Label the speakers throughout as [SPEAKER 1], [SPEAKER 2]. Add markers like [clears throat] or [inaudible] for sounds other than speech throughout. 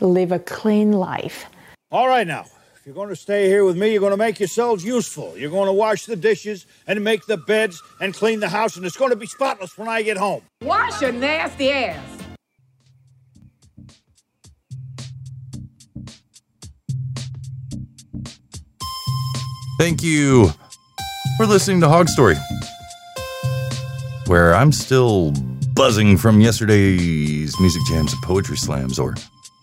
[SPEAKER 1] live a clean life.
[SPEAKER 2] All right, now, if you're going to stay here with me, you're going to make yourselves useful. You're going to wash the dishes and make the beds and clean the house, and it's going to be spotless when I get home.
[SPEAKER 3] Wash your nasty ass.
[SPEAKER 4] Thank you for listening to Hog Story, where I'm still buzzing from yesterday's music jams and poetry slams, or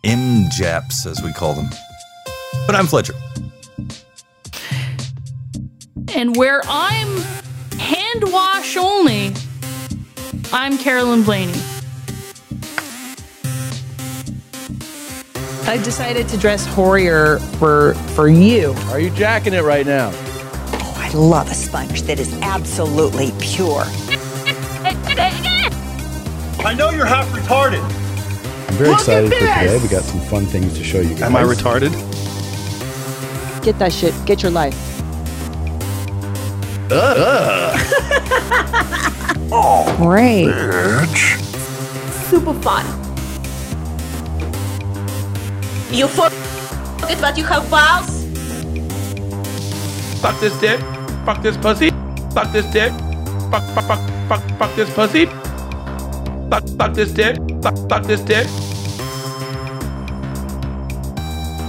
[SPEAKER 4] MJAPs as we call them. But I'm Fletcher.
[SPEAKER 5] And where I'm hand wash only, I'm Carolyn Blaney.
[SPEAKER 6] I decided to dress hoarier for for you.
[SPEAKER 7] Are you jacking it right now?
[SPEAKER 8] Oh, I love a sponge that is absolutely pure.
[SPEAKER 9] I know you're half retarded.
[SPEAKER 10] I'm very Look excited for today. We got some fun things to show you guys.
[SPEAKER 7] Am I retarded?
[SPEAKER 6] Get that shit. Get your life.
[SPEAKER 11] [laughs]
[SPEAKER 7] Uh.
[SPEAKER 5] Uh-huh.
[SPEAKER 6] oh, great.
[SPEAKER 7] Bitch.
[SPEAKER 11] Super fun. You fuck it, but you have balls.
[SPEAKER 7] Fuck this dick. Fuck this pussy. Fuck this dick. Fuck, fuck, fuck, fuck, fuck this pussy. Fuck, fuck this dick. Fuck, fuck this dick.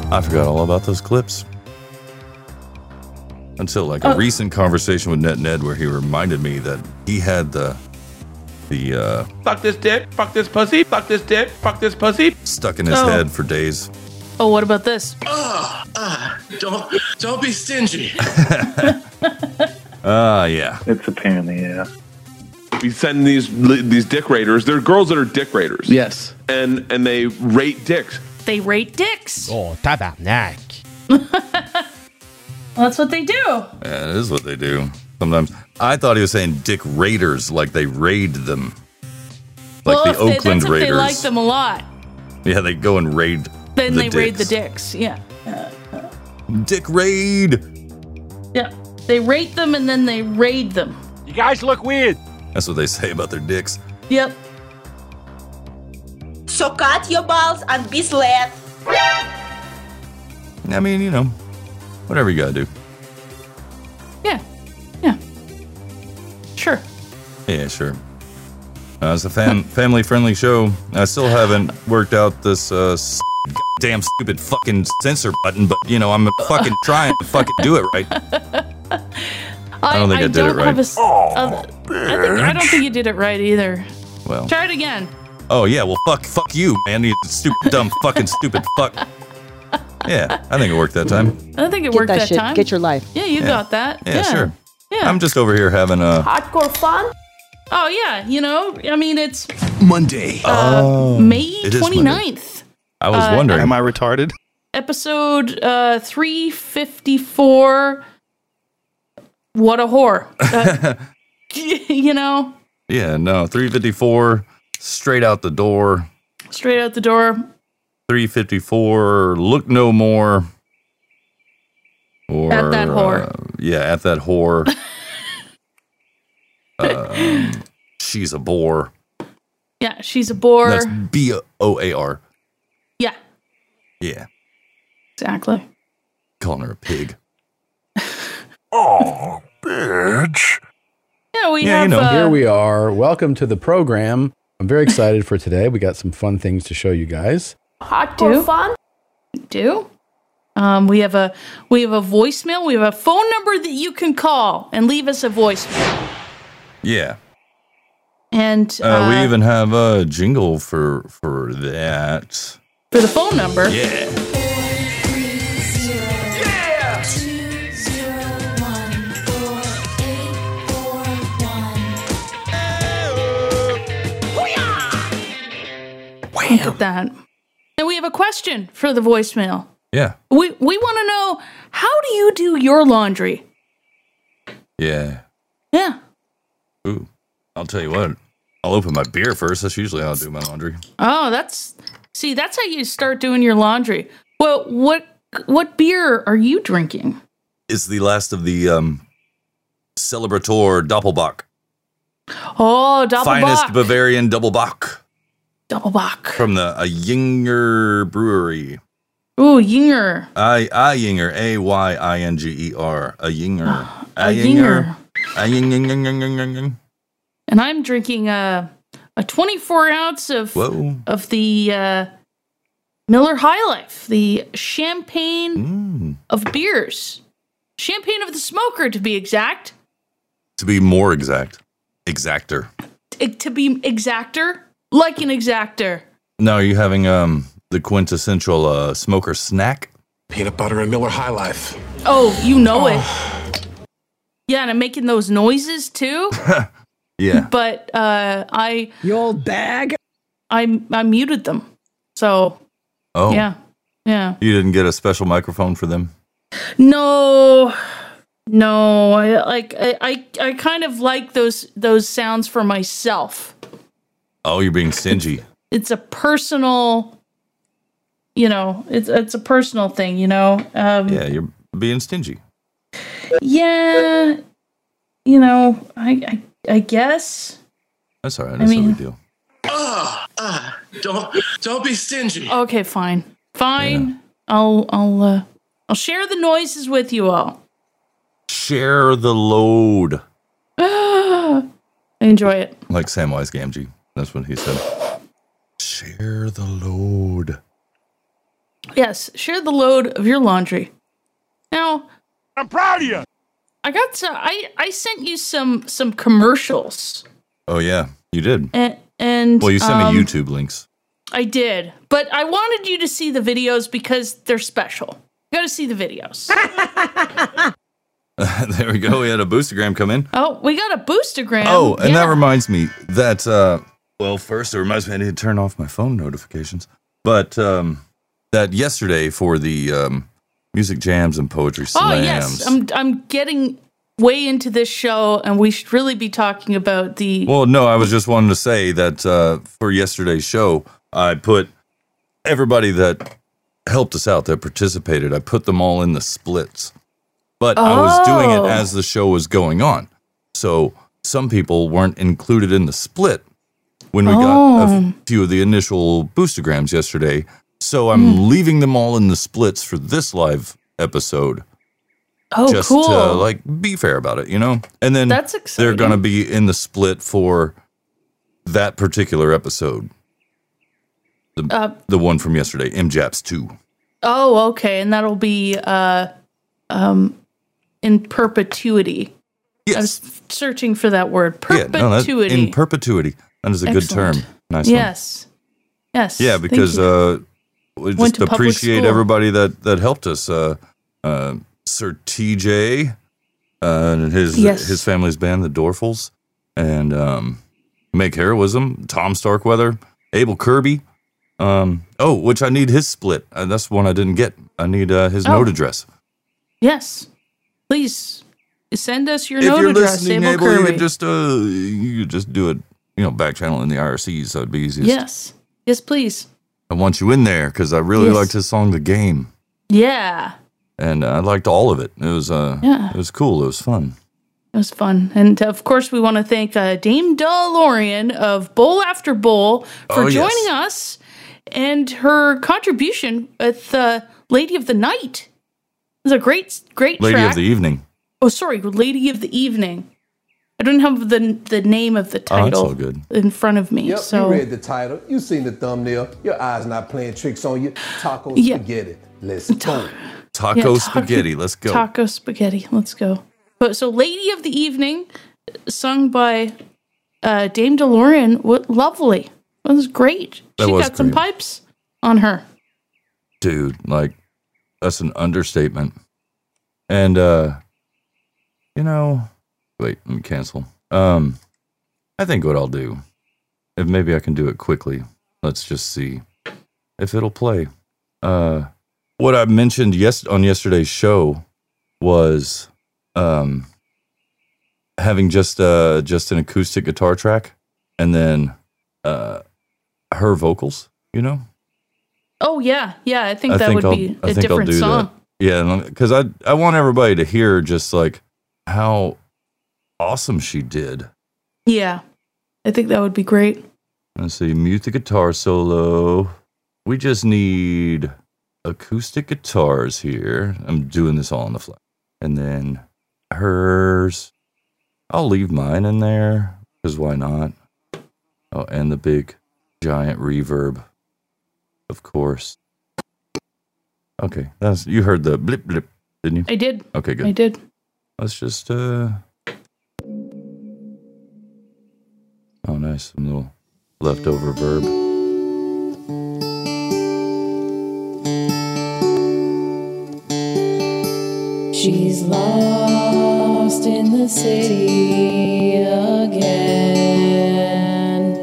[SPEAKER 4] I forgot all about those clips. Until like a
[SPEAKER 5] Oh.
[SPEAKER 4] recent conversation with Net Ned where he reminded me that he had the the uh
[SPEAKER 7] Fuck this dick. Fuck this pussy. Fuck this dick. Fuck this pussy.
[SPEAKER 4] stuck in his
[SPEAKER 5] Oh.
[SPEAKER 4] head for days.
[SPEAKER 5] Oh, what about this?
[SPEAKER 7] Ah, Don't don't be stingy.
[SPEAKER 4] Ah yeah.
[SPEAKER 12] It's apparently yeah.
[SPEAKER 13] We send these these dick raters. They're girls that are dick raters.
[SPEAKER 7] Yes.
[SPEAKER 13] and and they rate dicks.
[SPEAKER 5] They rate dicks.
[SPEAKER 7] Oh, tabarnak.
[SPEAKER 5] That's what they do.
[SPEAKER 4] Yeah, that is what they do sometimes. I thought he was saying dick raiders, like they raid them. Like the
[SPEAKER 5] if they,
[SPEAKER 4] Oakland
[SPEAKER 5] that's if
[SPEAKER 4] Raiders.
[SPEAKER 5] they like them a lot,
[SPEAKER 4] Yeah, they go and raid.
[SPEAKER 5] then
[SPEAKER 4] the
[SPEAKER 5] they raid the
[SPEAKER 4] dicks.
[SPEAKER 5] dicks. Yeah.
[SPEAKER 4] Dick raid.
[SPEAKER 5] Yeah. They rate them and then they raid them.
[SPEAKER 7] You guys look weird.
[SPEAKER 4] That's what they say about their dicks.
[SPEAKER 5] Yep.
[SPEAKER 11] So cut your balls and be sled.
[SPEAKER 4] I mean, you know, whatever you gotta do.
[SPEAKER 5] Yeah. Yeah. Sure.
[SPEAKER 4] Yeah, sure. Uh, it's a
[SPEAKER 5] [laughs]
[SPEAKER 4] fam- family friendly show. I still haven't worked out this uh, s- damn stupid fucking censor button, but you know, I'm fucking trying to fucking do it right.
[SPEAKER 5] [laughs] I,
[SPEAKER 4] don't think I did it
[SPEAKER 5] don't
[SPEAKER 4] right.
[SPEAKER 5] Have a, s-
[SPEAKER 7] Oh.
[SPEAKER 5] uh, I, think, I don't think you did it right either.
[SPEAKER 4] Well,
[SPEAKER 5] Try it again.
[SPEAKER 4] oh yeah, well, fuck, fuck you, man. You stupid,
[SPEAKER 5] [laughs]
[SPEAKER 4] dumb, fucking stupid fuck. Yeah, I think it worked that time.
[SPEAKER 5] I think it
[SPEAKER 6] Get
[SPEAKER 5] worked
[SPEAKER 6] that
[SPEAKER 5] that,
[SPEAKER 6] shit.
[SPEAKER 5] time.
[SPEAKER 6] Get your life.
[SPEAKER 5] yeah, you
[SPEAKER 4] Yeah.
[SPEAKER 5] got that.
[SPEAKER 4] Yeah, sure.
[SPEAKER 5] Yeah.
[SPEAKER 4] I'm just over here having a.
[SPEAKER 11] Hardcore fun.
[SPEAKER 5] oh, yeah. You know, I mean, it's
[SPEAKER 7] Monday.
[SPEAKER 4] Oh,
[SPEAKER 5] Uh, May
[SPEAKER 4] it is Monday.
[SPEAKER 5] 29th,
[SPEAKER 4] I was
[SPEAKER 5] uh,
[SPEAKER 4] wondering.
[SPEAKER 7] Am I retarded?
[SPEAKER 5] episode uh, 354. What a
[SPEAKER 4] [laughs]
[SPEAKER 5] whore. Uh, [laughs] you know,
[SPEAKER 4] yeah, no, 354 straight out the door.
[SPEAKER 5] straight out the door.
[SPEAKER 4] 354 look no more. Or
[SPEAKER 5] At that whore.
[SPEAKER 4] uh, yeah, at that
[SPEAKER 5] [laughs]
[SPEAKER 4] whore. um, she's a bore.
[SPEAKER 5] Yeah, she's a bore.
[SPEAKER 4] That's B O A R.
[SPEAKER 5] yeah,
[SPEAKER 4] Yeah,
[SPEAKER 5] exactly.
[SPEAKER 4] calling her a pig.
[SPEAKER 5] Yeah, we
[SPEAKER 4] Yeah,
[SPEAKER 5] have.
[SPEAKER 4] you know,
[SPEAKER 5] uh,
[SPEAKER 10] Here we are. Welcome to the program. I'm very excited for today. We got some fun things to show you guys.
[SPEAKER 11] Hardcore
[SPEAKER 5] Do?
[SPEAKER 11] fun.
[SPEAKER 5] do. Um, we have a we have a voicemail. We have a phone number that you can call and leave us a voicemail.
[SPEAKER 4] Yeah,
[SPEAKER 5] And
[SPEAKER 4] uh, we even have a jingle for for that.
[SPEAKER 5] for the phone number.
[SPEAKER 4] Yeah.
[SPEAKER 5] Look at that. And we have a question for the voicemail.
[SPEAKER 4] Yeah.
[SPEAKER 5] We we want to know how do you do your laundry?
[SPEAKER 4] Yeah.
[SPEAKER 5] Yeah.
[SPEAKER 4] Ooh. I'll tell you what. I'll open my beer first. That's usually how I do my laundry.
[SPEAKER 5] Oh, that's see, that's how you start doing your laundry. Well, what what beer are you drinking?
[SPEAKER 4] It's the last of the um celebrator doppelbock.
[SPEAKER 5] Oh, Doppelbock.
[SPEAKER 4] Finest Bavarian double bock.
[SPEAKER 5] Double Bach.
[SPEAKER 4] from the a Yinger Brewery.
[SPEAKER 5] Ooh, Yinger.
[SPEAKER 4] I I Yinger A Y I N G E R a
[SPEAKER 5] [gasps]
[SPEAKER 4] Yinger a
[SPEAKER 5] Yinger.
[SPEAKER 4] a Ying Ying Ying Ying Ying Ying. Ying.
[SPEAKER 5] And I'm drinking a a 24 ounce of
[SPEAKER 4] Whoa.
[SPEAKER 5] of the uh, Miller High Life, the champagne
[SPEAKER 4] Mm.
[SPEAKER 5] of beers, champagne of the smoker to be exact.
[SPEAKER 4] To be more exact, exacter.
[SPEAKER 5] T- to be exacter, like an exacter.
[SPEAKER 4] Now, are you having um the quintessential uh, smoker snack?
[SPEAKER 7] Peanut butter and Miller High Life.
[SPEAKER 5] Oh, you know it.
[SPEAKER 4] Oh.
[SPEAKER 5] Yeah, and I'm making those noises too.
[SPEAKER 4] Yeah.
[SPEAKER 5] but uh, I you old bag. I I muted them, so
[SPEAKER 4] Oh.
[SPEAKER 5] yeah, yeah.
[SPEAKER 4] You didn't get a special microphone for them.
[SPEAKER 5] No, no. I, like I, I, I kind of like those those sounds for myself.
[SPEAKER 4] Oh, you're being stingy.
[SPEAKER 5] It's a personal, you know. It's it's a personal thing, you know. Um,
[SPEAKER 4] yeah, you're being stingy.
[SPEAKER 5] yeah. You know, I I, I guess.
[SPEAKER 4] That's all right.
[SPEAKER 5] I
[SPEAKER 4] That's
[SPEAKER 5] mean-
[SPEAKER 4] no big deal.
[SPEAKER 7] Ah, ah, don't, don't be stingy.
[SPEAKER 5] Okay, fine, fine. I'll I'll uh, I'll share the noises with you all. [gasps]
[SPEAKER 4] Share the load,
[SPEAKER 5] I enjoy it.
[SPEAKER 4] like Samwise Gamgee. That's what he said. Share the load.
[SPEAKER 5] Yes, share the load of your laundry. Now,
[SPEAKER 14] I'm proud of you.
[SPEAKER 5] I got to, I I sent you some some commercials
[SPEAKER 4] Oh yeah, you did.
[SPEAKER 5] and and
[SPEAKER 4] Well, you sent
[SPEAKER 5] um,
[SPEAKER 4] me YouTube links. [laughs]
[SPEAKER 5] I did, but I wanted you to see the videos because they're special. You got to see
[SPEAKER 14] [laughs]
[SPEAKER 5] the videos.
[SPEAKER 4] there we go. We had a boostergram come in.
[SPEAKER 5] oh, we got a boostergram.
[SPEAKER 4] Oh, and
[SPEAKER 5] yeah.
[SPEAKER 4] that reminds me that uh well, first it reminds me I need to turn off my phone notifications. But um that yesterday for the um music jams and poetry
[SPEAKER 5] oh
[SPEAKER 4] slams.
[SPEAKER 5] yes, I'm I'm getting way into this show, and we should really be talking about the
[SPEAKER 4] Well, no, I was just wanting to say that uh for yesterday's show, I put everybody that helped us out that participated, I put them all in the splits. But I was doing
[SPEAKER 5] Oh.
[SPEAKER 4] it as the show was going on. So some people weren't included in the split when we got a
[SPEAKER 5] Oh.
[SPEAKER 4] few of the initial boostergrams yesterday. So I'm
[SPEAKER 5] Hmm.
[SPEAKER 4] leaving them all in the splits for this live episode.
[SPEAKER 5] oh
[SPEAKER 4] just
[SPEAKER 5] cool
[SPEAKER 4] to like be fair about it, you know? And then
[SPEAKER 5] That's
[SPEAKER 4] they're
[SPEAKER 5] exciting.
[SPEAKER 4] going to be in the split for that particular episode. The,
[SPEAKER 5] Uh,
[SPEAKER 4] the one from yesterday, MJAPS 2.
[SPEAKER 5] oh okay, and that'll be uh um in perpetuity. I was searching for that word perpetuity.
[SPEAKER 4] that, in perpetuity. That is a
[SPEAKER 5] Excellent.
[SPEAKER 4] good term. Nice one.
[SPEAKER 5] yes. Yes.
[SPEAKER 4] Yeah,
[SPEAKER 5] thank
[SPEAKER 4] because
[SPEAKER 5] you.
[SPEAKER 4] uh, we
[SPEAKER 5] Went
[SPEAKER 4] just
[SPEAKER 5] to public
[SPEAKER 4] appreciate
[SPEAKER 5] school.
[SPEAKER 4] everybody that that helped us. Uh, uh, Sir TJ uh, and his
[SPEAKER 5] Yes.
[SPEAKER 4] his family's band, the Dorfels, and um, Make Heroism, Tom Starkweather, Abel Kirby. Um, oh, which I need his split. Uh, that's one I didn't get. I need uh, his
[SPEAKER 5] Oh.
[SPEAKER 4] note address.
[SPEAKER 5] yes, please send us your
[SPEAKER 4] if
[SPEAKER 5] note
[SPEAKER 4] you're
[SPEAKER 5] address,
[SPEAKER 4] listening,
[SPEAKER 5] Abel,
[SPEAKER 4] Abel, you
[SPEAKER 5] Kirby.
[SPEAKER 4] could just uh, you could just do it. You know, back channel in the IRC, so it'd be easiest.
[SPEAKER 5] yes, yes, please.
[SPEAKER 4] I want you in there because I really
[SPEAKER 5] Yes.
[SPEAKER 4] liked his song, "The Game."
[SPEAKER 5] Yeah,
[SPEAKER 4] and I liked all of it. It was uh,
[SPEAKER 5] Yeah.
[SPEAKER 4] it was cool. It was fun.
[SPEAKER 5] it was fun, and uh, of course we want to thank uh, Dame DeLorean of Bowl After Bowl for
[SPEAKER 4] Oh, yes.
[SPEAKER 5] joining us and her contribution with uh, Lady of the Night. It was a great, great
[SPEAKER 4] Lady
[SPEAKER 5] track.
[SPEAKER 4] of the E- Evening.
[SPEAKER 5] oh, sorry, Lady of the Evening. I don't have the the name of the
[SPEAKER 2] Oh,
[SPEAKER 5] title
[SPEAKER 2] that's all good.
[SPEAKER 5] in front of me.
[SPEAKER 2] Yep,
[SPEAKER 5] so
[SPEAKER 2] you read the title, you seen the thumbnail, your eyes not playing tricks on you. Taco
[SPEAKER 5] Yeah.
[SPEAKER 2] spaghetti. Let's go.
[SPEAKER 4] Taco
[SPEAKER 5] Yeah, taco-
[SPEAKER 4] spaghetti. Let's go.
[SPEAKER 5] Taco spaghetti. Let's go. But so, "Lady of the Evening," sung by uh, Dame DeLorean, what lovely! That was great.
[SPEAKER 4] That
[SPEAKER 5] she
[SPEAKER 4] was
[SPEAKER 5] got some
[SPEAKER 4] great.
[SPEAKER 5] pipes on her.
[SPEAKER 4] Dude, like that's an understatement. And uh you know, wait, let me cancel. Um I think what I'll do if maybe I can do it quickly. Let's just see if it'll play. Uh what I mentioned yes on yesterday's show was um having just uh just an acoustic guitar track and then uh her vocals, you know?
[SPEAKER 5] Oh yeah, yeah. I think that would be
[SPEAKER 4] I
[SPEAKER 5] a
[SPEAKER 4] think I'll
[SPEAKER 5] different
[SPEAKER 4] do
[SPEAKER 5] song.
[SPEAKER 4] That. Yeah, because I I want everybody to hear just like how awesome she did.
[SPEAKER 5] Yeah, I think that would be great.
[SPEAKER 4] Let's see, mute the guitar solo. We just need acoustic guitars here. I'm doing this all on the fly. And then hers. I'll leave mine in there because why not? Oh, and the big giant reverb, of course. Okay, that's you heard the blip blip, didn't you?
[SPEAKER 5] I did.
[SPEAKER 4] Okay, good.
[SPEAKER 5] I did.
[SPEAKER 4] Let's just uh Oh nice, some little leftover verb.
[SPEAKER 9] She's lost in the city again.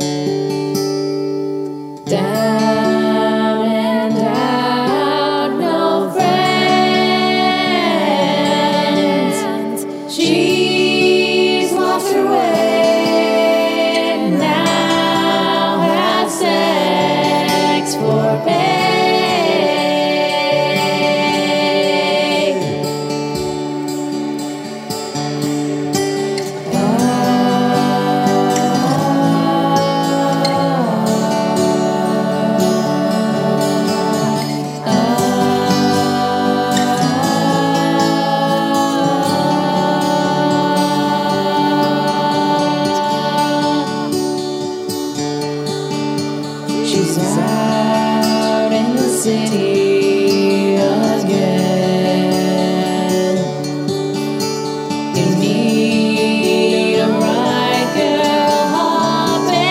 [SPEAKER 9] Down and out, no friends. She's lost her way. and Now have sex for pay. She's out in the city again. In need of right girl hopping.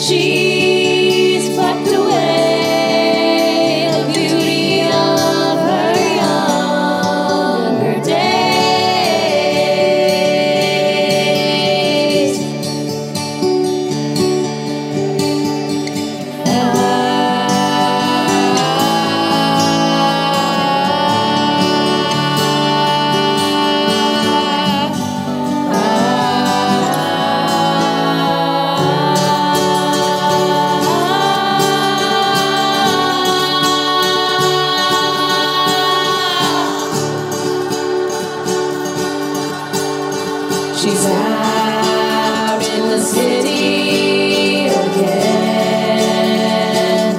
[SPEAKER 9] She's plucked away the beauty of her younger days. She's out in the city again.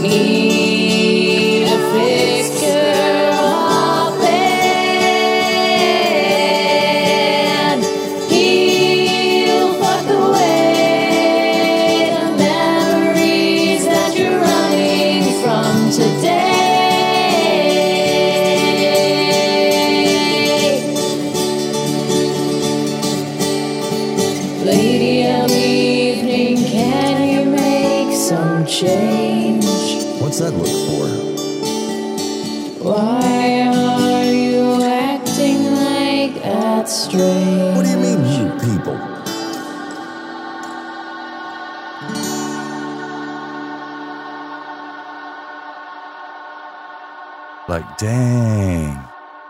[SPEAKER 9] Need a fixer up and he'll fuck away the memories that you're running from today. Lady of the evening, can you make some change?
[SPEAKER 15] What's that look
[SPEAKER 9] Why are you acting like that strange? What do you mean, you people?
[SPEAKER 4] Like dang.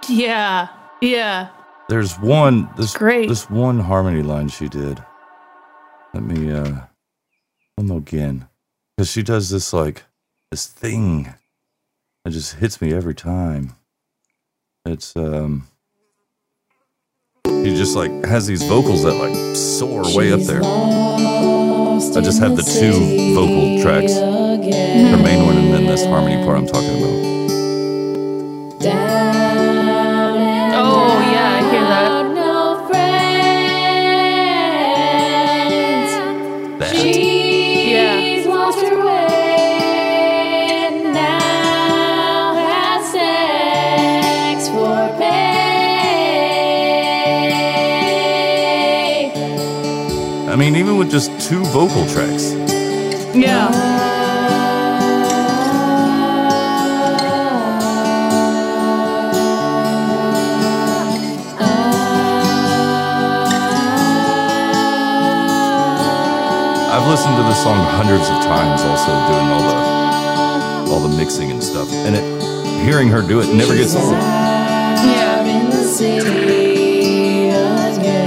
[SPEAKER 5] Yeah. Yeah.
[SPEAKER 4] There's one this this one harmony line she did. Let me uh one more again. Cause she does this like this thing that just hits me every time. It's um she just like has these vocals that like soar way up there. I just have the two vocal tracks. Her main one and then this harmony part I'm talking about.
[SPEAKER 9] Oh yeah, I hear that. No friends.
[SPEAKER 4] That.
[SPEAKER 9] She's lost her way and now has sex for pay.
[SPEAKER 4] I mean, even with just two vocal tracks.
[SPEAKER 5] Yeah.
[SPEAKER 4] I've listened to this song hundreds of times, also doing all the all the mixing and stuff. And it, hearing her do it never gets old.
[SPEAKER 9] Out in the city again.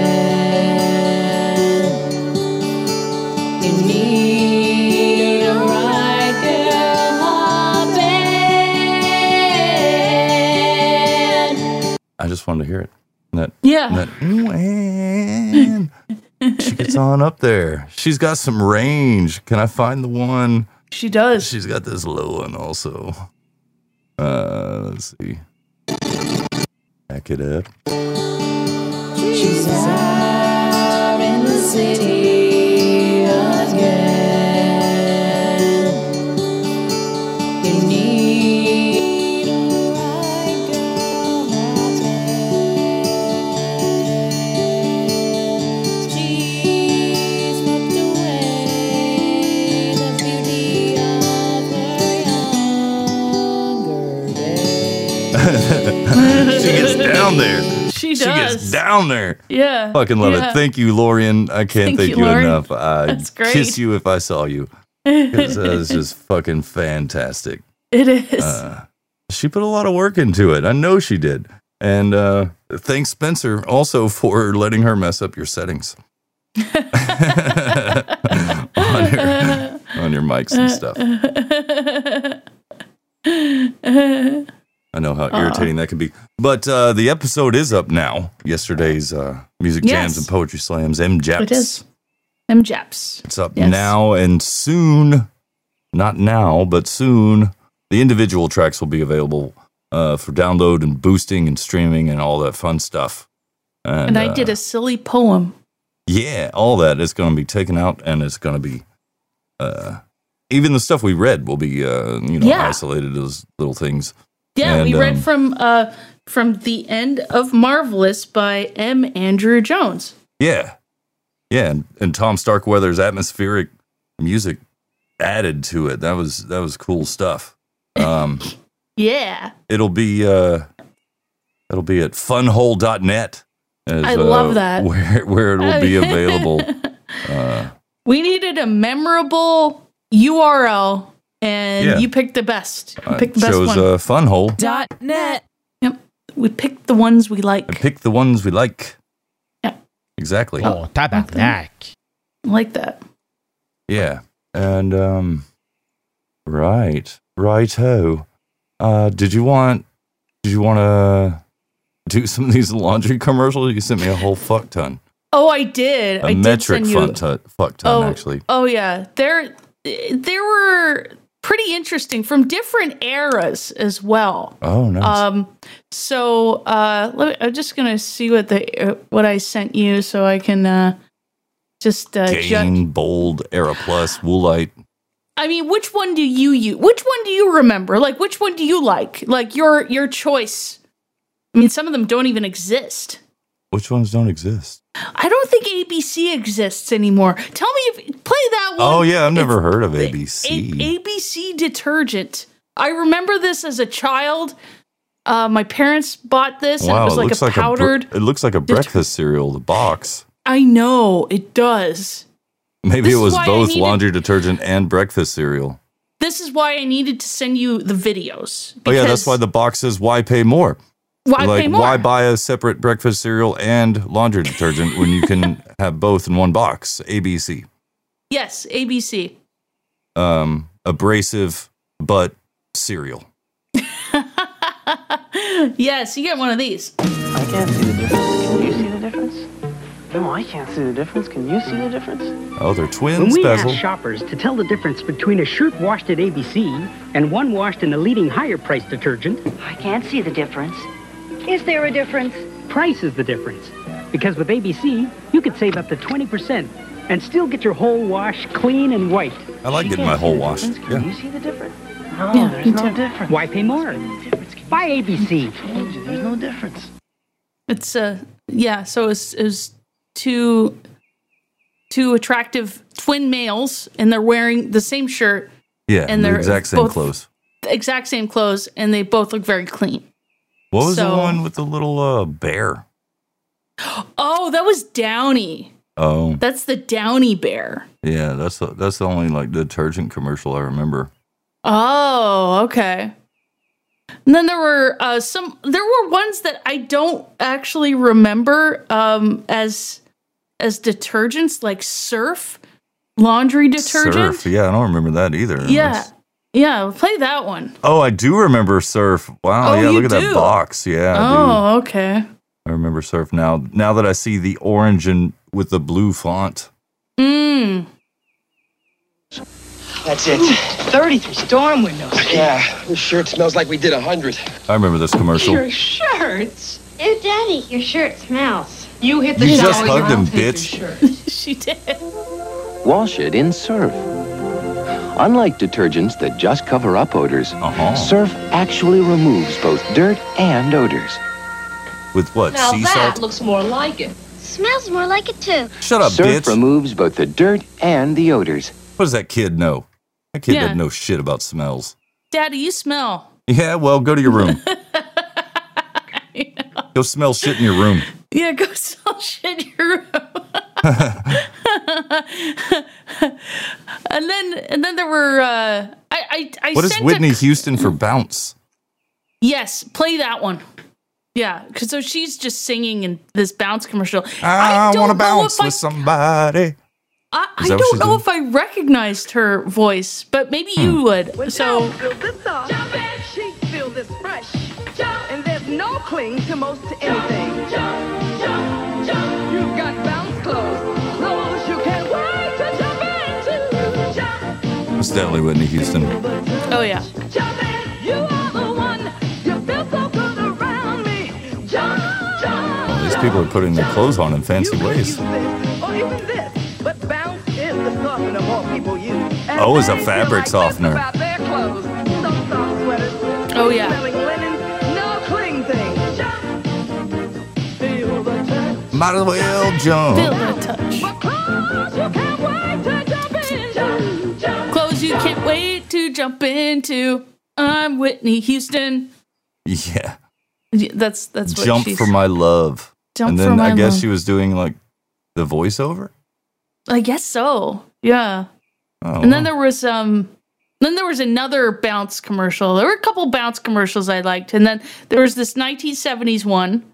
[SPEAKER 9] In need of right girl hopping.
[SPEAKER 4] I just wanted to hear it. That,
[SPEAKER 5] Yeah.
[SPEAKER 4] That, "Ooh, and she gets on up there. She's got some range. Can I find the one?
[SPEAKER 5] She does.
[SPEAKER 4] She's got this low one also. Uh, let's see. Back it up.
[SPEAKER 9] She's out in the city again. You need She swept away the beauty of her younger days.
[SPEAKER 4] she gets down there.
[SPEAKER 5] She
[SPEAKER 4] gets
[SPEAKER 5] does.
[SPEAKER 4] down there.
[SPEAKER 5] Yeah.
[SPEAKER 4] Fucking love
[SPEAKER 5] yeah.
[SPEAKER 4] it.
[SPEAKER 5] [laughs]
[SPEAKER 4] Thank you, Lorian. I can't
[SPEAKER 5] Thank
[SPEAKER 4] thank
[SPEAKER 5] you,
[SPEAKER 4] you,
[SPEAKER 5] Lorian.
[SPEAKER 4] enough. I'd
[SPEAKER 5] [laughs] That's great.
[SPEAKER 4] kiss you if I saw you. 'Cause that
[SPEAKER 5] [laughs]
[SPEAKER 4] is just fucking fantastic.
[SPEAKER 5] It is.
[SPEAKER 4] Uh, she put a lot of work into it. I know she did. And uh, thanks, Spencer, also for letting her mess up your
[SPEAKER 5] [laughs]
[SPEAKER 4] settings on, your, on your mics and
[SPEAKER 5] [laughs]
[SPEAKER 4] stuff. I know how
[SPEAKER 5] Aw.
[SPEAKER 4] irritating that can be. But uh, the episode is up now. Yesterday's uh, Music Jams
[SPEAKER 5] Yes. Oh,
[SPEAKER 4] and Poetry Slams, MJAPS.
[SPEAKER 5] It is. Them Japs.
[SPEAKER 4] It's up
[SPEAKER 5] Yes.
[SPEAKER 4] now and soon. Not now, but soon. The individual tracks will be available uh, for download and boosting and streaming and all that fun stuff.
[SPEAKER 5] And, I
[SPEAKER 4] uh,
[SPEAKER 5] did a silly poem.
[SPEAKER 4] yeah, all that is going to be taken out, and it's going to be, uh, even the stuff we read will be, uh, you know,
[SPEAKER 5] Yeah.
[SPEAKER 4] isolated as little things.
[SPEAKER 5] Yeah, we
[SPEAKER 4] And,
[SPEAKER 5] read
[SPEAKER 4] um,
[SPEAKER 5] from uh from the end of Marvelous by M. Andrew Jones.
[SPEAKER 4] Yeah, yeah, and, and Tom Starkweather's atmospheric music added to it. That was that was cool stuff. Um,
[SPEAKER 5] [laughs] Yeah.
[SPEAKER 4] it'll be uh, it'll be at funhole.net. As,
[SPEAKER 5] I love that.
[SPEAKER 4] uh, Where where it will
[SPEAKER 5] [laughs]
[SPEAKER 4] be
[SPEAKER 5] I-
[SPEAKER 4] available. uh,
[SPEAKER 5] We needed a memorable URL and
[SPEAKER 4] Yeah.
[SPEAKER 5] you picked the best. You
[SPEAKER 4] I
[SPEAKER 5] picked the best
[SPEAKER 4] chose
[SPEAKER 5] one.
[SPEAKER 4] uh, funhole.
[SPEAKER 5] Dot net. Yep. We picked the ones we like.
[SPEAKER 4] Pick the ones we like. Exactly.
[SPEAKER 5] Oh,
[SPEAKER 4] talk about that.
[SPEAKER 5] Like that.
[SPEAKER 4] Yeah. And um right. Righto. Uh did you want did you wanna do some of these laundry commercials? You sent me a whole fuck ton.
[SPEAKER 5] Oh, I did.
[SPEAKER 4] A
[SPEAKER 5] I did
[SPEAKER 4] metric
[SPEAKER 5] send you-
[SPEAKER 4] fuck ton, fuck ton actually.
[SPEAKER 5] Oh yeah, there there were pretty interesting from different eras as well.
[SPEAKER 4] Oh, nice.
[SPEAKER 5] Um, so uh, let me, I'm just gonna see what the uh, what I sent you so I can uh, just uh, judge.
[SPEAKER 4] Gain, bold, Era Plus, Woolite.
[SPEAKER 5] I mean, which one do you use? Which one do you remember? Like, which one do you like? Like your your choice. I mean, some of them don't even exist.
[SPEAKER 4] Which ones don't exist?
[SPEAKER 5] I don't think ABC exists anymore. Tell me if play that one.
[SPEAKER 4] Oh yeah, I've never heard of ABC.
[SPEAKER 5] A- ABC detergent. I remember this as a child. Uh, my parents bought this,
[SPEAKER 4] wow,
[SPEAKER 5] and it was
[SPEAKER 4] it
[SPEAKER 5] like
[SPEAKER 4] looks
[SPEAKER 5] a
[SPEAKER 4] like a
[SPEAKER 5] powdered.
[SPEAKER 4] br- it looks like a breakfast cereal, the box.
[SPEAKER 5] I know it does.
[SPEAKER 4] Maybe
[SPEAKER 5] This
[SPEAKER 4] it
[SPEAKER 5] is
[SPEAKER 4] was
[SPEAKER 5] why I
[SPEAKER 4] both
[SPEAKER 5] needed-
[SPEAKER 4] laundry detergent and breakfast cereal.
[SPEAKER 5] This is why I needed to send you the videos.
[SPEAKER 4] Oh yeah, that's why the box says "Why pay more."
[SPEAKER 5] Why
[SPEAKER 4] like,
[SPEAKER 5] pay more?
[SPEAKER 4] Why buy a separate breakfast cereal and laundry detergent when you
[SPEAKER 5] [laughs]
[SPEAKER 4] can have both in one box? ABC.
[SPEAKER 5] Yes, ABC.
[SPEAKER 4] Um, abrasive but cereal.
[SPEAKER 5] [gasps] yes, you get one of these.
[SPEAKER 16] I can't see the difference. Can you see the difference? No, I can't see the difference. Can you see the difference?
[SPEAKER 4] Oh, they're
[SPEAKER 17] When
[SPEAKER 4] twins,
[SPEAKER 17] we
[SPEAKER 4] Basil.
[SPEAKER 17] ask shoppers to tell the difference between a shirt washed at ABC and one washed in a leading higher price detergent, I can't see the difference.
[SPEAKER 18] Is there a difference?
[SPEAKER 17] Price is the difference. Because with ABC, you could save up to 20% and still get your whole wash clean and white.
[SPEAKER 4] I like getting my whole wash.
[SPEAKER 17] Can
[SPEAKER 4] Yeah.
[SPEAKER 17] you see the difference?
[SPEAKER 16] No, there's no difference.
[SPEAKER 17] Why pay more? Buy ABC.
[SPEAKER 16] There's no difference.
[SPEAKER 5] It's uh yeah, so it's it was two two attractive twin males and they're wearing the same shirt.
[SPEAKER 4] Yeah,
[SPEAKER 5] and
[SPEAKER 4] the
[SPEAKER 5] they're
[SPEAKER 4] exact same
[SPEAKER 5] both-
[SPEAKER 4] clothes.
[SPEAKER 5] The exact same clothes and they both look very clean.
[SPEAKER 4] What was the
[SPEAKER 5] So-
[SPEAKER 4] one with the little uh, bear?
[SPEAKER 5] Oh, that was Downy.
[SPEAKER 4] Oh,
[SPEAKER 5] That's the Downy bear.
[SPEAKER 4] yeah, that's the, that's the only like detergent commercial I remember.
[SPEAKER 5] Oh, okay. And then there were uh, some. There were ones that I don't actually remember um, as as detergents, like Surf laundry detergent.
[SPEAKER 4] Surf. Yeah, I don't remember that either.
[SPEAKER 5] Yeah, yeah. Play that one.
[SPEAKER 4] Oh, I do remember surf. Wow.
[SPEAKER 5] Oh,
[SPEAKER 4] yeah,
[SPEAKER 5] you
[SPEAKER 4] look at
[SPEAKER 5] do?
[SPEAKER 4] that box. Yeah. I do.
[SPEAKER 5] oh, okay.
[SPEAKER 4] I remember Surf now. Now that I see the orange and with the blue font.
[SPEAKER 17] Hmm.
[SPEAKER 5] Mmm.
[SPEAKER 19] That's it.
[SPEAKER 20] 33 storm windows.
[SPEAKER 19] Yeah, this shirt smells like we did a hundred.
[SPEAKER 4] I remember this commercial.
[SPEAKER 20] Your shirts.
[SPEAKER 21] Ew, Daddy, your shirt smells.
[SPEAKER 20] You hit the
[SPEAKER 4] You
[SPEAKER 20] shower.
[SPEAKER 4] just hugged him,
[SPEAKER 21] [laughs]
[SPEAKER 4] bitch.
[SPEAKER 5] she did.
[SPEAKER 2] Wash it in Surf. Unlike detergents that just cover up odors,
[SPEAKER 4] Uh-huh.
[SPEAKER 2] Surf actually removes both dirt and odors.
[SPEAKER 4] With what?
[SPEAKER 20] Now that looks more like it.
[SPEAKER 21] Smells more like it too.
[SPEAKER 4] Shut up,
[SPEAKER 2] Surf
[SPEAKER 4] bitch.
[SPEAKER 2] removes both the dirt and the odors.
[SPEAKER 4] What does that kid know? That kid
[SPEAKER 5] Yeah.
[SPEAKER 4] doesn't know shit about smells.
[SPEAKER 5] Daddy, you smell.
[SPEAKER 4] Yeah, well, go to your
[SPEAKER 5] [laughs]
[SPEAKER 4] room. go smell shit in your room.
[SPEAKER 5] Yeah, go [laughs] sell shit in
[SPEAKER 4] [laughs]
[SPEAKER 5] your room. [laughs] and then and then there were uh I I, I
[SPEAKER 4] what is
[SPEAKER 5] sent a-
[SPEAKER 4] Whitney Houston for bounce?
[SPEAKER 5] Yes, play that one. Yeah, because so she's just singing in this bounce commercial.
[SPEAKER 4] I,
[SPEAKER 5] don't
[SPEAKER 4] want to
[SPEAKER 5] know
[SPEAKER 4] bounce
[SPEAKER 5] if I-
[SPEAKER 4] with somebody.
[SPEAKER 5] I,
[SPEAKER 4] Ah. Is
[SPEAKER 5] I
[SPEAKER 4] that what
[SPEAKER 5] don't
[SPEAKER 4] she's
[SPEAKER 5] know if I recognized her voice, but maybe
[SPEAKER 4] Hmm.
[SPEAKER 5] you would. So
[SPEAKER 6] Jump in. Sheets feel this fresh. Jump. And there's no cling to most anything. Jump, jump, jump. You've got bounce clothes. Clothes you can't wait to jump into. Jump,
[SPEAKER 4] It's definitely Whitney Houston.
[SPEAKER 5] Oh yeah.
[SPEAKER 6] jump in. You are the one. You feel so good around me. Jump, jump.
[SPEAKER 4] Well, these people are putting their clothes on in fancy ways.
[SPEAKER 6] Or even this. But bounce is the softener more people use. And
[SPEAKER 4] Oh, it's a
[SPEAKER 6] they feel
[SPEAKER 4] fabric
[SPEAKER 6] like this
[SPEAKER 4] softener.
[SPEAKER 6] About their clothes. So soft sweaters.
[SPEAKER 5] Oh, yeah.
[SPEAKER 6] Smelling linens. No cling things. Jump. Feel the touch.
[SPEAKER 4] Might as well
[SPEAKER 5] feel
[SPEAKER 4] jump.
[SPEAKER 5] the touch.
[SPEAKER 6] Clothes you can't wait to jump in. Jump, jump,
[SPEAKER 5] Clothes you
[SPEAKER 6] jump.
[SPEAKER 5] can't wait to jump into. I'm Whitney Houston.
[SPEAKER 4] Yeah.
[SPEAKER 5] Yeah, That's that's what
[SPEAKER 4] Jump
[SPEAKER 5] she's,
[SPEAKER 4] for my love.
[SPEAKER 5] Jump
[SPEAKER 4] and
[SPEAKER 5] for
[SPEAKER 4] then I
[SPEAKER 5] my
[SPEAKER 4] guess
[SPEAKER 5] love.
[SPEAKER 4] she was doing like the voiceover.
[SPEAKER 5] I guess so. Yeah.
[SPEAKER 4] Oh,
[SPEAKER 5] and then there was um then there was another bounce commercial. There were a couple bounce commercials I liked, and then there was this 1970s one,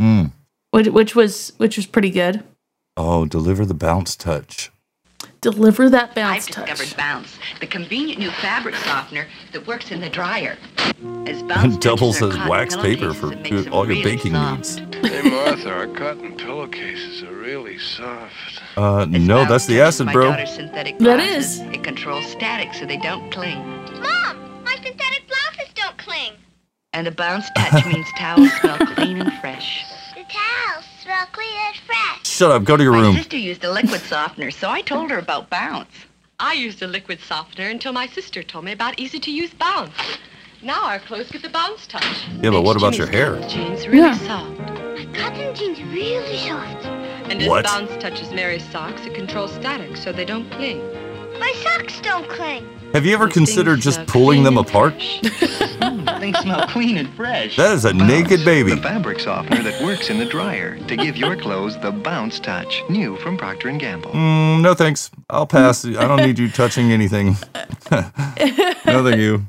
[SPEAKER 4] Mm.
[SPEAKER 5] which, which was which was pretty good. [laughs]
[SPEAKER 4] oh, deliver the bounce touch.
[SPEAKER 5] Deliver that bounce
[SPEAKER 3] I've
[SPEAKER 5] touch.
[SPEAKER 3] discovered Bounce, the convenient new fabric softener that works in the dryer.
[SPEAKER 4] [laughs]
[SPEAKER 3] As
[SPEAKER 4] And
[SPEAKER 3] Bounce
[SPEAKER 4] doubles
[SPEAKER 3] touches
[SPEAKER 4] as
[SPEAKER 3] our cotton
[SPEAKER 4] wax paper
[SPEAKER 3] pillowcases,
[SPEAKER 4] for
[SPEAKER 3] it makes them
[SPEAKER 4] all your
[SPEAKER 3] really
[SPEAKER 4] baking
[SPEAKER 3] soft.
[SPEAKER 4] needs.
[SPEAKER 22] Hey, Martha, our cotton pillowcases are really soft.
[SPEAKER 4] Uh, no, that's the acid,
[SPEAKER 3] My
[SPEAKER 4] bro.
[SPEAKER 3] daughter's synthetic
[SPEAKER 5] That
[SPEAKER 3] blouses. It controls static so they don't cling.
[SPEAKER 21] Mom, my synthetic blouses don't cling.
[SPEAKER 3] And the Bounce touch
[SPEAKER 4] [laughs]
[SPEAKER 3] means towels smell clean and fresh.
[SPEAKER 21] The towels smell clean and fresh.
[SPEAKER 4] Shut up. Go to your
[SPEAKER 3] My
[SPEAKER 4] room.
[SPEAKER 3] sister used a liquid softener, so I told her about Bounce.
[SPEAKER 9] I used a liquid softener until my sister told me about easy to use bounce. Now our clothes get the bounce touch.
[SPEAKER 4] Yeah, but what about your hair?
[SPEAKER 9] Jeans really soft.
[SPEAKER 21] Cotton jeans really soft.
[SPEAKER 3] And
[SPEAKER 4] What?
[SPEAKER 3] as Bounce touches Mary's socks, it controls static so they don't cling.
[SPEAKER 21] My socks don't cling.
[SPEAKER 4] Have you ever considered just pulling them apart?
[SPEAKER 3] Hmm,
[SPEAKER 21] [laughs]
[SPEAKER 22] Things smell clean and fresh.
[SPEAKER 4] That is a naked baby.
[SPEAKER 23] The fabric softener that works in the dryer to give your clothes the bounce touch. New from Procter & Gamble.
[SPEAKER 4] Mm, no thanks. I'll pass. I don't need you touching anything. [laughs] no, thank you.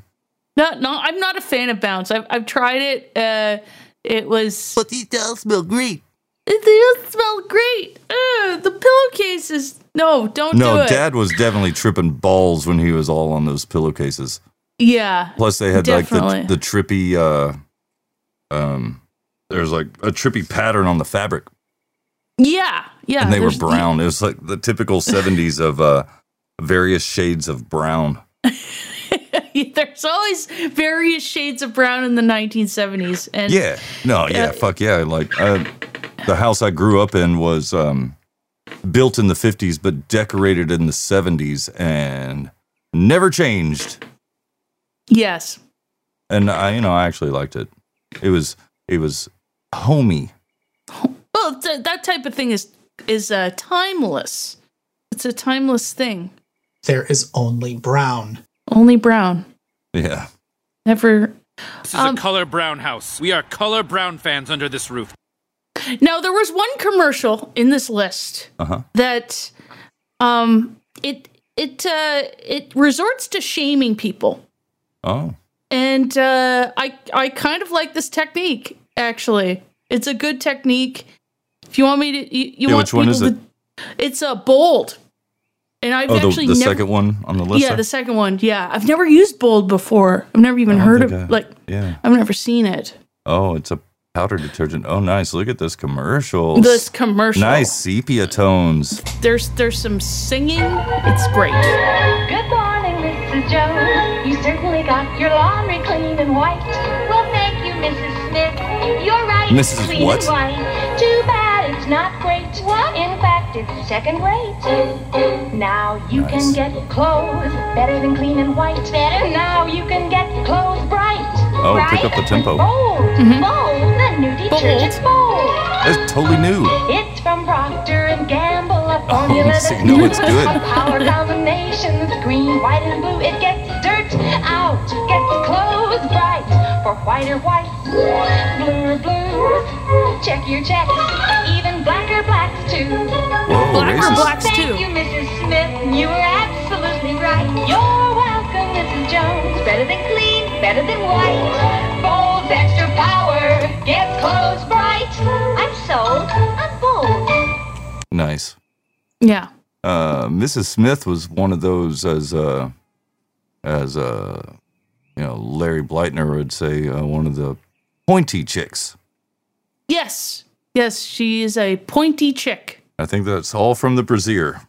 [SPEAKER 5] No, no, I'm not a fan of bounce. I've I've tried it. Uh, it was. But these towels smell great. They don't smell great. Ugh, the pillowcases. No, don't do
[SPEAKER 4] No,
[SPEAKER 5] it.
[SPEAKER 4] Dad was definitely tripping balls when he was all on those pillowcases.
[SPEAKER 5] Yeah.
[SPEAKER 4] Plus, they had
[SPEAKER 5] Definitely.
[SPEAKER 4] like the, the trippy. Uh, um, there's like a trippy pattern on the fabric,
[SPEAKER 5] Yeah. Yeah.
[SPEAKER 4] and they were
[SPEAKER 5] there's- [laughs]
[SPEAKER 4] brown. It was like the typical '70s of uh, various shades of brown.
[SPEAKER 5] There's always various shades of brown in the 1970s, and
[SPEAKER 4] yeah no yeah
[SPEAKER 5] Uh,
[SPEAKER 4] fuck yeah like uh, the house i grew up in was um, built in the 50s but decorated in the 70s and never changed
[SPEAKER 5] yes,
[SPEAKER 4] and i you know i actually liked it it was it was homey
[SPEAKER 5] well, th- that type of thing is is uh, timeless. It's a timeless thing.
[SPEAKER 24] There is only brown.
[SPEAKER 5] Only brown,
[SPEAKER 4] yeah
[SPEAKER 5] never.
[SPEAKER 25] This is a color brown house. We are color brown fans under this roof.
[SPEAKER 5] Now there was one commercial in this list
[SPEAKER 4] uh-huh
[SPEAKER 5] that um it it uh it resorts to shaming people.
[SPEAKER 4] oh
[SPEAKER 5] And uh I I kind of like this technique actually. It's a good technique. If you want me to you, you
[SPEAKER 4] yeah,
[SPEAKER 5] want
[SPEAKER 4] which one
[SPEAKER 5] people
[SPEAKER 4] is
[SPEAKER 5] to-
[SPEAKER 4] it
[SPEAKER 5] It's a bold. And I've
[SPEAKER 4] oh the,
[SPEAKER 5] actually
[SPEAKER 4] the
[SPEAKER 5] never
[SPEAKER 4] second one on the list
[SPEAKER 5] Yeah,
[SPEAKER 4] there?
[SPEAKER 5] the second one. Yeah. I've never used bold before. I've never even
[SPEAKER 4] I don't
[SPEAKER 5] heard of
[SPEAKER 4] think I-
[SPEAKER 5] like
[SPEAKER 4] yeah
[SPEAKER 5] I've never seen it.
[SPEAKER 4] oh it's a Powder detergent. Oh, nice. Look at this commercial.
[SPEAKER 5] This commercial.
[SPEAKER 4] Nice sepia tones.
[SPEAKER 5] There's there's some singing. It's great.
[SPEAKER 6] Good morning, Mrs. Jones. You certainly got your laundry clean and white. Well, thank you, Mrs. Smith. You're right.
[SPEAKER 4] Mrs.
[SPEAKER 6] Clean
[SPEAKER 4] what?
[SPEAKER 6] And white. Too bad it's not great. What? In fact, it's second rate. Now you can
[SPEAKER 4] Nice.
[SPEAKER 6] get clothes better than clean and white. Better. Now you can get clothes bright.
[SPEAKER 4] Oh, pick
[SPEAKER 6] Bright
[SPEAKER 4] up the tempo.
[SPEAKER 6] Bold, Mm-hmm. bold, the new detergent bold.
[SPEAKER 4] That's totally new.
[SPEAKER 6] It's from Procter and Gamble, a formula
[SPEAKER 4] so
[SPEAKER 6] that's
[SPEAKER 4] Oh, you know it's good.
[SPEAKER 6] A
[SPEAKER 4] [laughs]
[SPEAKER 6] power combination that's green, white, and blue. It gets dirt out, gets clothes bright for whiter whites, bluer blues. Check your checks, even blacker blacks too.
[SPEAKER 4] Whoa, Blacker racist. blacks,
[SPEAKER 6] Thank
[SPEAKER 4] too.
[SPEAKER 6] you, Mrs. Smith. You were absolutely right. You're welcome, Mrs. Jones. Better than clean, better than white. Bold's extra power gets clothes bright. I'm sold. I'm bold.
[SPEAKER 4] Nice.
[SPEAKER 5] Yeah.
[SPEAKER 4] Uh, Mrs. Smith was one of those as uh, as uh, you know Larry Blightner would say uh, one of the pointy chicks.
[SPEAKER 5] Yes. Yes, she is a pointy chick.
[SPEAKER 4] I think that's all from the brazier.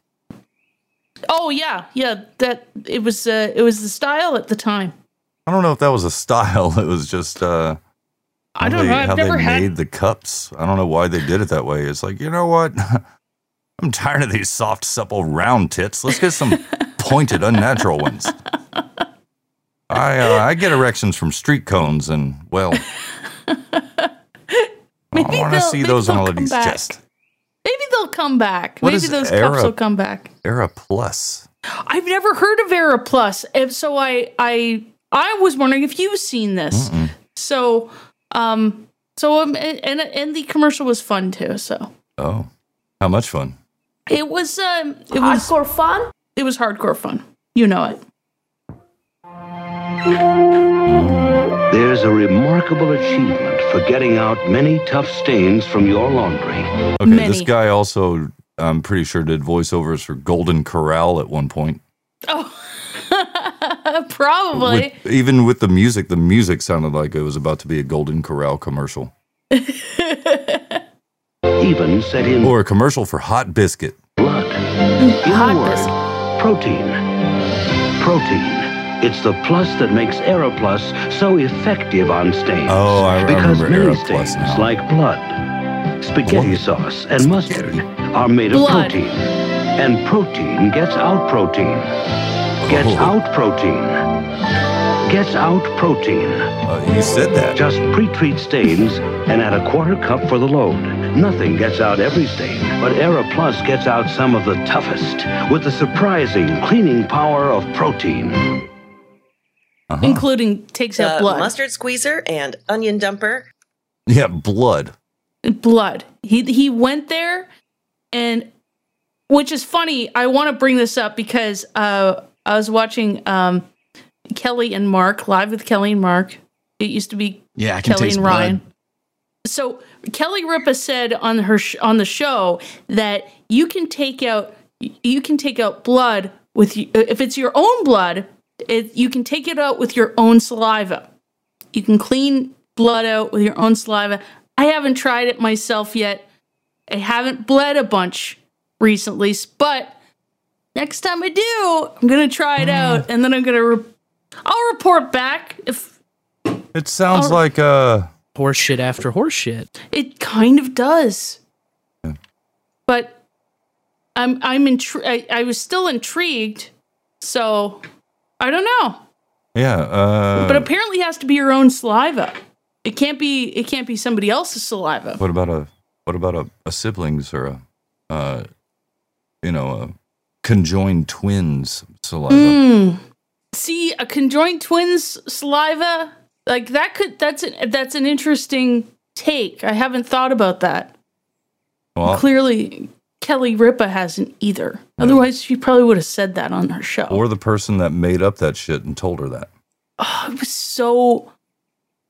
[SPEAKER 5] Oh yeah, yeah. That it was uh, it was the style at the time.
[SPEAKER 4] I don't know if that was a style. [laughs] It was just uh,
[SPEAKER 5] I
[SPEAKER 4] how
[SPEAKER 5] don't
[SPEAKER 4] they,
[SPEAKER 5] know. I've
[SPEAKER 4] how
[SPEAKER 5] never
[SPEAKER 4] they
[SPEAKER 5] had-
[SPEAKER 4] made the cups. I don't know why they did it that way. It's like you know what? [laughs] I'm tired of these soft, supple, round tits. Let's get
[SPEAKER 5] [laughs]
[SPEAKER 4] some pointed, unnatural ones. I uh, I get erections from street cones, and
[SPEAKER 5] [laughs]
[SPEAKER 4] well, I want to
[SPEAKER 5] they'll-
[SPEAKER 4] see
[SPEAKER 5] maybe
[SPEAKER 4] those on a
[SPEAKER 5] they'll come
[SPEAKER 4] lady's
[SPEAKER 5] back.
[SPEAKER 4] chest.
[SPEAKER 5] Maybe they'll come back.
[SPEAKER 4] What
[SPEAKER 5] Maybe
[SPEAKER 4] is
[SPEAKER 5] those
[SPEAKER 4] Era-
[SPEAKER 5] cups will come back.
[SPEAKER 4] Era Plus.
[SPEAKER 5] I've never heard of Era Plus, and so I I I was wondering if you've seen this. So um so um and and- and the commercial was fun too. So
[SPEAKER 4] Oh, how much fun!
[SPEAKER 5] it was um it hardcore was, fun. It was hardcore fun. You know it. [laughs]
[SPEAKER 22] There's a remarkable achievement for getting out many tough stains from your laundry.
[SPEAKER 4] Okay, this guy also, I'm pretty sure, did voiceovers for Golden Corral at one point.
[SPEAKER 5] Probably.
[SPEAKER 4] With- even with the music, the music sounded like it was about to be a Golden Corral
[SPEAKER 22] [laughs]
[SPEAKER 4] commercial.
[SPEAKER 22] even set in.
[SPEAKER 4] Or a commercial for Hot Biscuit.
[SPEAKER 22] In a word, protein. Protein. It's the plus that makes Aeroplus so effective on stains.
[SPEAKER 4] Oh, I,
[SPEAKER 22] because
[SPEAKER 4] remember
[SPEAKER 22] many
[SPEAKER 4] Aeroplus
[SPEAKER 22] stains,
[SPEAKER 4] now.
[SPEAKER 22] like blood, spaghetti sauce, and mustard, are made of Blood. protein. And protein gets out protein. Gets
[SPEAKER 4] Oh.
[SPEAKER 22] out protein. Gets out protein.
[SPEAKER 4] you Uh, said that.
[SPEAKER 22] Just pre-treat stains and add a quarter cup for the load. Nothing gets out every stain, but Era Plus gets out some of the toughest with the surprising cleaning power of protein.
[SPEAKER 5] Including takes out
[SPEAKER 26] The
[SPEAKER 5] blood.
[SPEAKER 26] mustard squeezer and onion dumper.
[SPEAKER 4] Yeah, blood.
[SPEAKER 5] blood. He he went there, and which is funny. I want to bring this up because uh, I was watching um, Kelly and Mark live with Kelly and Mark. It used to be
[SPEAKER 22] Yeah, I can
[SPEAKER 5] Kelly
[SPEAKER 22] taste
[SPEAKER 5] and
[SPEAKER 22] blood.
[SPEAKER 5] Ryan. So Kelly Ripa said on her sh- on the show that you can take out you can take out blood with y- if it's your own blood, it, you can take it out with your own saliva. You can clean blood out with your own saliva. I haven't tried it myself yet. I haven't bled a bunch recently, but next time I do, I'm gonna try it out, and then I'm gonna re- I'll report back if
[SPEAKER 4] It sounds
[SPEAKER 5] Oh.
[SPEAKER 4] like uh
[SPEAKER 27] horse shit after horse shit.
[SPEAKER 5] It kind of does. But I'm I'm intri- I, I was still intrigued, so I don't know.
[SPEAKER 4] Yeah. Uh,
[SPEAKER 5] but apparently, it has to be your own saliva. It can't be it can't be somebody else's saliva.
[SPEAKER 4] what about a what about a, a siblings or a uh you know a conjoined twins saliva?
[SPEAKER 5] Mm. See, a conjoined twins saliva like that could that's an, that's an interesting take. I haven't thought about that.
[SPEAKER 4] Well,
[SPEAKER 5] Clearly, Kelly Ripa hasn't either. Otherwise, she probably would have said that on her show.
[SPEAKER 4] or the person that made up that shit and told her that.
[SPEAKER 5] Oh, it was so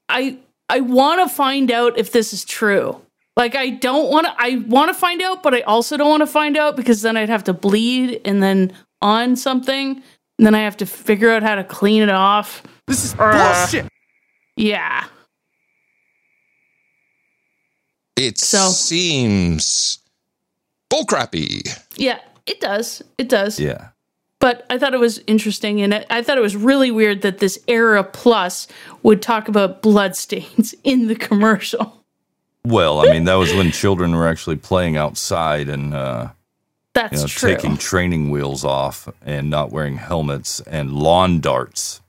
[SPEAKER 5] I I want to find out if this is true. Like I don't want to I want to find out, but I also don't want to find out because then I'd have to bleed and then on something, and then I have to figure out how to clean it off.
[SPEAKER 4] Uh. This is
[SPEAKER 5] Yeah.
[SPEAKER 14] It seems bullcrappy.
[SPEAKER 5] Yeah, it does. It does.
[SPEAKER 4] Yeah.
[SPEAKER 5] But I thought it was interesting, and I- I thought it was really weird that this Era Plus would talk about bloodstains [laughs] in the commercial.
[SPEAKER 4] Well, I mean, that was when children were actually playing outside and uh,
[SPEAKER 5] That's
[SPEAKER 4] you know,
[SPEAKER 5] true.
[SPEAKER 4] taking training wheels off and not wearing helmets and lawn darts.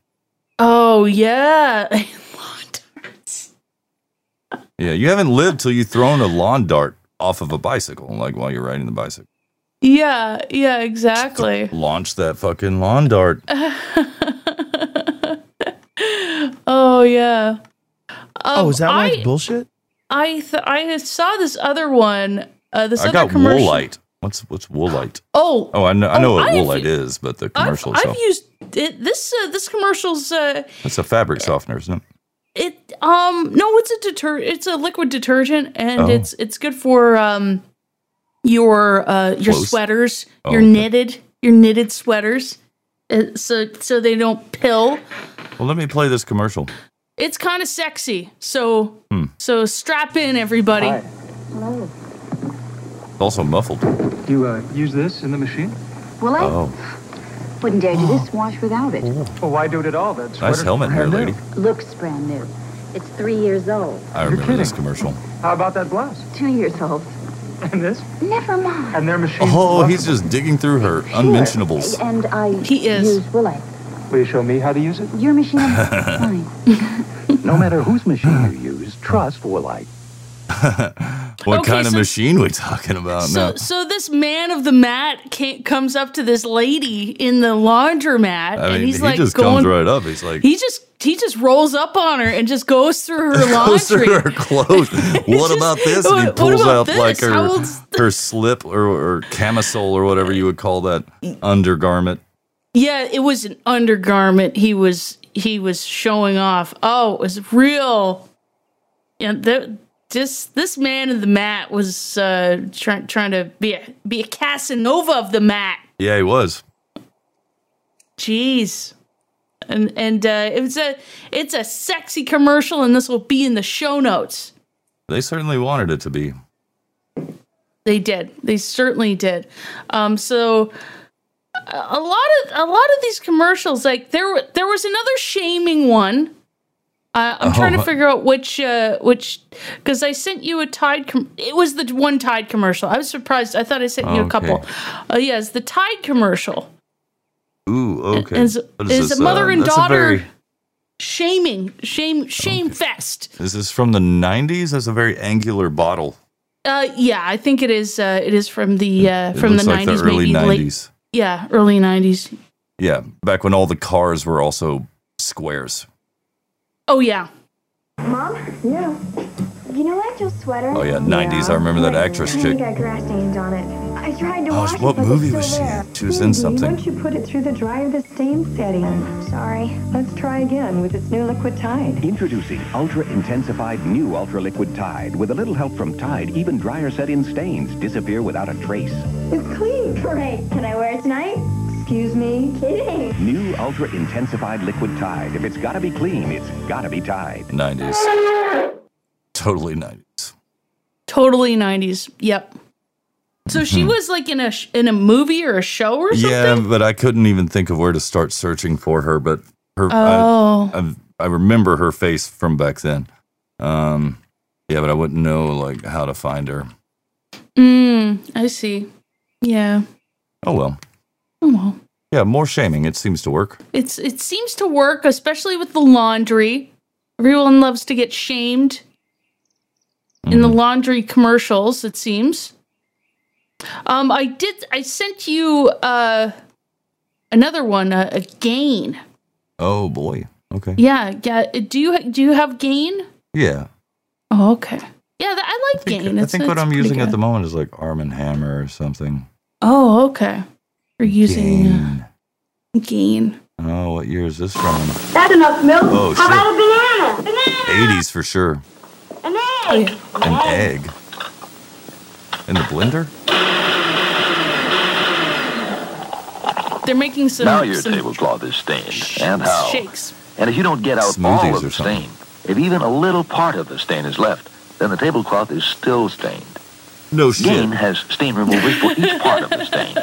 [SPEAKER 5] oh yeah, [laughs]
[SPEAKER 4] Yeah, you haven't lived till you've thrown a lawn dart off of a bicycle, like while you're riding the bicycle.
[SPEAKER 5] yeah, yeah, exactly.
[SPEAKER 4] Launch that fucking lawn dart.
[SPEAKER 5] oh yeah. Um,
[SPEAKER 8] oh, is that why
[SPEAKER 5] I-
[SPEAKER 8] it's bullshit?
[SPEAKER 5] I th- I saw this other one. Uh, this
[SPEAKER 4] I
[SPEAKER 5] other
[SPEAKER 4] got
[SPEAKER 5] commercial.
[SPEAKER 4] Woolite. What's what's Woolite?
[SPEAKER 5] Oh,
[SPEAKER 4] oh, I know, I know
[SPEAKER 5] oh,
[SPEAKER 4] what
[SPEAKER 5] I've-
[SPEAKER 4] Woolite is, but the
[SPEAKER 5] I've,
[SPEAKER 4] commercial
[SPEAKER 5] I've
[SPEAKER 4] itself.
[SPEAKER 5] used it, this. Uh, this commercial's uh,
[SPEAKER 4] It's a fabric softener, isn't it?
[SPEAKER 5] it. Um, no, it's a deter. It's a liquid detergent, and
[SPEAKER 4] Oh.
[SPEAKER 5] it's it's good for um your uh your
[SPEAKER 4] Clothes?
[SPEAKER 5] sweaters,
[SPEAKER 4] Oh,
[SPEAKER 5] your
[SPEAKER 4] okay.
[SPEAKER 5] knitted your knitted sweaters, uh, so so they don't pill.
[SPEAKER 4] Well, let me play this commercial.
[SPEAKER 5] It's kind of sexy, so
[SPEAKER 4] Hmm.
[SPEAKER 5] so strap in, everybody.
[SPEAKER 4] It's also muffled.
[SPEAKER 28] You uh, use this in the machine?
[SPEAKER 3] Will
[SPEAKER 14] Uh-huh.
[SPEAKER 3] I?
[SPEAKER 4] Oh,
[SPEAKER 3] Wouldn't dare do this wash without it.
[SPEAKER 28] Well, why do it at all? That
[SPEAKER 4] nice
[SPEAKER 28] sweater's
[SPEAKER 4] helmet here,
[SPEAKER 28] brand new.
[SPEAKER 4] lady.
[SPEAKER 3] Looks brand new. It's three years old.
[SPEAKER 4] I remember this commercial.
[SPEAKER 28] How about that blouse?
[SPEAKER 3] Two years old.
[SPEAKER 28] And this?
[SPEAKER 3] Never mind.
[SPEAKER 28] And their machine?
[SPEAKER 4] Oh, he's just digging through her unmentionables. [laughs]
[SPEAKER 3] And I he
[SPEAKER 5] is.
[SPEAKER 3] use Willite.
[SPEAKER 28] Will you show me how to use it?
[SPEAKER 3] Your
[SPEAKER 4] [laughs]
[SPEAKER 3] machine.
[SPEAKER 4] Fine.
[SPEAKER 28] no matter whose machine you use, trust Woolite.
[SPEAKER 4] What
[SPEAKER 5] Okay,
[SPEAKER 4] kind of
[SPEAKER 5] so-
[SPEAKER 4] machine we talking about
[SPEAKER 5] So,
[SPEAKER 4] now?
[SPEAKER 5] so this man of the mat can comes up to this lady in the laundromat,
[SPEAKER 4] I
[SPEAKER 5] and
[SPEAKER 4] mean,
[SPEAKER 5] he's
[SPEAKER 4] he
[SPEAKER 5] like
[SPEAKER 4] just
[SPEAKER 5] going.
[SPEAKER 4] comes right up. He's like, [laughs]
[SPEAKER 5] he just he just rolls up on her and just goes through her
[SPEAKER 4] goes
[SPEAKER 5] laundry.
[SPEAKER 4] through her
[SPEAKER 5] [laughs]
[SPEAKER 4] clothes. What about this? And he
[SPEAKER 5] What- what
[SPEAKER 4] pulls
[SPEAKER 5] about
[SPEAKER 4] out like
[SPEAKER 5] this? How
[SPEAKER 4] her
[SPEAKER 5] old's-
[SPEAKER 4] her slip or, or camisole or whatever you would call that
[SPEAKER 5] E
[SPEAKER 4] undergarment.
[SPEAKER 5] Yeah, it was an undergarment. He was he was showing off. Oh, it was real. Yeah, that this this man of the mat was uh, trying trying to be a be a Casanova of the mat.
[SPEAKER 4] Yeah, he was.
[SPEAKER 5] Jeez. And and uh, it's a it's a sexy commercial, and this will be in the show notes.
[SPEAKER 4] They certainly wanted it to be.
[SPEAKER 5] They did. They certainly did. Um, so a a lot of a lot of these commercials, like there wa- there was another shaming one. Uh, I'm trying to
[SPEAKER 13] Oh.
[SPEAKER 5] figure out which uh, which because I sent you a Tide. Com- it was the one Tide commercial. I was surprised. I thought I sent you a couple.
[SPEAKER 4] Okay.
[SPEAKER 5] Uh, yes, the Tide commercial.
[SPEAKER 4] Ooh, okay.
[SPEAKER 5] Is,
[SPEAKER 4] What
[SPEAKER 5] is
[SPEAKER 4] this?
[SPEAKER 5] a mother
[SPEAKER 4] Um,
[SPEAKER 5] and
[SPEAKER 4] that's a
[SPEAKER 5] daughter
[SPEAKER 4] very-
[SPEAKER 5] shaming shame shame fest.
[SPEAKER 4] is this from the '90s? That's a very angular bottle.
[SPEAKER 5] Uh, yeah, I think it is. Uh, it is from the uh,
[SPEAKER 4] It
[SPEAKER 5] from the
[SPEAKER 4] looks like the
[SPEAKER 5] nineties,
[SPEAKER 4] early
[SPEAKER 5] maybe late.
[SPEAKER 4] 90s.
[SPEAKER 5] Yeah, early nineties.
[SPEAKER 4] Yeah, back when all the cars were also squares. [laughs]
[SPEAKER 5] Oh yeah.
[SPEAKER 13] Mom? Yeah. You know that Joe's sweater?
[SPEAKER 4] Oh yeah, '90s. I remember that actress
[SPEAKER 13] I
[SPEAKER 4] chick.
[SPEAKER 13] got grass stains on it. I tried to
[SPEAKER 4] Oh,
[SPEAKER 13] wash
[SPEAKER 4] what
[SPEAKER 13] it, but
[SPEAKER 4] movie
[SPEAKER 13] it's still
[SPEAKER 4] was she in?
[SPEAKER 13] there.
[SPEAKER 4] She was in
[SPEAKER 13] Susie,
[SPEAKER 4] something.
[SPEAKER 13] Why don't you put it through the dryer? The stain set in. Sorry. Let's try again with this new liquid Tide.
[SPEAKER 29] Introducing Ultra Intensified New Ultra Liquid Tide. With a little help from Tide, even dryer set in stains disappear without a trace.
[SPEAKER 13] It's clean. Great. Can I wear it tonight? Excuse me. Kidding.
[SPEAKER 29] New Ultra Intensified Liquid Tide. If it's gotta be clean, it's gotta be Tide.
[SPEAKER 4] 90s. Totally 90s.
[SPEAKER 5] Totally nineties. Yep. So she was like in a sh- in a movie or a show or something.
[SPEAKER 4] Mm-hmm. Yeah, but I couldn't even think of where to start searching for her. But her,
[SPEAKER 5] Oh.
[SPEAKER 4] I, I've- I, remember her face from back then. Um, yeah, but I wouldn't know like how to find her.
[SPEAKER 5] Mm, I see. Yeah.
[SPEAKER 4] Oh well.
[SPEAKER 5] Oh well.
[SPEAKER 4] Yeah, more shaming. It seems to work.
[SPEAKER 5] It's it seems to work, especially with the laundry. Everyone loves to get shamed in the
[SPEAKER 4] Mm-hmm.
[SPEAKER 5] laundry commercials. It seems. Um, I did. I sent you uh another one, a, a gain.
[SPEAKER 4] Oh boy. Okay.
[SPEAKER 5] Yeah, yeah. Do you ha- do you have gain?
[SPEAKER 4] Yeah.
[SPEAKER 5] Oh, okay. Yeah, th- I like gain.
[SPEAKER 4] I
[SPEAKER 5] It's-
[SPEAKER 4] think what
[SPEAKER 5] it's
[SPEAKER 4] I'm
[SPEAKER 5] pretty
[SPEAKER 4] using at
[SPEAKER 5] good.
[SPEAKER 4] the moment is like Arm and Hammer or something.
[SPEAKER 5] Oh, okay. You're using gain. Uh, gain.
[SPEAKER 4] Oh, what year is this from?
[SPEAKER 13] That's enough milk.
[SPEAKER 4] Oh, How shit. about
[SPEAKER 13] a banana?
[SPEAKER 4] 80s for sure. An egg. In the blender?
[SPEAKER 5] They're making some.
[SPEAKER 2] now your
[SPEAKER 5] some
[SPEAKER 2] tablecloth is stained. and how?
[SPEAKER 5] shakes.
[SPEAKER 2] And if you don't get out all
[SPEAKER 4] Smoothies
[SPEAKER 2] of
[SPEAKER 4] or
[SPEAKER 2] the
[SPEAKER 4] something.
[SPEAKER 2] stain, if even a little part of the stain is left, then the tablecloth is still stained.
[SPEAKER 4] No shit.
[SPEAKER 2] Gain has stain removers for each part of the stain.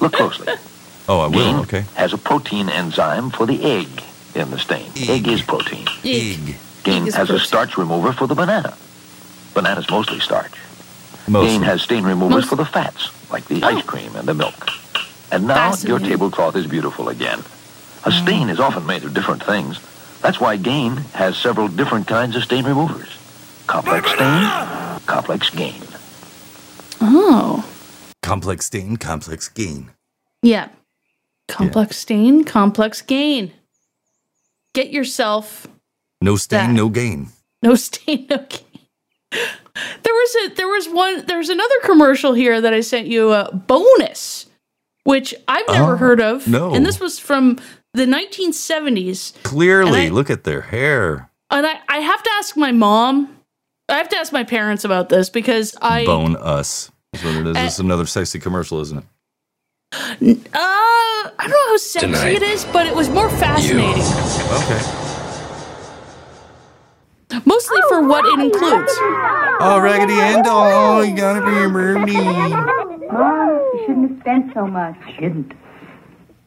[SPEAKER 2] Look closely.
[SPEAKER 4] Oh, I will.
[SPEAKER 2] Gain
[SPEAKER 4] okay.
[SPEAKER 2] has a protein enzyme for the egg in the stain. Egg, is protein.
[SPEAKER 4] Egg.
[SPEAKER 2] Gain
[SPEAKER 8] Egg is
[SPEAKER 2] has a
[SPEAKER 8] protein.
[SPEAKER 2] starch remover for the banana. Banana's mostly starch. Gain has stain removers for the fats, like the ice cream and the milk. And now your
[SPEAKER 8] Fascinating.
[SPEAKER 2] tablecloth is beautiful again. A
[SPEAKER 5] Mm.
[SPEAKER 2] stain is often made of different things. That's why Gain has several different kinds of stain removers. Complex stain, complex gain.
[SPEAKER 5] Oh.
[SPEAKER 4] Complex stain, complex gain.
[SPEAKER 5] Yeah. Complex stain, complex gain. Get yourself [laughs]
[SPEAKER 4] No stain, no gain.
[SPEAKER 5] no stain, no gain. There was a there was one there's another commercial here that I sent you a bonus, which I've never
[SPEAKER 4] Oh,
[SPEAKER 5] heard of.
[SPEAKER 4] no.
[SPEAKER 5] And this was from the 1970s.
[SPEAKER 4] Clearly,
[SPEAKER 5] And I-
[SPEAKER 4] look at their hair.
[SPEAKER 5] And I, I have to ask my mom. I have to ask my parents about this because I
[SPEAKER 4] Bone us. Is what it is.
[SPEAKER 5] Uh,
[SPEAKER 4] This is another sexy commercial, isn't it?
[SPEAKER 5] uh I don't know how sexy
[SPEAKER 4] Tonight,
[SPEAKER 5] it is, but it was more fascinating.
[SPEAKER 4] Okay.
[SPEAKER 5] Mostly for what it includes.
[SPEAKER 4] Oh, Raggedy Ann doll, you gotta be a mermaid.
[SPEAKER 3] Mom, you shouldn't have spent so much. I shouldn't.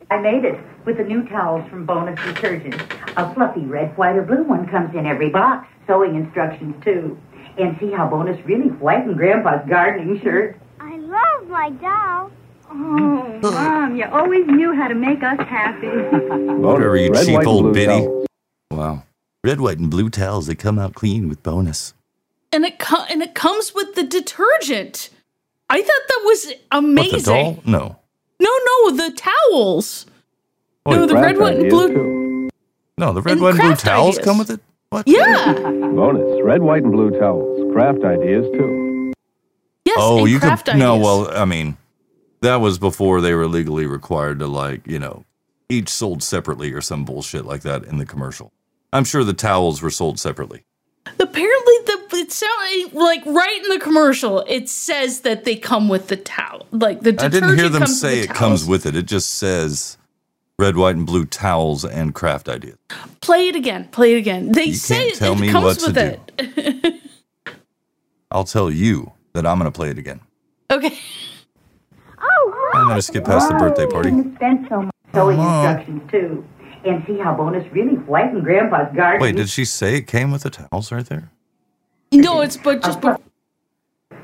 [SPEAKER 3] I made it with the new towels from Bonus Detergent. A fluffy red, white, or blue one comes in every box. Sewing instructions, too. And see how Bonus really whitened Grandpa's gardening shirt.
[SPEAKER 18] I love my doll.
[SPEAKER 3] Oh, Mom, you always knew how to make us happy.
[SPEAKER 4] Whatever, you
[SPEAKER 3] Red,
[SPEAKER 4] cheap
[SPEAKER 3] white, and
[SPEAKER 4] old
[SPEAKER 3] blue
[SPEAKER 4] biddy. Wow. Red, white, and blue towels. They come out clean with bonus.
[SPEAKER 5] and it co- and it comes with the detergent. I thought that was amazing.
[SPEAKER 4] What, the doll? No.
[SPEAKER 5] No, no, the towels.
[SPEAKER 4] Wait,
[SPEAKER 5] no, the red, white, and blue.
[SPEAKER 4] No, the red,
[SPEAKER 5] and
[SPEAKER 4] white, and blue
[SPEAKER 5] craft
[SPEAKER 4] towels
[SPEAKER 5] ideas.
[SPEAKER 4] come with it?
[SPEAKER 5] Yeah.
[SPEAKER 7] Bonus red, white, and blue towels. Craft ideas, too.
[SPEAKER 5] Yes.
[SPEAKER 4] oh,
[SPEAKER 5] and
[SPEAKER 4] you
[SPEAKER 5] craft
[SPEAKER 4] could.
[SPEAKER 5] ideas.
[SPEAKER 4] No, well, I mean, that was before they were legally required to, like, you know, each sold separately or some bullshit like that in the commercial. I'm sure the towels were sold separately.
[SPEAKER 5] Apparently, the it sound like right in the commercial. It says that they come with the towel, like the
[SPEAKER 4] I
[SPEAKER 5] detergent.
[SPEAKER 4] didn't hear them
[SPEAKER 5] comes
[SPEAKER 4] say
[SPEAKER 5] with
[SPEAKER 4] it
[SPEAKER 5] the
[SPEAKER 4] comes
[SPEAKER 5] towels.
[SPEAKER 4] with it. It just says red, white, and blue towels and craft ideas.
[SPEAKER 5] Play it again. Play it again. They
[SPEAKER 4] You
[SPEAKER 5] say
[SPEAKER 4] can't
[SPEAKER 5] it,
[SPEAKER 4] tell
[SPEAKER 5] it
[SPEAKER 4] me
[SPEAKER 5] comes
[SPEAKER 4] what to
[SPEAKER 5] with
[SPEAKER 4] do.
[SPEAKER 5] it.
[SPEAKER 4] I'll tell you that I'm going to play it again.
[SPEAKER 5] Okay.
[SPEAKER 4] I'm going to skip past the birthday party.
[SPEAKER 3] spent so much. Sewing instructions, too. And see how Bonus really whitened Grandpa's gardening
[SPEAKER 4] Wait, did she say it came with the towels right there?
[SPEAKER 5] No, it's but just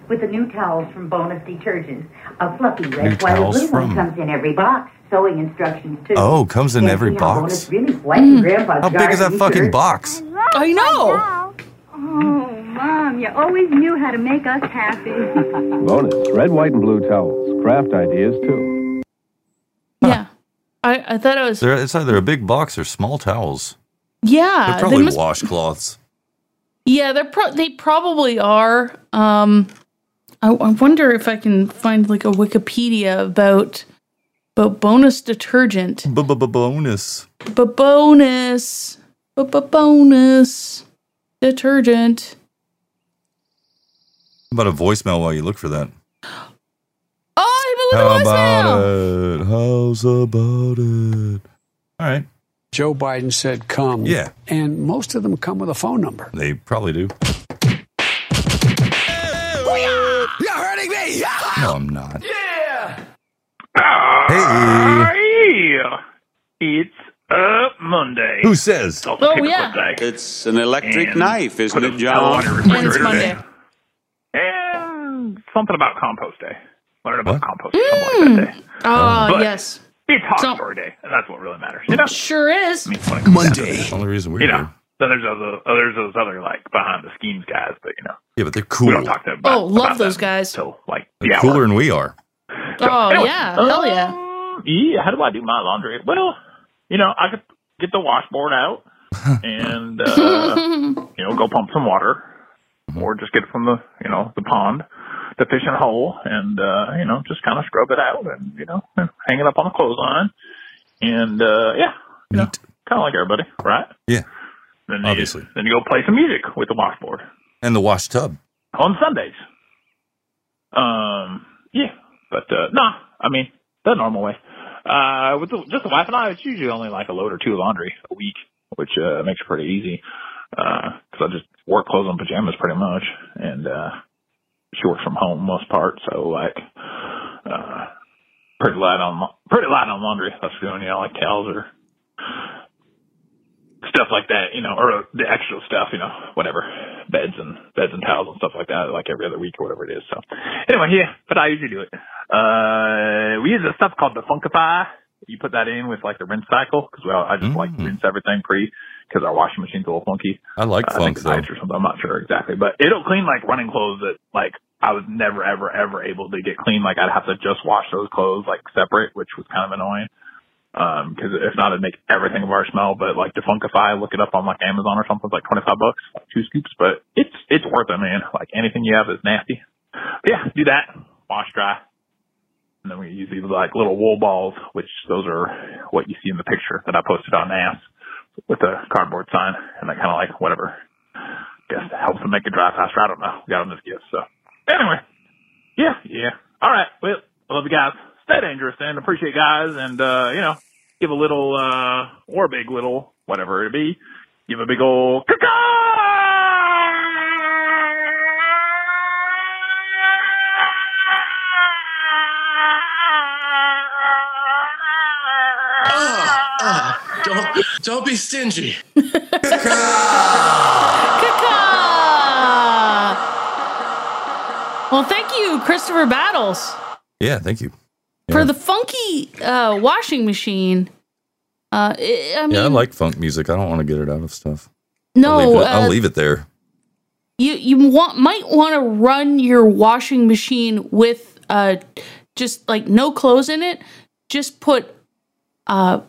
[SPEAKER 3] with the new towels from Bonus Detergent. A fluffy red,
[SPEAKER 4] New
[SPEAKER 3] white, or
[SPEAKER 4] towels
[SPEAKER 3] blue
[SPEAKER 4] from-
[SPEAKER 3] one comes in every box. Sewing instructions too.
[SPEAKER 4] Oh, comes in
[SPEAKER 3] And
[SPEAKER 4] every
[SPEAKER 3] see
[SPEAKER 4] box?
[SPEAKER 3] how Bonus really whitened Grandpa's
[SPEAKER 4] How big is that
[SPEAKER 3] garden
[SPEAKER 4] fucking
[SPEAKER 3] shirt.
[SPEAKER 4] box?
[SPEAKER 5] Mm. I know.
[SPEAKER 3] Oh, Mom, you always knew how to make us happy.
[SPEAKER 7] Bonus red, white, and blue towels. Craft ideas, too.
[SPEAKER 5] I, I thought I was.
[SPEAKER 4] There, it's either a big box or small towels.
[SPEAKER 5] Yeah.
[SPEAKER 4] They're
[SPEAKER 5] they
[SPEAKER 4] probably
[SPEAKER 5] Ah, must-
[SPEAKER 4] washcloths.
[SPEAKER 5] Yeah, they're pro- they probably are. Um, I, I wonder if I can find like a Wikipedia about about bonus detergent.
[SPEAKER 4] Bonus.
[SPEAKER 5] But bonus, but bonus detergent.
[SPEAKER 4] How about a voicemail while you look for that?
[SPEAKER 5] Oh,
[SPEAKER 4] How about it? How's about it? All right.
[SPEAKER 9] Joe Biden said come.
[SPEAKER 4] Yeah.
[SPEAKER 9] And most of them come with a phone number.
[SPEAKER 4] They probably do.
[SPEAKER 9] You're hurting me!
[SPEAKER 4] No, I'm not.
[SPEAKER 15] Hey. It's a Monday.
[SPEAKER 4] Who says?
[SPEAKER 5] Oh, yeah.
[SPEAKER 16] It's an electric
[SPEAKER 15] And
[SPEAKER 16] knife, isn't it,
[SPEAKER 15] Oh,
[SPEAKER 16] John?
[SPEAKER 15] on a refrigerator day. And something about compost day. Learn about compost.
[SPEAKER 5] Oh,
[SPEAKER 15] But
[SPEAKER 5] Mm. yes.
[SPEAKER 15] It's hot
[SPEAKER 5] So-
[SPEAKER 15] for a day, and that's what really matters. You know?
[SPEAKER 5] Sure is.
[SPEAKER 4] Monday. Only reason we're
[SPEAKER 15] you
[SPEAKER 4] here.
[SPEAKER 15] know, then there's those, uh, there's those other like behind the schemes guys, but you know,
[SPEAKER 4] Yeah, but they're cool.
[SPEAKER 15] we don't talk to them. About,
[SPEAKER 5] Oh, love
[SPEAKER 15] about
[SPEAKER 5] those
[SPEAKER 15] them
[SPEAKER 5] guys.
[SPEAKER 15] Till like
[SPEAKER 4] They're
[SPEAKER 15] yeah,
[SPEAKER 4] cooler than we are.
[SPEAKER 5] Oh,
[SPEAKER 15] anyway,
[SPEAKER 5] yeah.
[SPEAKER 15] um,
[SPEAKER 5] Hell yeah.
[SPEAKER 15] yeah. How do I do my laundry? Well, you know, I could get the
[SPEAKER 4] [laughs]
[SPEAKER 15] washboard out and [laughs] uh, you know go pump some water, or just get it from the you know the pond, the fishing hole, and uh, you know just kind of scrub it out and you know hang it up on the clothesline, and uh, yeah, you know, kind of like everybody, right?
[SPEAKER 4] Yeah.
[SPEAKER 15] Then
[SPEAKER 4] Obviously.
[SPEAKER 15] you, then you go play some music with the washboard
[SPEAKER 4] And the wash tub.
[SPEAKER 15] on Sundays. Um, yeah, but uh, nah, I mean the normal way. Uh, with the, just the wife and I, it's usually only like a load or two of laundry a week, which uh, makes it pretty easy. because I just wore clothes and pajamas pretty much, and uh, she worked from home most part, so like uh, pretty light on pretty light on laundry. That's doing you know like towels or stuff like that, you know, or the extra stuff, you know, whatever, beds and beds and towels and stuff like that, like every other week or whatever it is. So anyway, yeah, but I usually do it. Uh, we use a stuff called the Funkify. You put that in with like the rinse cycle because well, I just like rinse everything pre because our washing machine's a little funky.
[SPEAKER 4] Mm.
[SPEAKER 15] Uh,
[SPEAKER 4] I like
[SPEAKER 15] I
[SPEAKER 4] funk
[SPEAKER 15] think it's
[SPEAKER 4] though.
[SPEAKER 15] nice or something. I'm not sure exactly, but it'll clean like running clothes that like I was never ever ever able to get clean. Like I'd have to just wash those clothes like separate, which was kind of annoying. Um, 'cause if not, it'd make everything of our smell. But like Defunkify, look it up on like Amazon or something. It's like 25 bucks, like two scoops, but it's it's worth it, man. Like anything you have is nasty. But yeah, do that. Wash dry. And then we use these like little wool balls, which those are what you see in the picture that I posted on NAS with a cardboard sign, and that kind of like whatever. Guess that helps them make it dry faster. I don't know. We got them as gifts, so anyway, yeah, yeah. All right, well, I love you guys. Stay dangerous and appreciate you guys, and uh, you know, give a little uh, or a big little, whatever it be. Give a big old
[SPEAKER 8] [laughs]
[SPEAKER 15] Ah!
[SPEAKER 8] Don't, don't be stingy.
[SPEAKER 5] Well, thank you, Christopher Battles,
[SPEAKER 4] Yeah, thank you.
[SPEAKER 5] for the funky uh, washing machine. Uh, i I mean,
[SPEAKER 4] yeah, I like funk music. I don't want to get it out of stuff. I'll
[SPEAKER 5] No,
[SPEAKER 4] leave it, I'll
[SPEAKER 5] uh,
[SPEAKER 4] leave it there.
[SPEAKER 5] you you want might want to run your washing machine with uh just like no clothes in it. Just put uh,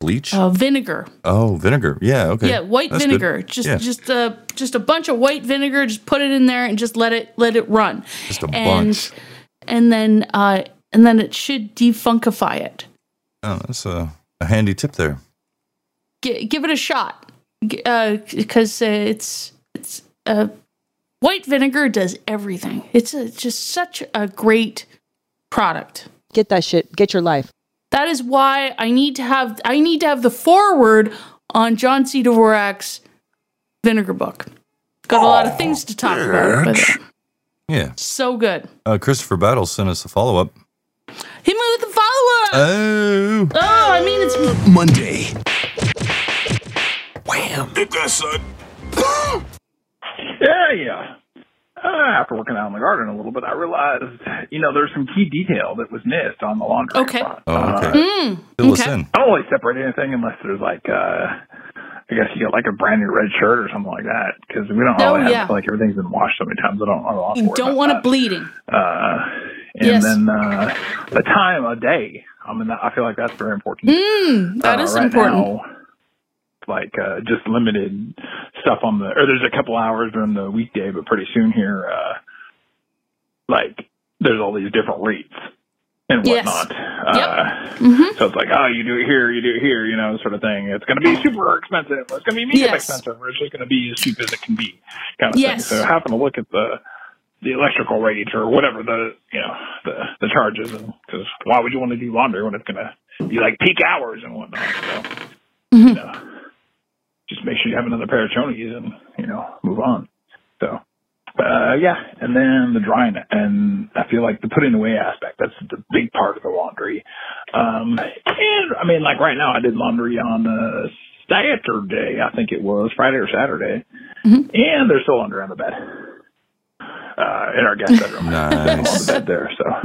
[SPEAKER 4] Bleach.
[SPEAKER 5] uh vinegar.
[SPEAKER 4] oh, vinegar. Yeah. Okay.
[SPEAKER 5] Yeah, white
[SPEAKER 4] That's good.
[SPEAKER 5] vinegar. Just
[SPEAKER 4] Yeah.
[SPEAKER 5] just uh just a bunch of white vinegar. Just put it in there and just let it let it run.
[SPEAKER 4] Just a
[SPEAKER 5] and,
[SPEAKER 4] bunch.
[SPEAKER 5] And then uh and then it should defunkify it.
[SPEAKER 4] Oh, that's a, a handy tip there.
[SPEAKER 5] G- give it a shot. G- uh because uh, it's it's uh white vinegar does everything. It's a, just such a great product.
[SPEAKER 16] Get that shit. Get your life.
[SPEAKER 5] That is why I need to have I need to have the forward on John C. Dvorak's vinegar book. Got a lot of things to talk about. But uh,
[SPEAKER 4] Yeah.
[SPEAKER 5] so good.
[SPEAKER 4] Uh, Christopher Battles sent us a follow up.
[SPEAKER 5] Hit me with the follow up.
[SPEAKER 4] Oh.
[SPEAKER 5] oh, I mean it's
[SPEAKER 4] Monday.
[SPEAKER 15] Wham! Get that, son. yeah, yeah. Uh, after working out in the garden a little bit, I realized, you know, there's some key detail that was missed on the laundry.
[SPEAKER 5] Okay.
[SPEAKER 4] Oh, okay.
[SPEAKER 9] Hmm.
[SPEAKER 15] Fill us in. I don't really separate anything unless there's like, uh, I guess you get like a brand new red shirt or something like that because we don't
[SPEAKER 5] Oh,
[SPEAKER 15] really have
[SPEAKER 5] yeah.
[SPEAKER 15] like everything's been washed so many times. I don't. I don't
[SPEAKER 5] You don't want it bleeding.
[SPEAKER 15] Uh, and
[SPEAKER 5] Yes.
[SPEAKER 15] then uh, the time of day. I mean, I feel like that's very important.
[SPEAKER 9] Hmm.
[SPEAKER 5] Mm, that
[SPEAKER 15] Uh,
[SPEAKER 5] is
[SPEAKER 15] right
[SPEAKER 5] important.
[SPEAKER 15] now, like uh, just limited stuff on the, or there's a couple hours during the weekday, but pretty soon here, uh, like there's all these different rates and
[SPEAKER 17] Yes.
[SPEAKER 15] whatnot. Uh,
[SPEAKER 5] Mm-hmm.
[SPEAKER 15] So it's like, oh, you do it here, you do it here, you know, sort of thing. It's going to be super expensive. It's going to be mega
[SPEAKER 17] Yes.
[SPEAKER 15] expensive. Or it's just going to be as cheap as it can be, kind of
[SPEAKER 17] Yes.
[SPEAKER 15] thing. So happen to look at the the electrical rates or whatever the you know the the charges, because why would you want to do laundry when it's going to be like peak hours and whatnot? So you know, just make sure you have another pair of chonies and you know move on. So uh, yeah, and then the drying, and I feel like the putting away aspect. That's the big part of the laundry. Um, and I mean, like right now, I did laundry on uh, Saturday, I think it was Friday or Saturday, and they're still under on the bed uh, in our guest bedroom.
[SPEAKER 4] Nice.
[SPEAKER 15] on the bed there. So
[SPEAKER 9] [laughs]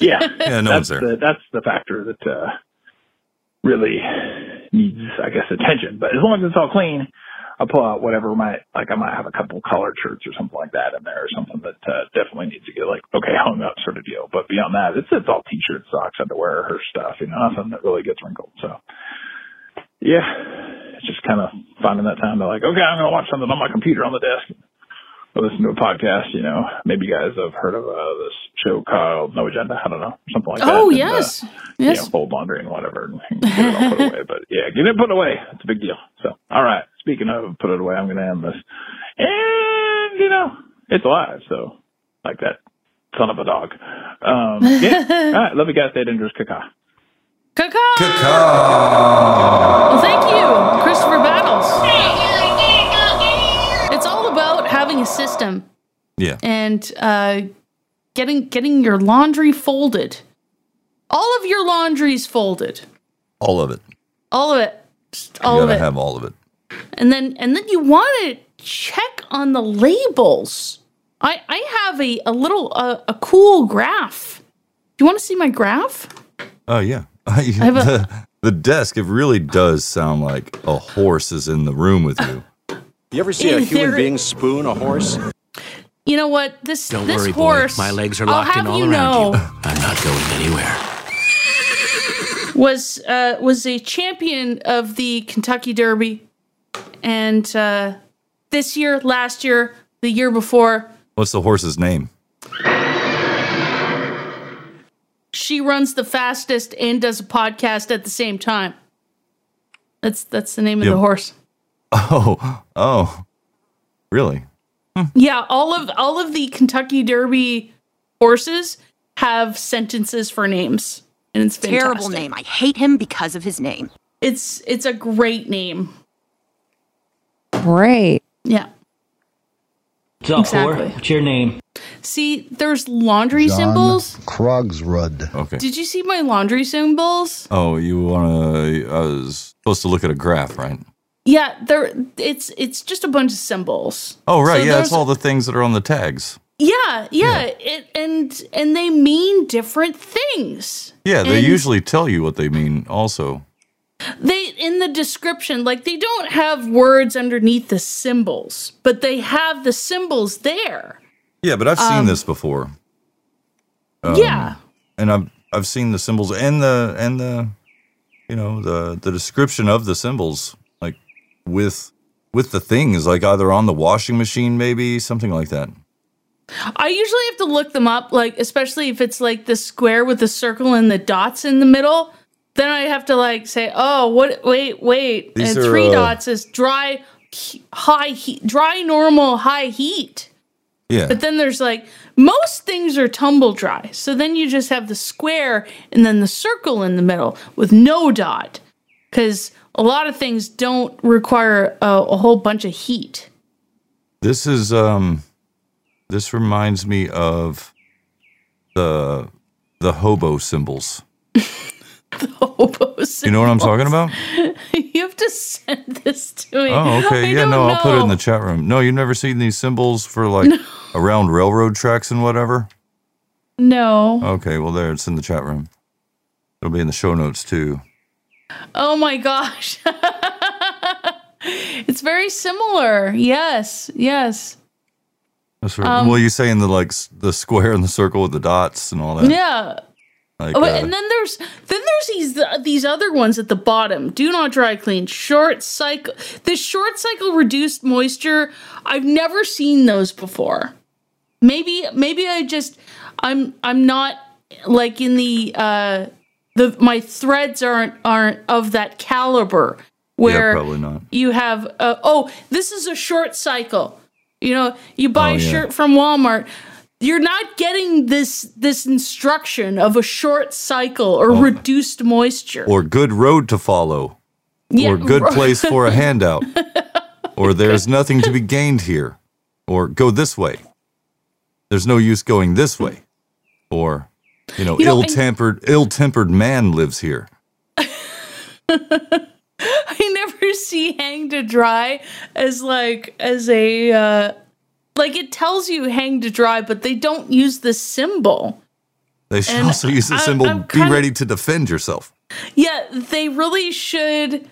[SPEAKER 15] [laughs] Yeah,
[SPEAKER 4] Yeah, no one's
[SPEAKER 15] that's
[SPEAKER 4] there.
[SPEAKER 15] The, that's the factor that uh, really needs, I guess, attention. But as long as it's all clean, I'll pull out whatever might like I might have a couple collared shirts or something like that in there or something that uh, definitely needs to get like okay hung up sort of deal. But beyond that, it's it's all t-shirts, socks, underwear, her stuff, you know, nothing that really gets wrinkled. So yeah, it's just kind of finding that time to like okay, I'm gonna watch something on my computer on the desk. Or listen to a podcast, you know. Maybe you guys have heard of uh, this show called No Agenda. I don't know, something like that.
[SPEAKER 5] oh
[SPEAKER 15] And, uh,
[SPEAKER 5] yes.
[SPEAKER 15] yeah,
[SPEAKER 5] yes.
[SPEAKER 15] know, fold laundry and whatever. And [laughs] get it all put away. But yeah, get it put away. It's a big deal. So, all right. Speaking of put it away, I'm going to end this. And, you know, it's alive. So, like that son of a dog.
[SPEAKER 5] [laughs]
[SPEAKER 15] Um, yeah. all right. Love you guys. Stay dangerous. Caca.
[SPEAKER 5] Caca. Well, thank you, Christopher Battles. having a system
[SPEAKER 4] Yeah.
[SPEAKER 5] and uh, getting getting your laundry folded. All of your laundry's folded.
[SPEAKER 4] All of it.
[SPEAKER 5] All of it. Just all
[SPEAKER 4] you
[SPEAKER 5] of
[SPEAKER 4] gotta
[SPEAKER 5] it.
[SPEAKER 4] have all of it.
[SPEAKER 5] and then and then you want to check on the labels. I I have a a little uh, a cool graph. Do you want to see my graph?
[SPEAKER 4] Oh yeah. [laughs]
[SPEAKER 5] have a-
[SPEAKER 4] the, the desk, it really does sound like a horse is in the room with
[SPEAKER 5] [laughs]
[SPEAKER 4] you.
[SPEAKER 17] You ever see a
[SPEAKER 5] Ew,
[SPEAKER 17] human
[SPEAKER 5] there-
[SPEAKER 17] being spoon a horse?
[SPEAKER 5] You know what? This
[SPEAKER 17] Don't
[SPEAKER 5] this
[SPEAKER 17] worry, boy.
[SPEAKER 5] horse.
[SPEAKER 17] My legs are
[SPEAKER 5] I'll
[SPEAKER 17] locked in
[SPEAKER 5] have
[SPEAKER 17] all
[SPEAKER 5] you
[SPEAKER 17] around
[SPEAKER 5] know,
[SPEAKER 17] [laughs] I'm not going anywhere.
[SPEAKER 5] was uh, was a champion of the Kentucky Derby, and uh, this year, last year, the year before,
[SPEAKER 4] What's the horse's name?
[SPEAKER 5] she runs the fastest and does a podcast at the same time. That's that's the name of
[SPEAKER 4] Yeah.
[SPEAKER 5] the horse.
[SPEAKER 4] Oh, oh. Really?
[SPEAKER 5] Yeah, all of all of the Kentucky Derby horses have sentences for names, and it's fantastic.
[SPEAKER 30] Terrible name. I hate him because of his name.
[SPEAKER 5] It's it's a great name.
[SPEAKER 30] Great.
[SPEAKER 5] Yeah.
[SPEAKER 31] What's up,
[SPEAKER 5] Exactly.
[SPEAKER 31] whore? What's your name?
[SPEAKER 5] See, there's laundry symbols.
[SPEAKER 4] Krogsrud. Okay.
[SPEAKER 5] Did you see my laundry symbols?
[SPEAKER 4] oh, you wanna uh, I was supposed to look at a graph, right?
[SPEAKER 5] Yeah, there. It's it's just a bunch of symbols.
[SPEAKER 4] Oh right, yeah,
[SPEAKER 5] So
[SPEAKER 4] that's
[SPEAKER 5] there's-
[SPEAKER 4] all the things that are on the tags.
[SPEAKER 5] Yeah, yeah, It, and and they mean different things.
[SPEAKER 4] Yeah, they
[SPEAKER 5] And
[SPEAKER 4] usually tell you what they mean also.
[SPEAKER 5] they in the description like they don't have words underneath the symbols, but they have the symbols there.
[SPEAKER 4] Yeah, but I've seen
[SPEAKER 5] Um,
[SPEAKER 4] this before. Um,
[SPEAKER 5] yeah,
[SPEAKER 4] and I've I've seen the symbols and the and the you know the the description of the symbols like with with the things like either on the washing machine maybe something like that.
[SPEAKER 5] I usually have to look them up, like especially if it's like the square with the circle and the dots in the middle. Then I have to like say, oh, what? Wait, wait.
[SPEAKER 4] These
[SPEAKER 5] and
[SPEAKER 4] are,
[SPEAKER 5] three
[SPEAKER 4] uh,
[SPEAKER 5] dots is dry, he- high heat, dry normal high heat.
[SPEAKER 4] Yeah.
[SPEAKER 5] But then there's like most things are tumble dry. So then you just have the square and then the circle in the middle with no dot. Because a lot of things don't require a, a whole bunch of heat.
[SPEAKER 4] This is um this reminds me of the the hobo symbols. You know what I'm talking about?
[SPEAKER 5] [laughs] you have to send this to [laughs] me.
[SPEAKER 4] Oh, okay.
[SPEAKER 5] I
[SPEAKER 4] yeah,
[SPEAKER 5] don't
[SPEAKER 4] no, I'll put it in
[SPEAKER 5] know.
[SPEAKER 4] the chat room. No, you've never seen these symbols for like around railroad tracks and whatever?
[SPEAKER 5] No.
[SPEAKER 4] Okay, well there it's in the chat room. It'll be in the show notes too.
[SPEAKER 5] Oh my gosh. [laughs] it's very similar. Yes. Yes.
[SPEAKER 4] That's right.
[SPEAKER 5] Um,
[SPEAKER 4] well, you saying the like s- the square and the circle with the dots and all that.
[SPEAKER 5] Yeah.
[SPEAKER 4] Like,
[SPEAKER 5] oh,
[SPEAKER 4] uh,
[SPEAKER 5] and then there's then there's these uh, these other ones at the bottom. Do not dry clean. Short cycle. This short cycle reduced moisture. I've never seen those before. Maybe maybe I just I'm I'm not like in the uh the my threads aren't aren't of that caliber [laughs] where
[SPEAKER 4] yeah, probably not.
[SPEAKER 5] you have uh, oh this is a short cycle you know you buy
[SPEAKER 4] Oh,
[SPEAKER 5] a
[SPEAKER 4] yeah.
[SPEAKER 5] shirt from walmart you're not getting this this instruction of a short cycle or reduced moisture
[SPEAKER 4] Oh. Or good road to follow.
[SPEAKER 5] Yeah,
[SPEAKER 4] or good
[SPEAKER 5] ro-
[SPEAKER 4] place for
[SPEAKER 5] [laughs]
[SPEAKER 4] a handout. or there's nothing to be gained here. Or go this way. There's no use going this way. Or you know,
[SPEAKER 5] You know, and-
[SPEAKER 4] ill-tempered ill-tempered man lives here.
[SPEAKER 5] [laughs] i never see hang to dry as like as a uh like it tells you hang to dry but they don't use the symbol
[SPEAKER 4] They should
[SPEAKER 5] And
[SPEAKER 4] also use the
[SPEAKER 5] I'm-
[SPEAKER 4] symbol
[SPEAKER 5] I'm
[SPEAKER 4] be
[SPEAKER 5] kinda-
[SPEAKER 4] ready to defend yourself.
[SPEAKER 5] yeah they really should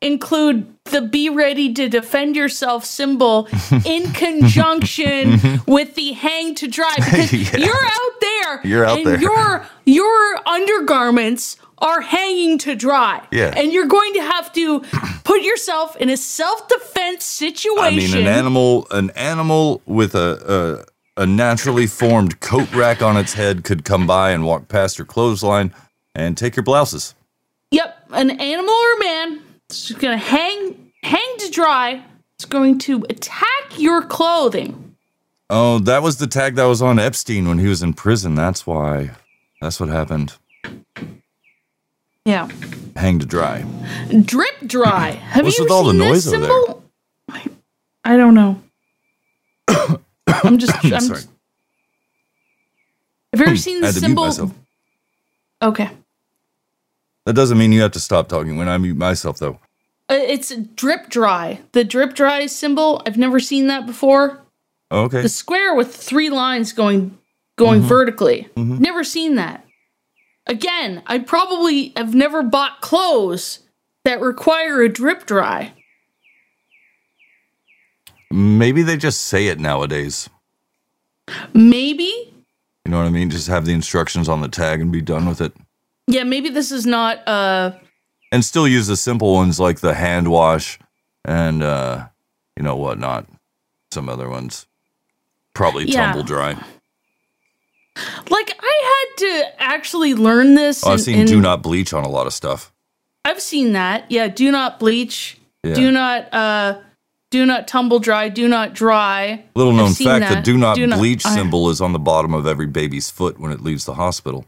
[SPEAKER 5] include the be ready to defend
[SPEAKER 4] [laughs]
[SPEAKER 5] yourself symbol in conjunction
[SPEAKER 4] Mhm.
[SPEAKER 5] with the hang to dry
[SPEAKER 4] [laughs]
[SPEAKER 5] because
[SPEAKER 4] Yeah.
[SPEAKER 5] you're out there
[SPEAKER 4] You're out
[SPEAKER 5] and
[SPEAKER 4] there.
[SPEAKER 5] your your undergarments are hanging to dry
[SPEAKER 4] Yeah.
[SPEAKER 5] and you're going to have to put yourself in a self-defense
[SPEAKER 4] I
[SPEAKER 5] situation
[SPEAKER 4] mean, an animal, an animal with a, a a naturally formed coat rack on its head could come by and walk past your clothesline and take your blouses.
[SPEAKER 5] Yep, an animal or a man is going to hang hang to dry. It's going to attack your clothing.
[SPEAKER 4] Oh, that was the tag that was on Epstein when he was in prison. That's why. That's what happened.
[SPEAKER 5] Yeah,
[SPEAKER 4] Hang to dry.
[SPEAKER 5] drip dry. Have
[SPEAKER 4] What's
[SPEAKER 5] you
[SPEAKER 4] with all the
[SPEAKER 5] seen
[SPEAKER 4] noise
[SPEAKER 5] this
[SPEAKER 4] over there?
[SPEAKER 5] symbol? I don't know. [coughs] I'm
[SPEAKER 4] [coughs]
[SPEAKER 5] just. I'm
[SPEAKER 4] Sorry.
[SPEAKER 5] just- have you ever seen
[SPEAKER 4] Hmm, I had
[SPEAKER 5] the
[SPEAKER 4] to mute
[SPEAKER 5] symbol?
[SPEAKER 4] myself.
[SPEAKER 5] Okay, Uh,
[SPEAKER 4] That doesn't mean you have to stop talking when I mute myself, though.
[SPEAKER 5] Uh, it's drip dry. The drip dry symbol. I've never seen that before.
[SPEAKER 4] Okay.
[SPEAKER 5] The square with three lines going going
[SPEAKER 4] Mhm.
[SPEAKER 5] vertically.
[SPEAKER 4] Mhm.
[SPEAKER 5] Never seen that. Again, I probably have never bought clothes that require a drip dry.
[SPEAKER 4] Maybe they just say it nowadays.
[SPEAKER 5] Maybe
[SPEAKER 4] You know what I mean? Just have the instructions on the tag and be done with it.
[SPEAKER 5] Yeah, maybe this is not uh
[SPEAKER 4] And still use the simple ones like the hand wash and, uh, you know, whatnot. Some other ones. Probably
[SPEAKER 5] Yeah.
[SPEAKER 4] tumble dry.
[SPEAKER 5] like I had to actually learn this.
[SPEAKER 4] Oh, I've
[SPEAKER 5] in-
[SPEAKER 4] seen
[SPEAKER 5] in-
[SPEAKER 4] do not bleach on a lot of stuff.
[SPEAKER 5] I've seen that. Yeah, do not bleach.
[SPEAKER 4] Yeah.
[SPEAKER 5] Do not uh do not tumble dry, do not dry.
[SPEAKER 4] Little
[SPEAKER 5] I've
[SPEAKER 4] known
[SPEAKER 5] seen
[SPEAKER 4] fact
[SPEAKER 5] that.
[SPEAKER 4] the do not bleach
[SPEAKER 5] I-
[SPEAKER 4] symbol is on the bottom of every baby's foot when it leaves the hospital.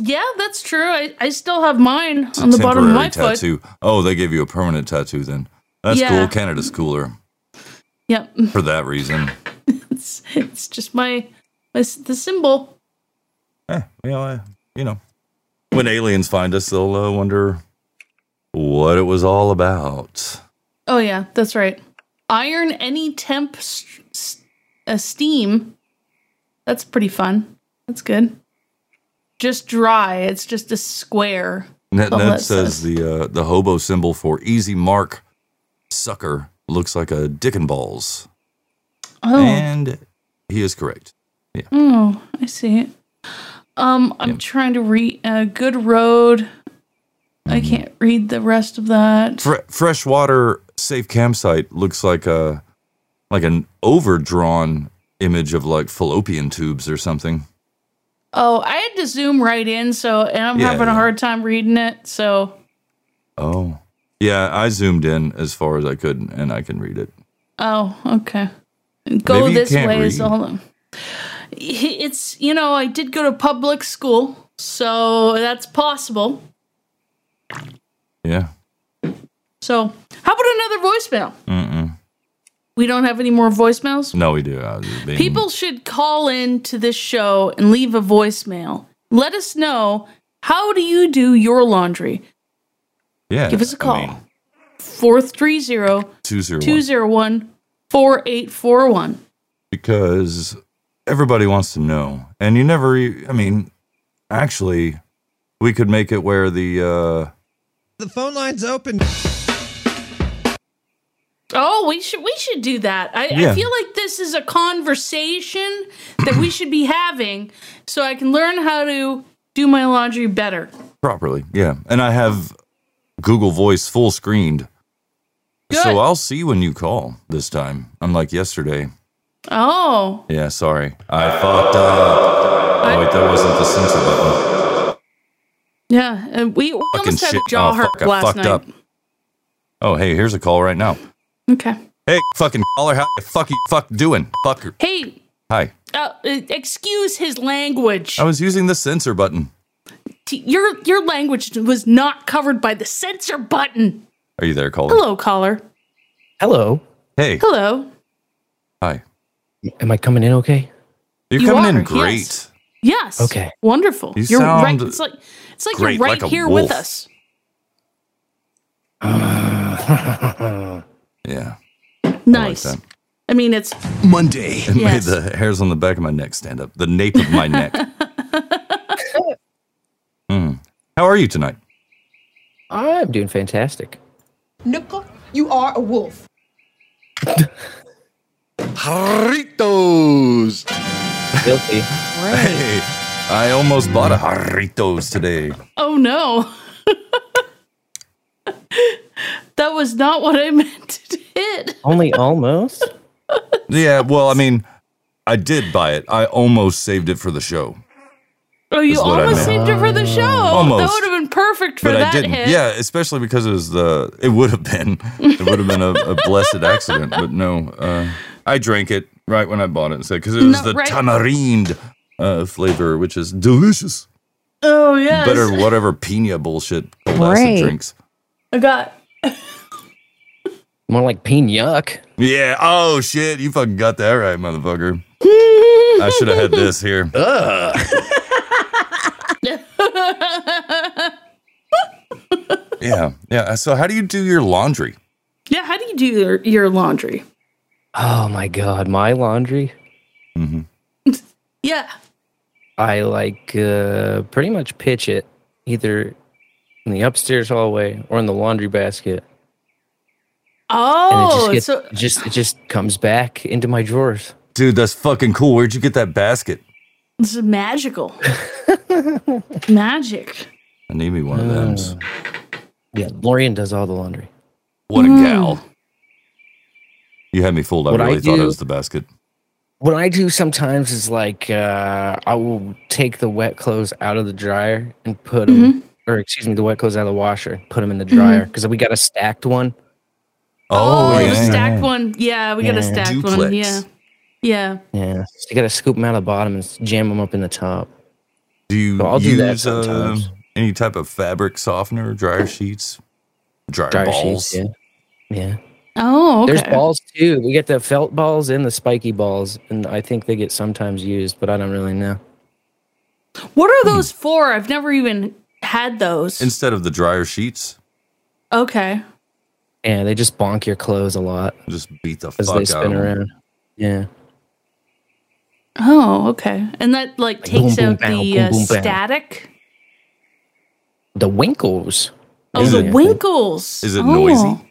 [SPEAKER 5] Yeah, that's true. I, I still have mine
[SPEAKER 4] It's
[SPEAKER 5] on
[SPEAKER 4] a
[SPEAKER 5] the bottom of
[SPEAKER 4] temporary
[SPEAKER 5] my foot.
[SPEAKER 4] tattoo. Oh, they gave you a permanent tattoo then. That's
[SPEAKER 5] Yeah.
[SPEAKER 4] cool. Canada's cooler
[SPEAKER 5] Yep. [laughs]
[SPEAKER 4] for that reason.
[SPEAKER 5] It's, it's just my, my s- the symbol.
[SPEAKER 4] You know, I- you know, when aliens find us, they'll uh, wonder what it was all about.
[SPEAKER 5] Oh yeah, that's right. Iron any temp s- s- uh, steam. That's pretty fun. That's good. Just dry. It's just a square.
[SPEAKER 4] Net,
[SPEAKER 5] Well,
[SPEAKER 4] Net
[SPEAKER 5] that's-
[SPEAKER 4] says the uh, the hobo symbol for easy mark sucker looks like a dick and balls.
[SPEAKER 5] Oh.
[SPEAKER 4] And he is correct.
[SPEAKER 5] Oh, I see. Um, I'm trying to read uh, Good Road.
[SPEAKER 4] Mm-hmm.
[SPEAKER 5] I can't read the rest of that.
[SPEAKER 4] Fre- freshwater safe campsite looks like a like an overdrawn image of like fallopian tubes or something.
[SPEAKER 5] Oh, I had to zoom right in, so and I'm
[SPEAKER 4] Yeah,
[SPEAKER 5] having a
[SPEAKER 4] yeah.
[SPEAKER 5] hard time reading it. So
[SPEAKER 4] Oh. Yeah, I zoomed in as far as I could and I can read it.
[SPEAKER 5] Oh, okay. Go
[SPEAKER 4] Maybe you
[SPEAKER 5] this
[SPEAKER 4] can't
[SPEAKER 5] way is
[SPEAKER 4] read.
[SPEAKER 5] all. I'm- It's you know I did go to public school, so that's possible.
[SPEAKER 4] Yeah.
[SPEAKER 5] So how about another voicemail?
[SPEAKER 4] Mm-mm.
[SPEAKER 5] We don't have any more voicemails.
[SPEAKER 4] No, we do. I was just being-
[SPEAKER 5] People should call in to this show and leave a voicemail. Let us know how do you do your laundry.
[SPEAKER 4] yeah,
[SPEAKER 5] Give us a
[SPEAKER 4] I mean,
[SPEAKER 5] call. 430
[SPEAKER 4] 201.
[SPEAKER 5] 201 4841.
[SPEAKER 4] because everybody wants to know, and you never. e- I mean, actually, we could make it where the uh,
[SPEAKER 6] The phone line's open.
[SPEAKER 5] Oh, we should we should do that. I, I
[SPEAKER 4] Yeah.
[SPEAKER 5] feel like this is a conversation that we should be having, so I can learn how to do my laundry better.
[SPEAKER 4] properly. Yeah, and I have Google Voice full screened,
[SPEAKER 5] Good.
[SPEAKER 4] so I'll see when you call this time. Unlike yesterday.
[SPEAKER 5] Oh,
[SPEAKER 4] Yeah, sorry, I fucked up. Oh, wait, that wasn't the censor button.
[SPEAKER 5] yeah, and we, we
[SPEAKER 4] Fucking
[SPEAKER 5] almost had
[SPEAKER 4] shit.
[SPEAKER 5] a jaw
[SPEAKER 4] oh,
[SPEAKER 5] hurt
[SPEAKER 4] fuck, I
[SPEAKER 5] last
[SPEAKER 4] fucked
[SPEAKER 5] night.
[SPEAKER 4] up. Oh, hey, here's a call right now.
[SPEAKER 5] Okay.
[SPEAKER 4] Hey, fucking caller, how the fuck you fuck doing, fucker?
[SPEAKER 5] Hey,
[SPEAKER 4] Hi.
[SPEAKER 5] uh, excuse his language.
[SPEAKER 4] I was using the censor button.
[SPEAKER 5] T- Your your language was not covered by the censor button.
[SPEAKER 4] Are you there,
[SPEAKER 5] [laughs]
[SPEAKER 4] caller?
[SPEAKER 5] Hello, caller.
[SPEAKER 27] Hello.
[SPEAKER 4] Oh. Hey.
[SPEAKER 5] Hello.
[SPEAKER 4] Hi.
[SPEAKER 27] Am I coming in okay?
[SPEAKER 4] You're
[SPEAKER 5] You
[SPEAKER 4] coming
[SPEAKER 5] are,
[SPEAKER 4] in great.
[SPEAKER 5] yes. Yes.
[SPEAKER 27] Okay.
[SPEAKER 5] Wonderful.
[SPEAKER 4] You
[SPEAKER 5] are right.
[SPEAKER 4] sound
[SPEAKER 5] It's like it's like
[SPEAKER 4] great,
[SPEAKER 5] you're right
[SPEAKER 4] like a
[SPEAKER 5] here
[SPEAKER 4] wolf.
[SPEAKER 5] with us.
[SPEAKER 4] Yeah.
[SPEAKER 5] Nice. I,
[SPEAKER 4] that.
[SPEAKER 5] mean, it's
[SPEAKER 4] Monday. It
[SPEAKER 5] Yes.
[SPEAKER 4] made the hairs on the back of my neck stand up. The nape of my neck. Hmm. How are you tonight?
[SPEAKER 27] I'm doing fantastic.
[SPEAKER 32] Nickel, you are a wolf.
[SPEAKER 4] Jarritos.
[SPEAKER 27] Guilty.
[SPEAKER 4] Hey, I almost bought a Jarritos today.
[SPEAKER 5] oh no. [laughs] that was not what I [laughs] meant to hit.
[SPEAKER 27] Only almost.
[SPEAKER 4] Yeah, well, I mean, I did buy it. I almost saved it for the show.
[SPEAKER 5] Oh, you
[SPEAKER 4] That's what I
[SPEAKER 5] almost
[SPEAKER 4] meant.
[SPEAKER 5] saved it for the show. That
[SPEAKER 4] Almost.
[SPEAKER 5] would have been perfect for
[SPEAKER 4] but
[SPEAKER 5] that
[SPEAKER 4] I didn't.
[SPEAKER 5] hit.
[SPEAKER 4] Yeah, especially because it was the. It would have been. It would have been a, a blessed accident. But no, uh, I drank it right when I bought it because it was
[SPEAKER 5] No,
[SPEAKER 4] the
[SPEAKER 5] right.
[SPEAKER 4] tamarind uh, flavor, which is delicious.
[SPEAKER 5] Oh yes.
[SPEAKER 4] Better whatever pina bullshit cold acid
[SPEAKER 5] Great.
[SPEAKER 4] drinks.
[SPEAKER 5] I got
[SPEAKER 27] More like peen yuck.
[SPEAKER 4] Yeah. Oh shit, you fucking got that right, motherfucker. I should have had this
[SPEAKER 27] [laughs]
[SPEAKER 4] here. Yeah, yeah. So, how do you do your laundry?
[SPEAKER 5] [laughs] yeah, how do you do your, your laundry?
[SPEAKER 27] Oh my god, my laundry.
[SPEAKER 5] Yeah.
[SPEAKER 27] I like uh, pretty much pitch it either in the upstairs hallway or in the laundry basket, and it
[SPEAKER 5] Oh,
[SPEAKER 27] just gets,
[SPEAKER 5] so
[SPEAKER 27] it just it just comes back into my drawers.
[SPEAKER 4] Dude, that's fucking cool. Where'd you get that basket?
[SPEAKER 5] this is magical. [laughs] Magic.
[SPEAKER 4] I need me one of those.
[SPEAKER 27] Yeah, Lorian does all the laundry.
[SPEAKER 4] What a
[SPEAKER 5] Mm.
[SPEAKER 4] gal! You had me fooled. I
[SPEAKER 27] What I
[SPEAKER 4] really thought it
[SPEAKER 27] do-
[SPEAKER 4] was the basket.
[SPEAKER 27] What I do sometimes is like uh, I will take the wet clothes out of the dryer and put them,
[SPEAKER 5] Mm-hmm.
[SPEAKER 27] or excuse me, the wet clothes out of the washer and put them in the dryer because we got a stacked one.
[SPEAKER 5] Oh, the stacked one. Yeah, we got a
[SPEAKER 27] Yeah.
[SPEAKER 5] stacked one.
[SPEAKER 27] Duplex.
[SPEAKER 5] Yeah. Yeah.
[SPEAKER 27] Yeah, so you got to scoop them out of the bottom and s- jam them up in the top.
[SPEAKER 4] Do you
[SPEAKER 27] I'll do that
[SPEAKER 4] use uh,
[SPEAKER 27] sometimes.
[SPEAKER 4] any type of fabric softener, dryer sheets, dryer,
[SPEAKER 27] Dryer
[SPEAKER 4] balls?
[SPEAKER 27] sheets, yeah. Yeah.
[SPEAKER 5] Oh, okay.
[SPEAKER 27] There's balls too. We get the felt balls and the spiky balls, and I think they get sometimes used, but I don't really know.
[SPEAKER 5] What are those for? I've never even had those.
[SPEAKER 4] Instead of the dryer sheets,
[SPEAKER 5] Okay.
[SPEAKER 27] Yeah, they just bonk your clothes a lot
[SPEAKER 4] just beat the fuck
[SPEAKER 27] as they
[SPEAKER 4] out of 'em.
[SPEAKER 27] spin around. Yeah.
[SPEAKER 5] Oh, okay. And that like
[SPEAKER 27] boom,
[SPEAKER 5] takes
[SPEAKER 27] boom,
[SPEAKER 5] out
[SPEAKER 27] bang,
[SPEAKER 5] the
[SPEAKER 27] boom,
[SPEAKER 5] uh,
[SPEAKER 27] boom, bang.
[SPEAKER 5] static.
[SPEAKER 27] The winkles.
[SPEAKER 5] Oh,
[SPEAKER 27] is
[SPEAKER 5] the
[SPEAKER 27] it-
[SPEAKER 5] winkles.
[SPEAKER 27] Is
[SPEAKER 5] Oh.
[SPEAKER 27] it noisy?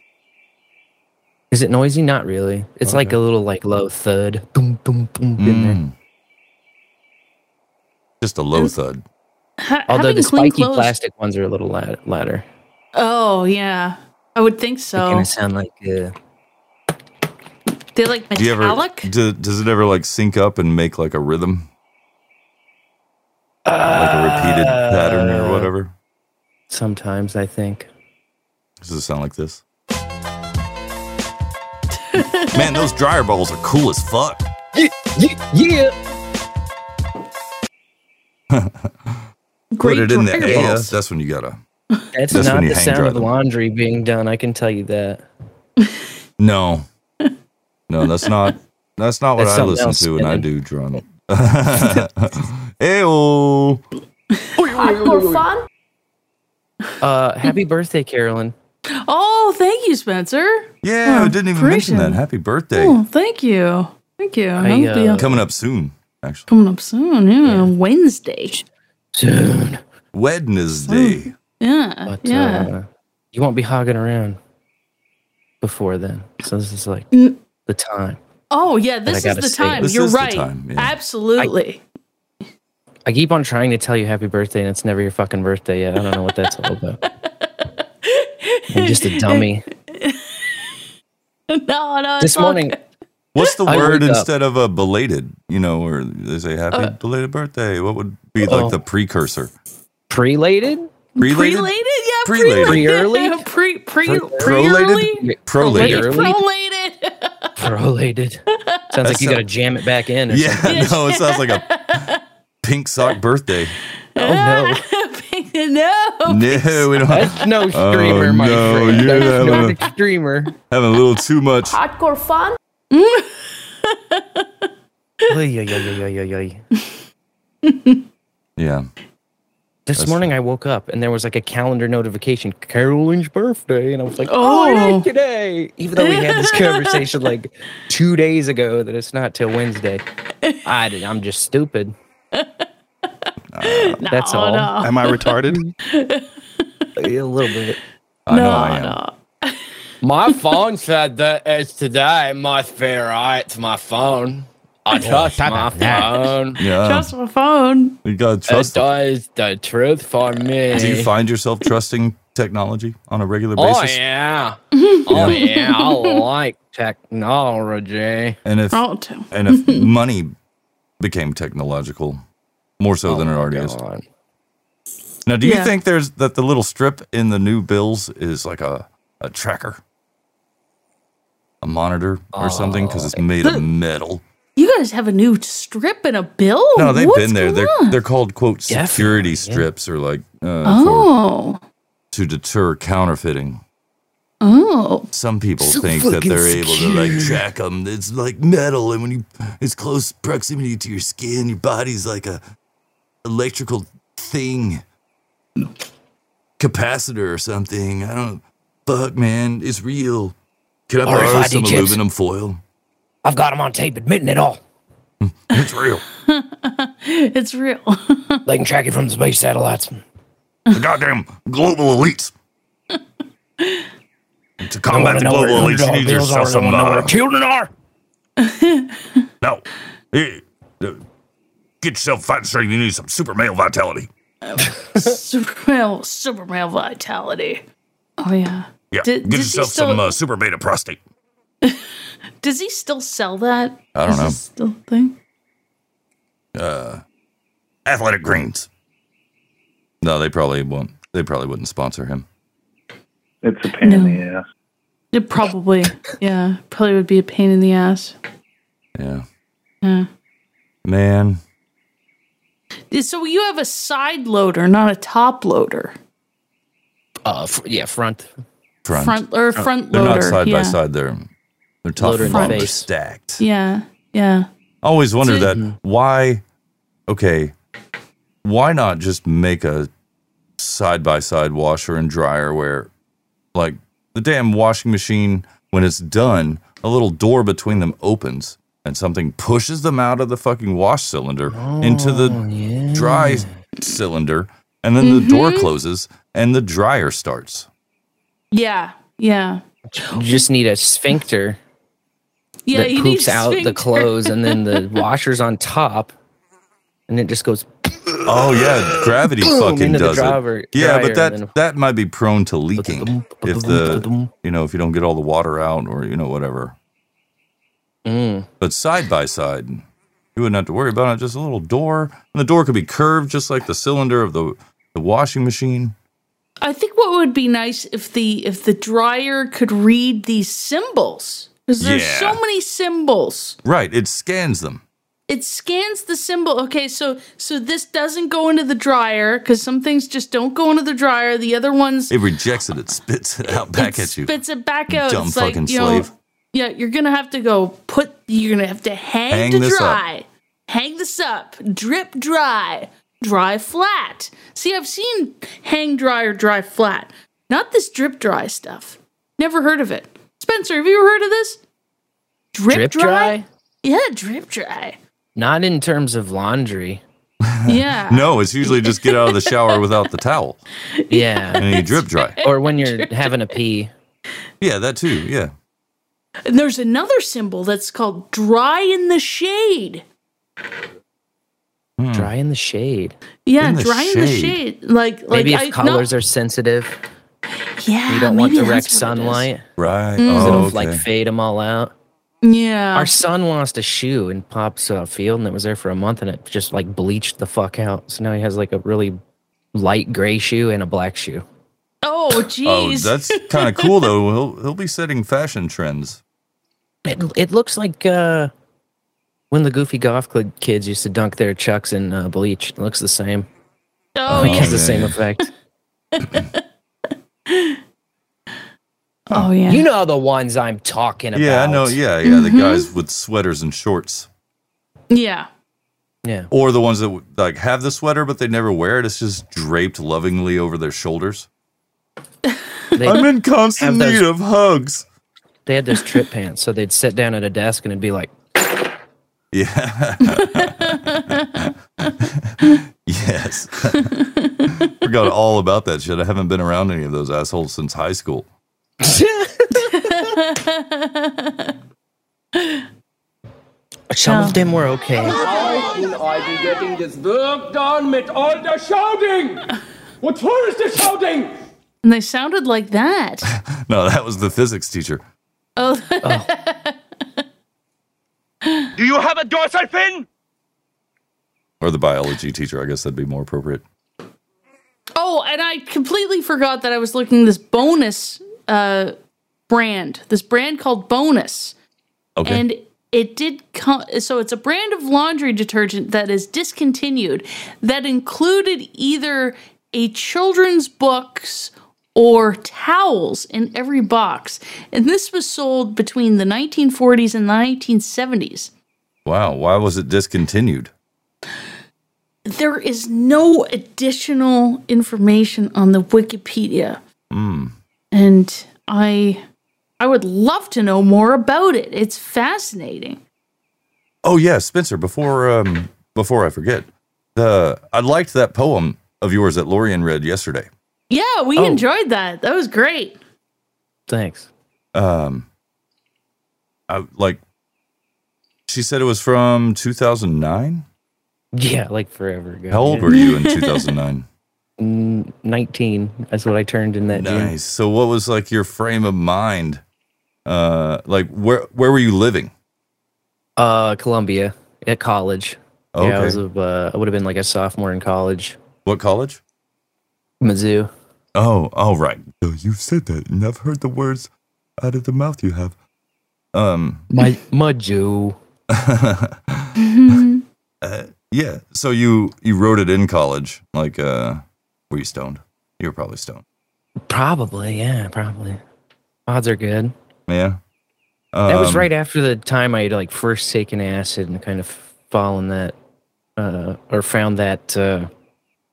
[SPEAKER 27] Is it noisy? Not really. It's like a little like low thud. Boom, boom, boom. in there.
[SPEAKER 4] Mm. Just a low thud.
[SPEAKER 5] Ha-
[SPEAKER 27] Although
[SPEAKER 5] having
[SPEAKER 27] the
[SPEAKER 5] clean
[SPEAKER 27] spiky
[SPEAKER 5] clothes-
[SPEAKER 27] plastic ones are a little la- louder.
[SPEAKER 5] Oh yeah, I would think so.
[SPEAKER 27] Gonna sound like uh,
[SPEAKER 5] They like
[SPEAKER 4] Do you ever?
[SPEAKER 5] metallic.
[SPEAKER 4] Do, does it ever like sync up and make like a rhythm, like a repeated pattern or whatever?
[SPEAKER 27] Uh, sometimes. I think.
[SPEAKER 4] Does it sound like this? Man, those dryer balls are cool as fuck.
[SPEAKER 27] Yeah, yeah, yeah.
[SPEAKER 4] Put it in there.
[SPEAKER 27] dryer
[SPEAKER 4] Yeah,
[SPEAKER 27] balls.
[SPEAKER 4] that's when you gotta.
[SPEAKER 27] [laughs] That's,
[SPEAKER 4] That's when
[SPEAKER 27] not
[SPEAKER 4] you
[SPEAKER 27] the
[SPEAKER 4] hang
[SPEAKER 27] sound
[SPEAKER 4] dry
[SPEAKER 27] of
[SPEAKER 4] them.
[SPEAKER 27] laundry being done. I can tell you that.
[SPEAKER 4] No, no, that's not. That's not what
[SPEAKER 27] That's
[SPEAKER 4] I
[SPEAKER 27] something
[SPEAKER 4] listen
[SPEAKER 27] else,
[SPEAKER 4] to when I
[SPEAKER 27] man.
[SPEAKER 4] do drum. [laughs] oh. Ew.
[SPEAKER 5] More fun.
[SPEAKER 27] Uh, happy birthday, Carolyn.
[SPEAKER 5] Oh, thank you, Spencer.
[SPEAKER 4] Yeah,
[SPEAKER 5] Oh,
[SPEAKER 4] I didn't even mention
[SPEAKER 5] appreciate
[SPEAKER 4] that. Happy birthday.
[SPEAKER 5] Oh, thank you. Thank you.
[SPEAKER 4] I,
[SPEAKER 5] That'll be
[SPEAKER 4] uh,
[SPEAKER 5] up-
[SPEAKER 4] coming up soon, actually.
[SPEAKER 5] coming up soon. Yeah, Wednesday.
[SPEAKER 27] Soon.
[SPEAKER 4] Wednesday.
[SPEAKER 5] Oh, Yeah. yeah.
[SPEAKER 27] Uh, you won't be hogging around before then. So this is like the time.
[SPEAKER 5] oh yeah,
[SPEAKER 27] I
[SPEAKER 5] this is
[SPEAKER 27] gotta
[SPEAKER 5] the
[SPEAKER 27] say-
[SPEAKER 5] time.
[SPEAKER 27] This
[SPEAKER 5] You're
[SPEAKER 27] is the
[SPEAKER 5] right.
[SPEAKER 27] time, yeah.
[SPEAKER 5] Absolutely.
[SPEAKER 27] I keep on trying to tell you happy birthday, and it's never your fucking birthday yet. I don't know what that's
[SPEAKER 5] [laughs]
[SPEAKER 27] all about. I'm just a dummy.
[SPEAKER 5] no, no.
[SPEAKER 27] This
[SPEAKER 5] it's all
[SPEAKER 27] morning,
[SPEAKER 5] good.
[SPEAKER 4] What's the
[SPEAKER 27] I
[SPEAKER 4] word
[SPEAKER 27] wake up.
[SPEAKER 4] instead of a belated? You know, or they say happy
[SPEAKER 5] Uh,
[SPEAKER 4] belated birthday. What would be
[SPEAKER 27] Oh.
[SPEAKER 4] like the precursor?
[SPEAKER 27] Prelated?
[SPEAKER 4] Related?
[SPEAKER 5] Prelated? Yeah.
[SPEAKER 4] Prelated.
[SPEAKER 5] Pre-early? [laughs] Pre pre pre early.
[SPEAKER 4] Prolated.
[SPEAKER 5] Prolated.
[SPEAKER 27] Prolated.
[SPEAKER 5] [laughs]
[SPEAKER 27] Sounds
[SPEAKER 4] That
[SPEAKER 27] like you
[SPEAKER 4] sound-
[SPEAKER 27] got to jam it back in. Or
[SPEAKER 4] Yeah, [laughs]
[SPEAKER 27] something.
[SPEAKER 4] no, it sounds
[SPEAKER 27] [laughs]
[SPEAKER 4] like a pink sock birthday.
[SPEAKER 27] [laughs]
[SPEAKER 5] [laughs] no.
[SPEAKER 4] No, we don't.
[SPEAKER 27] Oh, That's no
[SPEAKER 4] Oh,
[SPEAKER 27] streamer, my
[SPEAKER 4] no,
[SPEAKER 27] friend.
[SPEAKER 4] You're
[SPEAKER 27] That's
[SPEAKER 4] having,
[SPEAKER 27] not a streamer.
[SPEAKER 4] a, having a little too much.
[SPEAKER 5] Hardcore
[SPEAKER 27] [laughs]
[SPEAKER 5] fun.
[SPEAKER 27] Oy, oy, oy, oy, oy, oy.
[SPEAKER 4] Yeah.
[SPEAKER 27] This morning I woke up and there was like a calendar notification, Carolyn's birthday, and I was like, "Oh, it
[SPEAKER 5] Oh.
[SPEAKER 27] ain't today!" Even though we had this conversation like two days ago that it's not till Wednesday. I did- I'm just stupid. That's all.
[SPEAKER 5] no.
[SPEAKER 22] Am I retarded?
[SPEAKER 27] [laughs] a little bit.
[SPEAKER 4] I know I am.
[SPEAKER 17] My phone said that it's today. It must be right. It's my phone.
[SPEAKER 4] Oh,
[SPEAKER 17] I trust my phone.
[SPEAKER 4] Yeah.
[SPEAKER 5] Trust my phone.
[SPEAKER 4] You gotta
[SPEAKER 17] It
[SPEAKER 4] trust.
[SPEAKER 17] does the truth for me.
[SPEAKER 4] Do you find yourself trusting technology on a regular
[SPEAKER 17] Oh
[SPEAKER 4] basis?
[SPEAKER 17] yeah. Oh yeah. I like
[SPEAKER 27] technology.
[SPEAKER 4] And if
[SPEAKER 17] Oh, too.
[SPEAKER 4] and if
[SPEAKER 5] [laughs]
[SPEAKER 4] money became technological, more so than it
[SPEAKER 17] Oh,
[SPEAKER 4] already is. Now, do you
[SPEAKER 17] Yeah.
[SPEAKER 4] think there's that the little strip in the new bills is like a a tracker, a monitor or something because
[SPEAKER 17] Oh.
[SPEAKER 4] it's made of metal?
[SPEAKER 5] You guys have a new strip and a bill?
[SPEAKER 4] no, they've
[SPEAKER 5] Oh, What's
[SPEAKER 4] been there.
[SPEAKER 5] going
[SPEAKER 4] They're
[SPEAKER 5] on?
[SPEAKER 4] they're called quote security strips or like uh, for-
[SPEAKER 5] Oh.
[SPEAKER 4] to deter counterfeiting.
[SPEAKER 5] Oh. [laughs]
[SPEAKER 4] Some people
[SPEAKER 5] So
[SPEAKER 4] think that
[SPEAKER 5] fucking
[SPEAKER 4] they're able to like
[SPEAKER 5] secure.
[SPEAKER 4] track them. It's like metal, and when you it's close proximity to your skin, your body's like a electrical thing, capacitor or something. I don't. Fuck, man, it's real. Can I
[SPEAKER 27] Or if
[SPEAKER 4] borrow
[SPEAKER 27] I
[SPEAKER 4] some
[SPEAKER 27] did chips.
[SPEAKER 4] aluminum foil?
[SPEAKER 27] I've got him on tape admitting it all.
[SPEAKER 4] [laughs] It's real.
[SPEAKER 5] it's real. [laughs]
[SPEAKER 27] they can track it from the space satellites.
[SPEAKER 4] The goddamn global elites. to combat the
[SPEAKER 27] wanna know
[SPEAKER 4] global
[SPEAKER 27] where
[SPEAKER 4] elites, you
[SPEAKER 27] underdog
[SPEAKER 4] need
[SPEAKER 27] bills
[SPEAKER 4] yourself
[SPEAKER 27] are, they
[SPEAKER 4] some
[SPEAKER 27] wanna know where
[SPEAKER 4] uh,
[SPEAKER 27] children are.
[SPEAKER 4] No. Eh, eh, Get yourself fighting straight. You need some super male vitality.
[SPEAKER 5] super male, super male vitality. Oh yeah.
[SPEAKER 4] Yeah. Get
[SPEAKER 5] Did- does he
[SPEAKER 4] yourself some
[SPEAKER 5] still-
[SPEAKER 4] uh, super beta prostate.
[SPEAKER 5] Does he still sell that?
[SPEAKER 4] I don't
[SPEAKER 5] Is
[SPEAKER 4] know.
[SPEAKER 5] this Still a thing.
[SPEAKER 4] Uh, athletic greens. No, they probably won't. They probably wouldn't sponsor him.
[SPEAKER 15] It's a pain in the ass.
[SPEAKER 5] It probably. yeah. Probably would be a pain in the ass.
[SPEAKER 4] Yeah.
[SPEAKER 5] Yeah.
[SPEAKER 4] Man.
[SPEAKER 5] So you have a side loader, not a top loader.
[SPEAKER 27] Uh, f- yeah, front.
[SPEAKER 4] Front. Uh,
[SPEAKER 5] Front- or front
[SPEAKER 4] They're not
[SPEAKER 5] loader,
[SPEAKER 4] side
[SPEAKER 5] yeah.
[SPEAKER 4] by side. They're they're tough
[SPEAKER 27] Loader
[SPEAKER 4] and
[SPEAKER 27] in the
[SPEAKER 4] front. They're
[SPEAKER 27] face.
[SPEAKER 4] stacked.
[SPEAKER 5] Yeah. Yeah.
[SPEAKER 4] I always wondered
[SPEAKER 5] Did-
[SPEAKER 4] that why okay why not just make a side by side washer and dryer where like the damn washing machine when it's done a little door between them opens and something pushes them out of the fucking wash cylinder into the dry cylinder and then the door
[SPEAKER 5] Mhm.
[SPEAKER 4] closes and the dryer starts
[SPEAKER 5] Yeah. Yeah.
[SPEAKER 27] You just need a sphincter
[SPEAKER 5] Yeah.
[SPEAKER 27] that
[SPEAKER 5] you need
[SPEAKER 27] poops out
[SPEAKER 5] sphincter.
[SPEAKER 27] the clothes, and then the
[SPEAKER 5] [laughs]
[SPEAKER 27] washer's on top, and it just goes.
[SPEAKER 4] Oh yeah, gravity
[SPEAKER 27] Boom,
[SPEAKER 4] fucking
[SPEAKER 27] into the
[SPEAKER 4] does
[SPEAKER 27] driver-
[SPEAKER 4] it. Yeah, but
[SPEAKER 27] dryer, and
[SPEAKER 4] that that might be prone to leaking if the you know if you don't get all the water out or you know whatever.
[SPEAKER 27] Mm.
[SPEAKER 4] But side by side, you wouldn't have to worry about it. Just a little door, and the door could be curved, just like the cylinder of the the washing machine.
[SPEAKER 5] I think what would be nice if the if the dryer could read these symbols because there's
[SPEAKER 4] Yeah.
[SPEAKER 5] so many symbols.
[SPEAKER 4] Right, it scans them.
[SPEAKER 5] It scans the symbol. Okay, so so this doesn't go into the dryer because some things just don't go into the dryer. The other ones
[SPEAKER 4] It rejects it. It spits it out back at you.
[SPEAKER 5] spits it back out.
[SPEAKER 4] dumb
[SPEAKER 5] it's like
[SPEAKER 4] fucking
[SPEAKER 5] you know,
[SPEAKER 4] slave.
[SPEAKER 5] yeah, you're gonna have to go put. You're gonna have to hang,
[SPEAKER 4] Hang
[SPEAKER 5] to
[SPEAKER 4] this up.
[SPEAKER 5] dry. Hang this up. Drip dry. Dry flat. See, I've seen hang dry or dry flat. Not this drip dry stuff. Never heard of it. Spencer, have you ever heard of this? Drip,
[SPEAKER 27] Drip
[SPEAKER 5] dry? Yeah,
[SPEAKER 4] [laughs]
[SPEAKER 5] drip dry.
[SPEAKER 27] Not in terms of laundry.
[SPEAKER 5] Yeah.
[SPEAKER 4] No, it's usually just get out of the shower without the towel
[SPEAKER 27] Yeah. [laughs]
[SPEAKER 4] and you drip dry.
[SPEAKER 27] Or when you're having a pee.
[SPEAKER 4] Yeah, that too. Yeah.
[SPEAKER 5] And there's another symbol that's called dry in the shade.
[SPEAKER 27] Dry in the shade.
[SPEAKER 5] Yeah,
[SPEAKER 27] In the
[SPEAKER 5] dry in the
[SPEAKER 27] shade.
[SPEAKER 5] shade. Like, like
[SPEAKER 27] Maybe if
[SPEAKER 5] I, no-
[SPEAKER 27] colors are sensitive,
[SPEAKER 5] yeah,
[SPEAKER 27] you don't want
[SPEAKER 5] maybe that's what it
[SPEAKER 27] direct
[SPEAKER 5] is.
[SPEAKER 27] sunlight.
[SPEAKER 4] Right.
[SPEAKER 5] Mm.
[SPEAKER 27] It'll
[SPEAKER 5] Oh,
[SPEAKER 27] like
[SPEAKER 5] okay.
[SPEAKER 27] fade them all out.
[SPEAKER 5] Yeah.
[SPEAKER 27] Our son lost a shoe in Pop's uh, field, and it was there for a month, and it just like bleached the fuck out. So now he has like a really light gray shoe and a black shoe.
[SPEAKER 5] oh,
[SPEAKER 4] Oh,
[SPEAKER 5] jeez.
[SPEAKER 4] that's kind of cool though. He'll he'll be setting fashion trends.
[SPEAKER 27] It it looks like uh, when the goofy golf cl- kids used to dunk their chucks in uh, bleach. It looks the same.
[SPEAKER 5] Oh,
[SPEAKER 27] it
[SPEAKER 5] yeah.
[SPEAKER 27] has the same effect.
[SPEAKER 5] [laughs] Oh yeah. Mm-hmm.
[SPEAKER 27] You know the ones I'm talking about. Mm-hmm.
[SPEAKER 4] Yeah, I know. Yeah, yeah. The guys with sweaters and shorts,
[SPEAKER 5] Yeah.
[SPEAKER 27] Yeah.
[SPEAKER 4] or the ones that w- like have the sweater but they never wear it. It's just draped lovingly over their shoulders. [laughs]
[SPEAKER 27] They
[SPEAKER 4] I'm in constant
[SPEAKER 27] have those-
[SPEAKER 4] need of hugs.
[SPEAKER 27] They had those trip pants, so they'd sit down at a desk and it'd be like,
[SPEAKER 4] Yeah. [laughs] yes. [laughs] Forgot all about that shit. I haven't been around any of those assholes since high school. [laughs]
[SPEAKER 27] some
[SPEAKER 5] Oh.
[SPEAKER 27] of them were okay.
[SPEAKER 22] I will I be getting this work done with all the shouting? What for is the shouting?
[SPEAKER 5] [laughs] And they sounded like that.
[SPEAKER 4] No, that was the physics teacher.
[SPEAKER 5] Oh,
[SPEAKER 22] Do you have a dorsal fin?
[SPEAKER 4] Or the biology teacher, I guess that'd be more appropriate.
[SPEAKER 5] oh, and I completely forgot that I was looking this bonus uh brand. This brand called Bonus.
[SPEAKER 4] Okay.
[SPEAKER 5] And it did come so it's a brand of laundry detergent that is discontinued that included either a children's books or towels in every box. And this was sold between the 1940s and the 1970s.
[SPEAKER 4] Wow. Why was it discontinued?
[SPEAKER 5] There is no additional information on the Wikipedia.
[SPEAKER 4] Mm.
[SPEAKER 5] And I I would love to know more about it. It's fascinating.
[SPEAKER 4] Oh yeah, Spencer. Before um, before I forget, the I liked that poem of yours that Lorian read yesterday.
[SPEAKER 5] Yeah, we
[SPEAKER 4] Oh.
[SPEAKER 5] enjoyed that. That was great.
[SPEAKER 27] Thanks.
[SPEAKER 4] Um, I like. She said it was from 2009.
[SPEAKER 27] Yeah, like forever ago.
[SPEAKER 4] How old were you
[SPEAKER 27] [laughs]
[SPEAKER 4] in 2009?
[SPEAKER 27] Mm, Nineteen. That's what I turned in that. June.
[SPEAKER 4] Nice. So, what was like your frame of mind? Uh, like where where were you living?
[SPEAKER 27] Uh, Columbia at college. Yeah, I,
[SPEAKER 4] Okay.
[SPEAKER 27] was a, uh, I would have been like a sophomore in college.
[SPEAKER 4] What college?
[SPEAKER 27] Mizzou.
[SPEAKER 4] Oh, all right. So you've said that, and I've heard the words out of the mouth you have. Um,
[SPEAKER 27] My
[SPEAKER 4] [laughs]
[SPEAKER 27] Mizzou.
[SPEAKER 4] uh, yeah. So you you wrote it in college. Like, uh, were you stoned? You were probably stoned.
[SPEAKER 27] Probably, yeah, probably. Odds are good.
[SPEAKER 4] Yeah.
[SPEAKER 27] that was
[SPEAKER 4] Um,
[SPEAKER 27] right after the time I had like first taken acid and kind of fallen that, uh, or found that uh,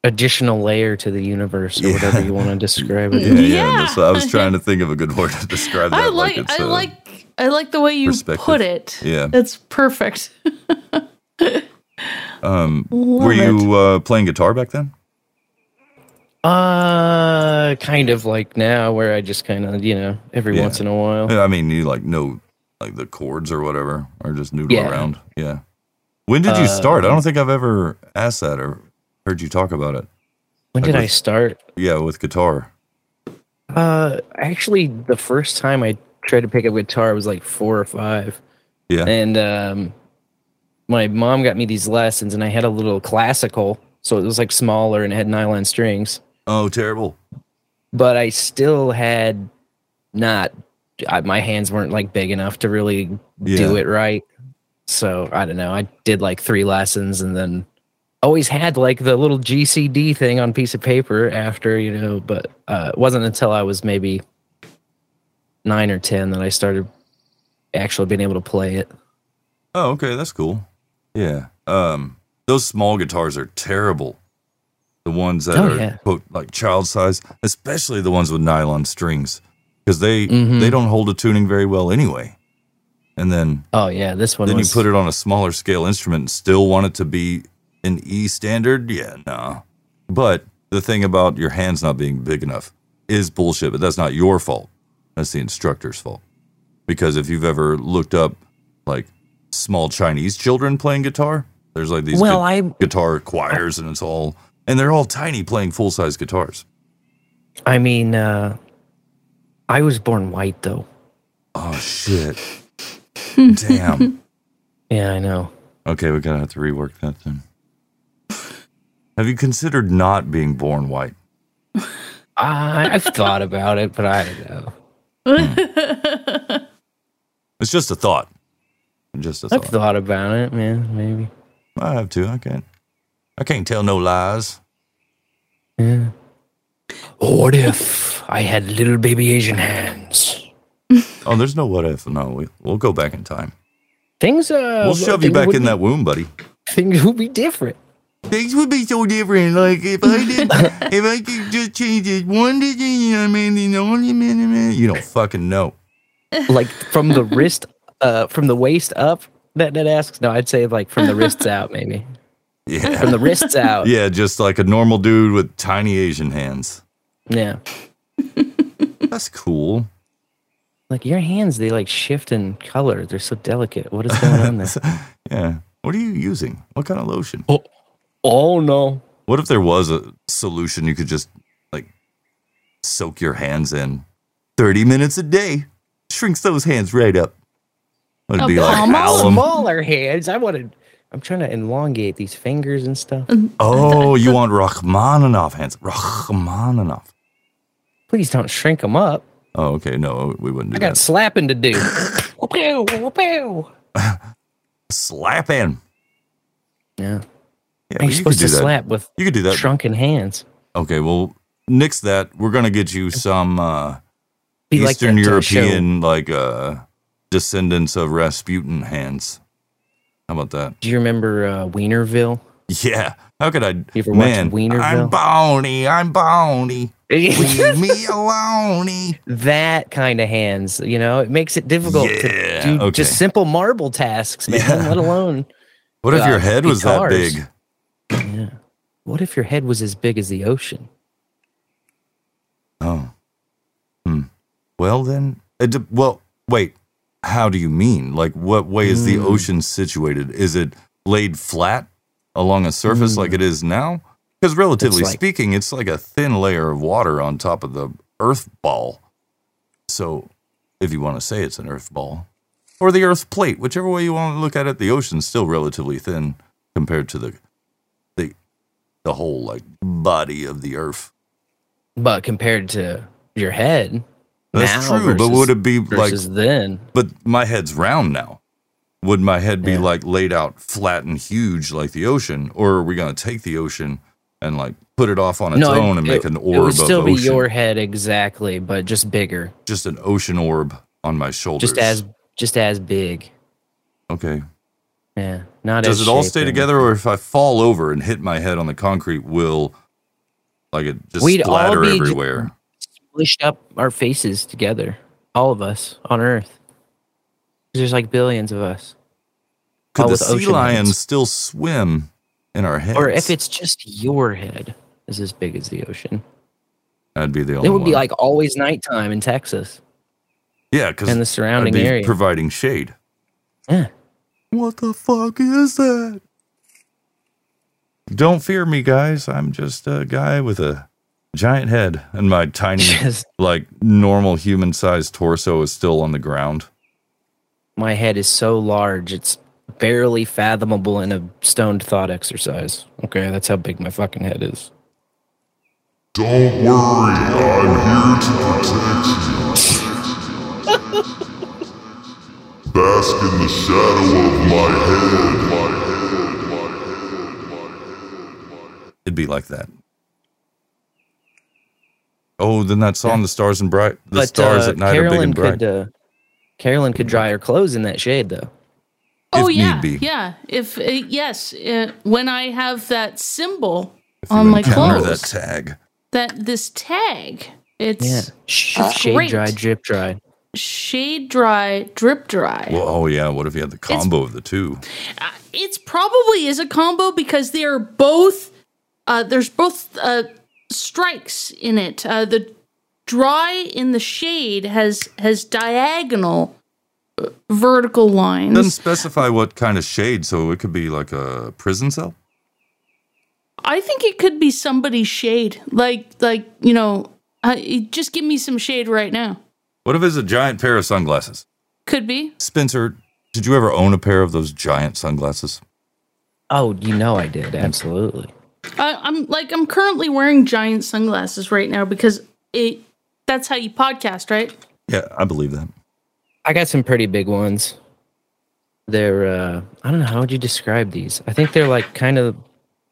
[SPEAKER 27] additional layer to the universe or whatever you want
[SPEAKER 4] [laughs]
[SPEAKER 27] to describe it.
[SPEAKER 4] Yeah, yeah. that's- I was trying to think of a good [laughs] word to describe that.
[SPEAKER 5] I like,
[SPEAKER 4] it's,
[SPEAKER 5] I
[SPEAKER 4] uh,
[SPEAKER 5] like I like the way you
[SPEAKER 4] perspective.
[SPEAKER 5] put it.
[SPEAKER 4] Yeah.
[SPEAKER 5] That's perfect.
[SPEAKER 4] Um,
[SPEAKER 5] Love
[SPEAKER 4] were you uh, playing guitar back then?
[SPEAKER 27] Uh, kind of like now where I just kind of, you know, every
[SPEAKER 4] Yeah.
[SPEAKER 27] once in a while.
[SPEAKER 4] Yeah, I mean, you like know like the chords or whatever, or just noodle
[SPEAKER 27] Yeah.
[SPEAKER 4] around. Yeah. When did you
[SPEAKER 27] Uh,
[SPEAKER 4] start? I don't think I've ever asked that or heard you talk about it. Like
[SPEAKER 27] When did I
[SPEAKER 4] with-
[SPEAKER 27] start?
[SPEAKER 4] Yeah, with guitar.
[SPEAKER 27] Uh, actually, the first time I tried to pick up guitar was like four or five.
[SPEAKER 4] Yeah.
[SPEAKER 27] And um, my mom got me these lessons, and I had a little classical, so it was like smaller and it had nylon strings.
[SPEAKER 4] Oh, terrible.
[SPEAKER 27] But I still had not. I, my hands weren't like big enough to really
[SPEAKER 4] Yeah.
[SPEAKER 27] do it right. So I don't know. I did like three lessons, and then always had like the little GCD thing on piece of paper after, you know, but uh, it wasn't until I was maybe nine or 10 that I started actually being able to play it.
[SPEAKER 4] Oh, okay, that's cool. Yeah. Um, those small guitars are terrible. The ones that
[SPEAKER 27] Oh,
[SPEAKER 4] are
[SPEAKER 27] yeah.
[SPEAKER 4] quote like child size, especially the ones with nylon strings, because they
[SPEAKER 27] Mm-hmm.
[SPEAKER 4] they don't hold a tuning very well anyway. And then
[SPEAKER 27] Oh, yeah. This one
[SPEAKER 4] then
[SPEAKER 27] was.
[SPEAKER 4] you put it on a smaller scale instrument and still want it to be an E standard? Yeah, no. But the thing about your hands not being big enough is bullshit, but that's not your fault. That's the instructor's fault. Because if you've ever looked up like small Chinese children playing guitar, there's like these
[SPEAKER 27] Well,
[SPEAKER 4] gu-
[SPEAKER 27] I-
[SPEAKER 4] guitar choirs and it's all and they're all tiny playing full size guitars.
[SPEAKER 27] I mean, uh, I was born white, though.
[SPEAKER 4] Oh shit.
[SPEAKER 27] [laughs]
[SPEAKER 4] Damn.
[SPEAKER 27] Yeah, I know.
[SPEAKER 4] Okay, we gotta have to rework that then. Have you considered not being born white?
[SPEAKER 27] [laughs] I, I've thought about it, but I don't know.
[SPEAKER 4] It's just a thought. Just a
[SPEAKER 27] I've
[SPEAKER 4] thought.
[SPEAKER 27] thought about it, man. Maybe.
[SPEAKER 4] I have to. I can't. I can't tell no lies.
[SPEAKER 27] Yeah. What if I had little baby Asian hands?
[SPEAKER 4] Oh, there's no what if. No, we, we'll go back in time.
[SPEAKER 27] Things, uh,
[SPEAKER 4] Oh, we'll shove you
[SPEAKER 27] things
[SPEAKER 4] back
[SPEAKER 27] would
[SPEAKER 4] in
[SPEAKER 27] be-
[SPEAKER 4] that womb, buddy.
[SPEAKER 27] [laughs] Things would be different.
[SPEAKER 4] [laughs] Things would be so different. Like if I did, if I could just change it one day, you know, I mean, you know, you mean, you mean- you don't fucking know.
[SPEAKER 27] [laughs] like from the wrist uh from the waist up that that asks no i'd say like from
[SPEAKER 4] [laughs]
[SPEAKER 27] the wrists out maybe
[SPEAKER 4] Yeah,
[SPEAKER 27] from the wrists
[SPEAKER 4] [laughs]
[SPEAKER 27] out
[SPEAKER 4] Yeah, just like a normal dude with tiny Asian hands.
[SPEAKER 27] yeah
[SPEAKER 4] That's cool.
[SPEAKER 27] like your hands they like shift in color they're so delicate what is going on there
[SPEAKER 4] [laughs] Yeah. What are you using? What kind of lotion?
[SPEAKER 27] Oh, oh no.
[SPEAKER 4] What if there was a solution you could just like soak your hands in 30 minutes a day? Shrinks those hands right up. It'd be like alum.
[SPEAKER 27] smaller hands i want to i'm trying to elongate these fingers and stuff
[SPEAKER 4] Oh, you want Rachmaninoff hands. Rachmaninoff.
[SPEAKER 27] please don't shrink them up
[SPEAKER 4] Oh, okay. No, we wouldn't
[SPEAKER 27] i
[SPEAKER 4] do
[SPEAKER 27] got
[SPEAKER 4] that.
[SPEAKER 27] slapping to do Whoop-ew, whoop-ew.
[SPEAKER 4] Slap in.
[SPEAKER 27] yeah,
[SPEAKER 4] Yeah,
[SPEAKER 27] Are you
[SPEAKER 4] could
[SPEAKER 27] supposed
[SPEAKER 4] do
[SPEAKER 27] to
[SPEAKER 4] that.
[SPEAKER 27] slap with
[SPEAKER 4] You could do that.
[SPEAKER 27] shrunken hands
[SPEAKER 4] Okay, well, nix that. We're gonna get you some uh,
[SPEAKER 27] Be like
[SPEAKER 4] Eastern
[SPEAKER 27] that, uh,
[SPEAKER 4] European like uh, descendants of Rasputin hands. How about that?
[SPEAKER 27] Do you remember uh, Wienerville?
[SPEAKER 4] Yeah. How could I?
[SPEAKER 27] You ever
[SPEAKER 4] Man,
[SPEAKER 27] watched Wienerville?
[SPEAKER 4] I'm bony. I'm bony. Leave me alone.
[SPEAKER 27] [laughs]
[SPEAKER 4] E.
[SPEAKER 27] that kind of hands, you know, it makes it difficult
[SPEAKER 4] Yeah,
[SPEAKER 27] to do
[SPEAKER 4] okay.
[SPEAKER 27] just simple marble tasks, man,
[SPEAKER 4] Yeah.
[SPEAKER 27] let alone.
[SPEAKER 4] What if
[SPEAKER 27] uh,
[SPEAKER 4] your head was that
[SPEAKER 27] guitars.
[SPEAKER 4] big?
[SPEAKER 27] Yeah. What if your head was as big as the ocean?
[SPEAKER 4] Oh. Hmm. Well then, it de- well wait. How do you mean? Like, what way is the
[SPEAKER 27] Hmm.
[SPEAKER 4] ocean situated? Is it laid flat along a surface like it is now? Because relatively
[SPEAKER 27] Hmm. It's like-
[SPEAKER 4] speaking, it's like a thin layer of water on top of the Earth ball. So, if you want to say it's an Earth ball or the Earth plate, whichever way you want to look at it, the ocean's still relatively thin compared to the the the whole like body of the Earth.
[SPEAKER 27] But compared to your head,
[SPEAKER 4] That's
[SPEAKER 27] now
[SPEAKER 4] true, but
[SPEAKER 27] versus-
[SPEAKER 4] would it be like
[SPEAKER 27] versus then?
[SPEAKER 4] But my head's round now. Would my head be like laid out flat and huge like the ocean, or are we gonna take the ocean and like put it off on its
[SPEAKER 27] it-
[SPEAKER 4] own and
[SPEAKER 27] it-
[SPEAKER 4] make an orb
[SPEAKER 27] It would
[SPEAKER 4] of
[SPEAKER 27] still
[SPEAKER 4] ocean?
[SPEAKER 27] be your head exactly, but just bigger,
[SPEAKER 4] just an ocean orb on my shoulders.
[SPEAKER 27] just as just as big.
[SPEAKER 4] okay.
[SPEAKER 27] Yeah, not
[SPEAKER 4] Does
[SPEAKER 27] as
[SPEAKER 4] it all
[SPEAKER 27] shaped
[SPEAKER 4] stay
[SPEAKER 27] or
[SPEAKER 4] together, or if I fall over and hit my head on the concrete, will like it just
[SPEAKER 27] We'd all
[SPEAKER 4] splatter
[SPEAKER 27] be j-
[SPEAKER 4] everywhere?
[SPEAKER 27] squished up our faces together, all of us on Earth. There's like billions of us. all
[SPEAKER 4] Could the
[SPEAKER 27] with
[SPEAKER 4] sea
[SPEAKER 27] ocean
[SPEAKER 4] lion
[SPEAKER 27] heads.
[SPEAKER 4] still swim in our heads?
[SPEAKER 27] or if it's just your head is as big as the ocean,
[SPEAKER 4] that'd be the only.
[SPEAKER 27] it would be
[SPEAKER 4] one.
[SPEAKER 27] like always nighttime in Texas.
[SPEAKER 4] yeah, because
[SPEAKER 27] in the surrounding
[SPEAKER 4] I'd be
[SPEAKER 27] area.
[SPEAKER 4] providing shade.
[SPEAKER 14] What the fuck is that?
[SPEAKER 4] Don't fear me, guys. I'm just a guy with a giant head, and my
[SPEAKER 27] [laughs]
[SPEAKER 4] tiny, like normal human sized torso is still on the ground.
[SPEAKER 27] My head is so large, it's barely fathomable in a stoned thought exercise. Okay, that's how big my fucking head is.
[SPEAKER 14] Don't worry, I'm here to protect you. Bask in the shadow of my head.
[SPEAKER 4] It'd be like that. Oh, then that song, "The Stars and Bright," the
[SPEAKER 27] but
[SPEAKER 4] stars
[SPEAKER 27] uh,
[SPEAKER 4] at night
[SPEAKER 27] Carolyn
[SPEAKER 4] are big and bright.
[SPEAKER 27] could uh, Carolyn could dry her clothes in that shade though.
[SPEAKER 5] Oh
[SPEAKER 27] If
[SPEAKER 5] yeah,
[SPEAKER 27] need be.
[SPEAKER 5] yeah. If uh, yes, uh, when I have that symbol
[SPEAKER 4] If you
[SPEAKER 5] on my
[SPEAKER 4] encounter
[SPEAKER 5] clothes,
[SPEAKER 4] that
[SPEAKER 5] that,
[SPEAKER 4] tag.
[SPEAKER 5] this tag, it's
[SPEAKER 27] Yeah,
[SPEAKER 5] uh,
[SPEAKER 27] shade
[SPEAKER 5] great.
[SPEAKER 27] dry, drip dry.
[SPEAKER 5] shade dry, drip dry.
[SPEAKER 4] Well, oh yeah. What if you had the combo of the two?
[SPEAKER 5] It's probably is a combo because they are both. Uh, there's both uh, strikes in it. Uh, the dry in the shade has has diagonal uh, vertical lines.
[SPEAKER 4] Doesn't specify what kind of shade, so it could be like a prison cell.
[SPEAKER 5] I think it could be somebody's shade. Like, like you know, I, just give me some shade right now.
[SPEAKER 4] What if it's a giant pair of sunglasses?
[SPEAKER 5] Could be.
[SPEAKER 4] Spencer, did you ever own a pair of those giant sunglasses?
[SPEAKER 27] Oh, you know I did. Absolutely.
[SPEAKER 5] I, I'm like I'm currently wearing giant sunglasses right now because it. That's how you podcast, right?
[SPEAKER 4] Yeah, I believe that.
[SPEAKER 27] I got some pretty big ones. They're uh I don't know how would you describe these? I think they're like kind of